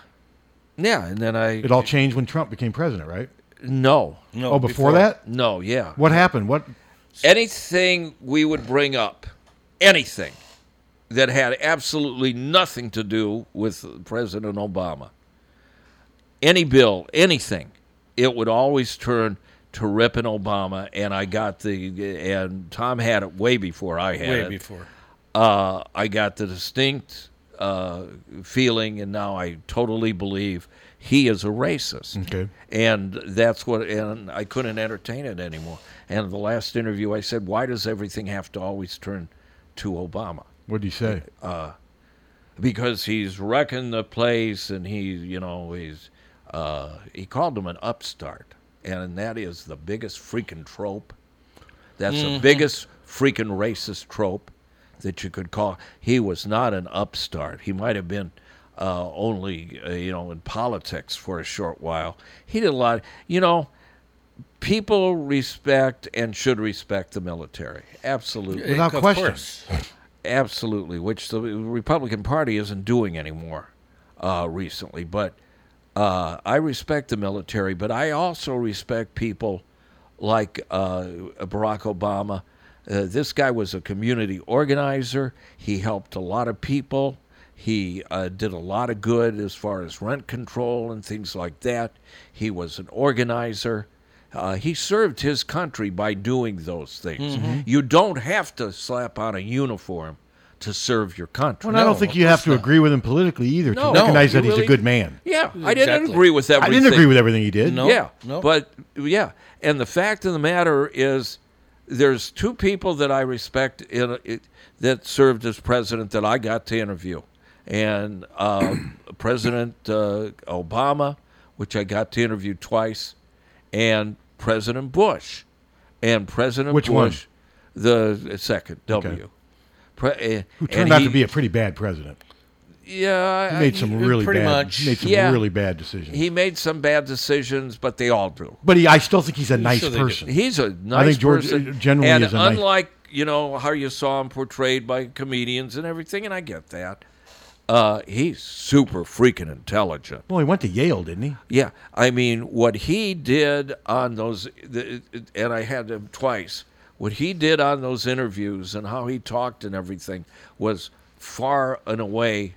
Yeah, and then I
It all changed when Trump became president, right?
No.
No, Oh, before before- that?
No, yeah.
What happened? What
Anything we would bring up, anything, that had absolutely nothing to do with President Obama. Any bill, anything, it would always turn to ripping Obama, and I got the and Tom had it way before I had
Way
it.
before.
Uh, I got the distinct uh, feeling, and now I totally believe he is a racist.
Okay.
And that's what, and I couldn't entertain it anymore. And the last interview, I said, why does everything have to always turn to Obama?
What do you say?
Uh, because he's wrecking the place, and he, you know, he's uh, he called him an upstart, and that is the biggest freaking trope. That's the
Mhm.
biggest freaking racist trope that you could call. He was not an upstart. He might have been uh, only, uh, you know, in politics for a short while. He did a lot. You know, people respect and should respect the military. Absolutely.
Without Of question. course.
Absolutely, which the Republican Party isn't doing anymore uh, recently. But uh, I respect the military, but I also respect people like uh, Barack Obama. Uh, this guy was a community organizer. He helped a lot of people. He uh, did a lot of good as far as rent control and things like that. He was an organizer. Uh, he served his country by doing those things.
Mhm.
You don't have to slap on a uniform to serve your country.
Well, and I don't think you have to agree with him politically either
No,
to recognize
you
that he's
really-
a good man.
Yeah, I didn't agree with
I
everything.
didn't agree with everything he did.
yeah, but yeah, and the fact of the matter is, there's two people that I respect in, it, that served as president that I got to interview, and uh, *coughs* President uh, Obama, which I got to interview twice, and President Bush, and President
Which one?
Bush, the second W. Pre- eh,
who
and
turned out
he-
to be a pretty bad president.
yeah,
He
I-
made some really
pretty
bad-
much.
made some really bad decisions.
He made some bad decisions, but they all do.
But he, I still think he's a nice
Sure they do.
person.
He's a nice
I think George uh,
person.
generally
and
is a nice.
unlike you know how you saw him portrayed by comedians and everything, and I get that. Uh, he's super freaking intelligent.
Well, he went to Yale, didn't he?
Yeah, I mean what he did on those, the, and I had him twice. What he did on those interviews and how he talked and everything was far and away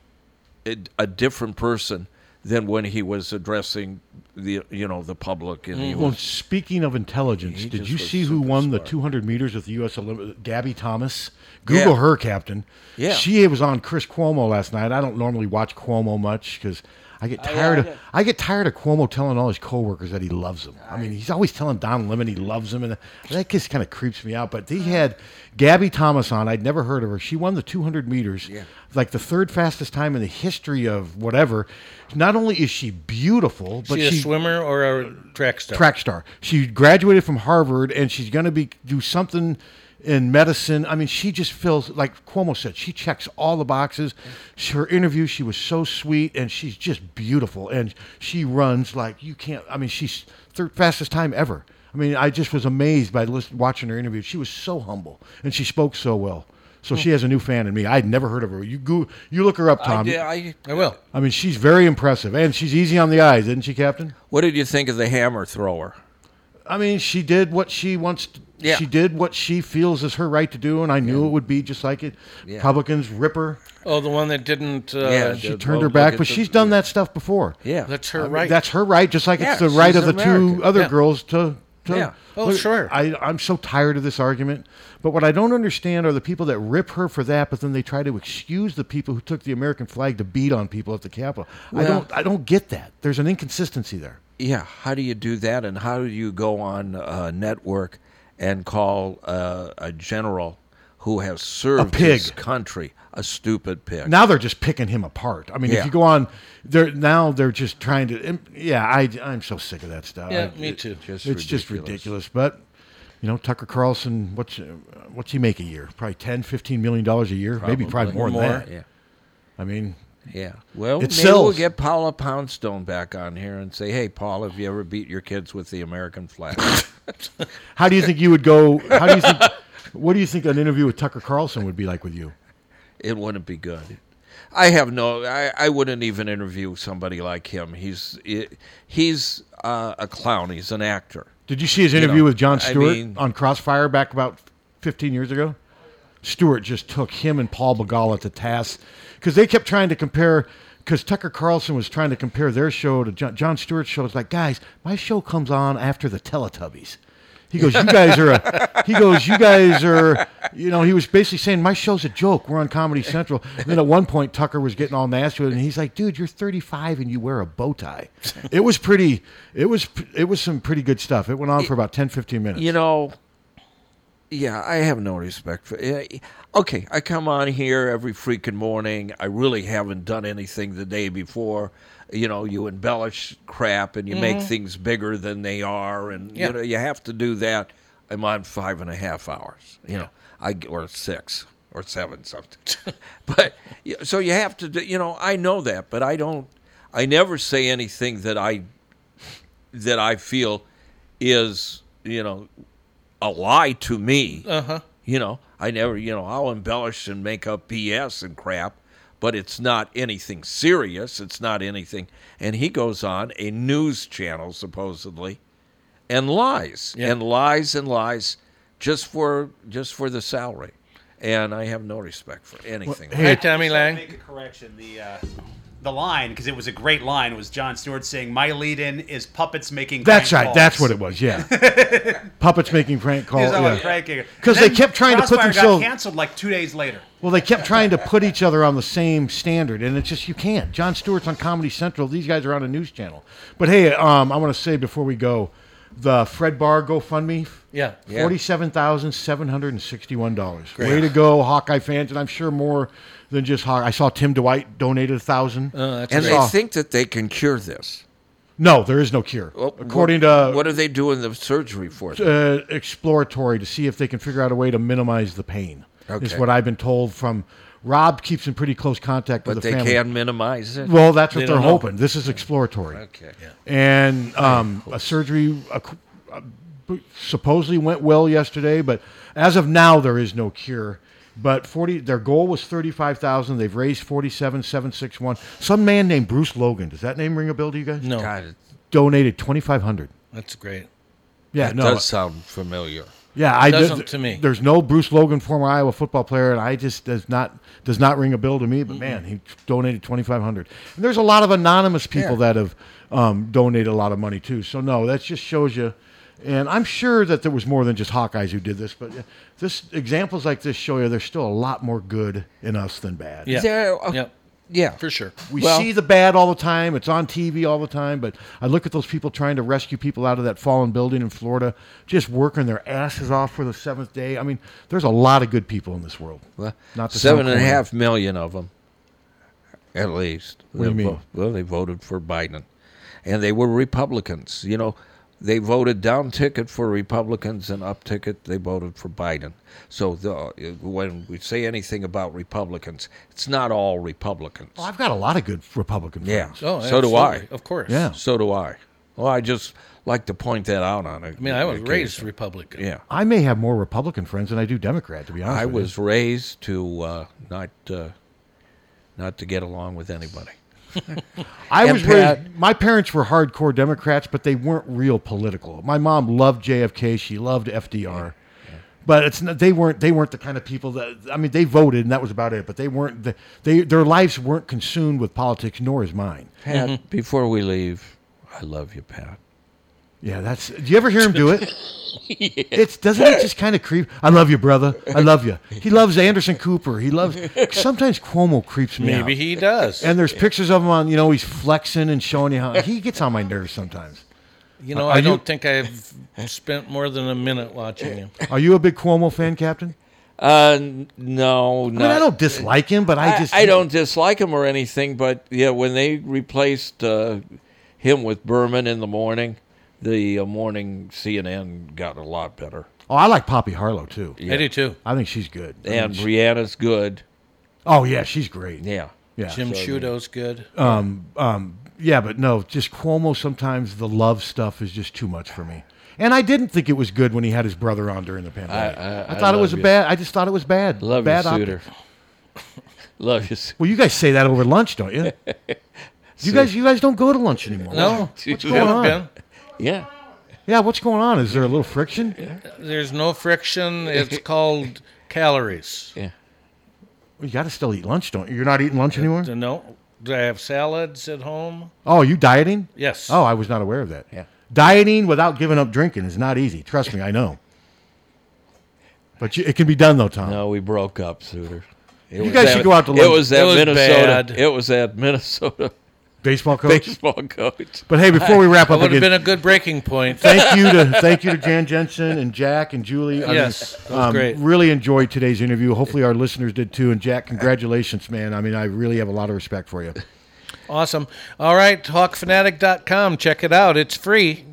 a, a different person than when he was addressing the you know the public and he
Well,
was
speaking of intelligence, did you see who won the 200 meters at the U.S. Olympic? Gabby Thomas. Google
Yeah.
her, Captain.
Yeah.
She was on Chris Cuomo last night. I don't normally watch Cuomo much because I
Oh,
get tired of I get tired of Cuomo telling all his coworkers that he loves them. I mean, he's always telling Don Lemon he loves him, and that just kind of creeps me out. But
Uh-huh.
he had Gabby Thomas on. I'd never heard of her. She won the 200 meters,
Yeah.
like the third fastest time in the history of whatever. Not only is she beautiful, but
she,
she
a swimmer or a track star?
track star. She graduated from Harvard, and she's going to be do something in medicine. I mean, she just feels like Cuomo said. She checks all the boxes.
Mm-hmm.
She- Her interview, she was so sweet, and she's just beautiful. And she runs like you can't. I mean, she's third fastest time ever. I mean, I just was amazed by listen, watching her interview. She was so humble, and she spoke so well. So she has a new fan in me. I'd never heard of her. You go, you look her up, Tom.
Hmm. I,
will.
I mean, she's very impressive, and she's easy on the eyes, isn't she, Captain?
What did you think of the hammer thrower?
I mean, she did what she wants. To,
Yeah.
She did what she feels is her right to do, and I knew it would be just like it.
Yeah.
Republicans rip her.
Oh, the one that didn't. Uh,
Yeah, she turned her back, but she's done that stuff before.
Yeah,
that's
I
her
mean,
right.
That's her right, just like
Yeah,
it's the right
she's
of the
American.
two other
Yeah.
girls to. to
Yeah. Oh, sure.
I, I'm so tired of this argument. But what I don't understand are the people that rip her for that, but then they try to excuse the people who took the American flag to beat on people at the Capitol. I
Well-
don't. I don't get that. There's an inconsistency there.
Yeah, how do you do that, and how do you go on a network and call uh, a general who has served
pig.
his country a stupid pig?
Now they're just picking him apart. I mean,
Yeah.
if you go on, they're now they're just trying to. and, Yeah, I I'm so sick of that stuff.
Yeah,
I-
me
it-
too.
It's
Just
just ridiculous. But you know, Tucker Carlson, what's uh, what's he make a year? Probably 10, 15 million dollars a year. Maybe probably more, than that.
Yeah.
I mean,
Yeah. Well,
it
maybe we'll
sells.
get Paula Poundstone back on here and say, "Hey, Paul, have you ever beat your kids with the American flag?" *laughs*
How do you think you would go? How do you think? what do you think an interview with Tucker Carlson would be like with you?
It wouldn't be good. I have no. I, I wouldn't even interview somebody like him. He's he's uh, a clown. He's an actor.
Did you see his
You
interview
know,
with John
I
Stewart
mean,
on Crossfire back about fifteen years ago? Stewart just took him and Paul Begala to task because they kept trying to compare. Because Tucker Carlson was trying to compare their show to John, John Stewart's show. It's like, guys, my show comes on after the Teletubbies. He goes, you guys are. A, he goes, you guys are. You know, he was basically saying my show's a joke. We're on Comedy Central. And then at one point, Tucker was getting all nasty with it, and he's like, dude, you're 35 and you wear a bow tie. It was pretty. It was. It was some pretty good stuff. It went on for about 10, 15 minutes.
You know, yeah, I have no respect for. eh, Okay, I come on here every freaking morning. I really haven't done anything the day before. You know, you embellish crap and you make
Mhm.
things bigger than they are, and
Yeah.
you know you have to do that. I'm on five and a half hours. You know, I or six or seven something. *laughs* but yeah, so you have to. Do, you know, I know that, but I don't. I never say anything that I that I feel is you know a lie to me.
Uh-huh.
You know, I never, you know, I'll embellish and make up BS and crap, but it's not anything serious. It's not anything. And he goes on a news channel, supposedly, and lies and lies and lies just for just for the salary. And I have no respect for anything. like that.
Lang. Make a correction. The uh, the line because it was a great line was John Stewart saying, "My lead-in is puppets making."
That's
prank
right. That's
calls."
what it was. Yeah,
*laughs*
puppets making prank calls.
He's always
Yeah.
pranking.
Because
And
they
then
kept trying to put
Crossfire
themselves.
got canceled like two days later.
Well, they kept trying to put each other on the same standard, and it's just you can't. John Stewart's on Comedy Central; these guys are on a news channel. But hey, um, I want to say before we go, the Fred Barr GoFundMe,
Yeah. Yeah.
forty-seven thousand seven hundred and sixty-one dollars.
Great.
Way to go, Hawkeye fans, and I'm sure more than just Hawkeye. I saw Tim Dwight donated a thousand,
and
Saw-
they think that they can cure this.
no, there is no cure,
Well,
according to
what, what are they doing the surgery for? then?
uh, exploratory to see if they can figure out a way to minimize the pain. Is
Okay.
what I've been told from Rob. Keeps in pretty close contact
But
with the
they
family.
can minimize it?
Well, that's what
They
they are
don't know.
hoping. This is exploratory.
Okay. Yeah.
And um, a surgery a, qu- a- b- supposedly went well yesterday, but as of now, there is no cure. But forty, their goal was thirty-five thousand. They've raised forty-seven seven six one. Some man named Bruce Logan. Does that name ring a bell to you guys?
No. God, it-
Donated twenty-five hundred.
That's great.
Yeah,
That
no.
does sound familiar.
Yeah, I
Doesn't
did-
to me.
There's no Bruce Logan, former Iowa football player, and I just does not does not ring a bell to me. But man, he donated twenty five hundred. And there's a lot of anonymous people
Yeah.
that have um, donated a lot of money too. So no, that just shows you. And I'm sure that there was more than just Hawkeyes who did this, but uh, this examples like this show you there's still a lot more good in us than bad.
There-
yeah.
Yeah.
For sure.
*laughs*
We see the bad all the time. It's on TV all the time. But I look at those people trying to rescue people out of that fallen building in Florida, just working their asses off for the seventh day. I mean, there's a lot of good people in this world.
Well,
Not to
seven
sound
and a
corny.
half million of them, at least.
What do you
They vo-
mean?
well, they voted for Biden, and they were Republicans. You know, they voted down ticket for Republicans and up ticket they voted for Biden. So the, when we say anything about Republicans, it's not all Republicans.
Well, I've got a lot of good Republican
Yeah.
friends.
so do I.
Oh, Of course.
Yeah. So do I. Well, I just like to point that out on it.
I mean, I was raised Republican.
Yeah.
I may have more Republican friends than I do Democrat, to be honest.
I
with you.
was raised to uh, not uh, not to get along with anybody.
*laughs*
*laughs*
I
And
was
Pat-
raised, my parents were hardcore Democrats, but they weren't real political. My mom loved JFK, she loved FDR. But it's not, they weren't they weren't the kind of people that I mean they voted and that was about it. But they weren't the, they their lives weren't consumed with politics, nor is mine.
Pat,
Mm-hmm.
before we leave, I love you, Pat.
Yeah, that's. Do you ever hear him
*laughs*
do it?
*laughs*
It's doesn't it just kind of creep? I love you, brother. I love you. He loves Anderson Cooper. He loves. Sometimes Cuomo creeps me.
Maybe
out.
he does.
And there's pictures of him on. You know, he's flexing and showing you how he gets on my nerves sometimes.
You know,
Are
I
you-
don't think I've spent more than a minute watching
*laughs*
him.
Are you a big Cuomo fan, Captain?
Uh, n- no,
mean, I don't dislike him, but I just-
I don't dislike him or anything. But yeah, when they replaced uh, him with Berman in the morning, the uh, morning CNN got a lot better.
Oh, I like Poppy Harlow too.
Yeah. I do, too.
I think she's good. I mean,
And
she-
Brianna's good.
oh yeah, she's great.
Yeah.
Yeah.
Jim Shudo's good.
Um, um, yeah, but no, just Cuomo. Sometimes the love stuff is just too much for me. And I didn't think it was good when he had his brother on during the pandemic.
I- I- I
thought it
love
was a
you.
bad. I just thought it was bad.
Love
bad
you,
optics.
Suter. love you.
Well, you guys say that over lunch,
*laughs*
don't you? you
See.
guys, you guys don't go to lunch anymore.
No.
What's
We
going
haven't
on?
been.
Yeah.
Yeah, what's going on? Is there a little friction? *laughs*
There's no friction. It's called calories.
Yeah.
You got to still eat lunch, don't you? You're not eating lunch anymore?
Uh, No. Do I have salads at home?
Oh, you dieting?
Yes.
Oh, I was not aware of that.
Yeah.
Dieting without giving up drinking is not easy. Trust me, I know. But you, it can be done though, Tom.
No, we broke up, Suter. It
You
was
guys
that-
should go out to
It
lunch.
was that
It was
Minnesota.
bad.
It was that Minnesota
Baseball
*laughs*
coach?
Baseball coach.
But hey, before we wrap
I
up
would've
again,
been
a good breaking point.
*laughs* thank you to thank you to Jan Jensen and Jack and Julie. mean, um,
Yes, that
um,
was great.
Really enjoyed today's interview. Hopefully, our listeners did too. And Jack, congratulations, man. I mean, I really have a lot of respect for you.
Awesome. All right, hawkfanatic.com. Check it out. It's free.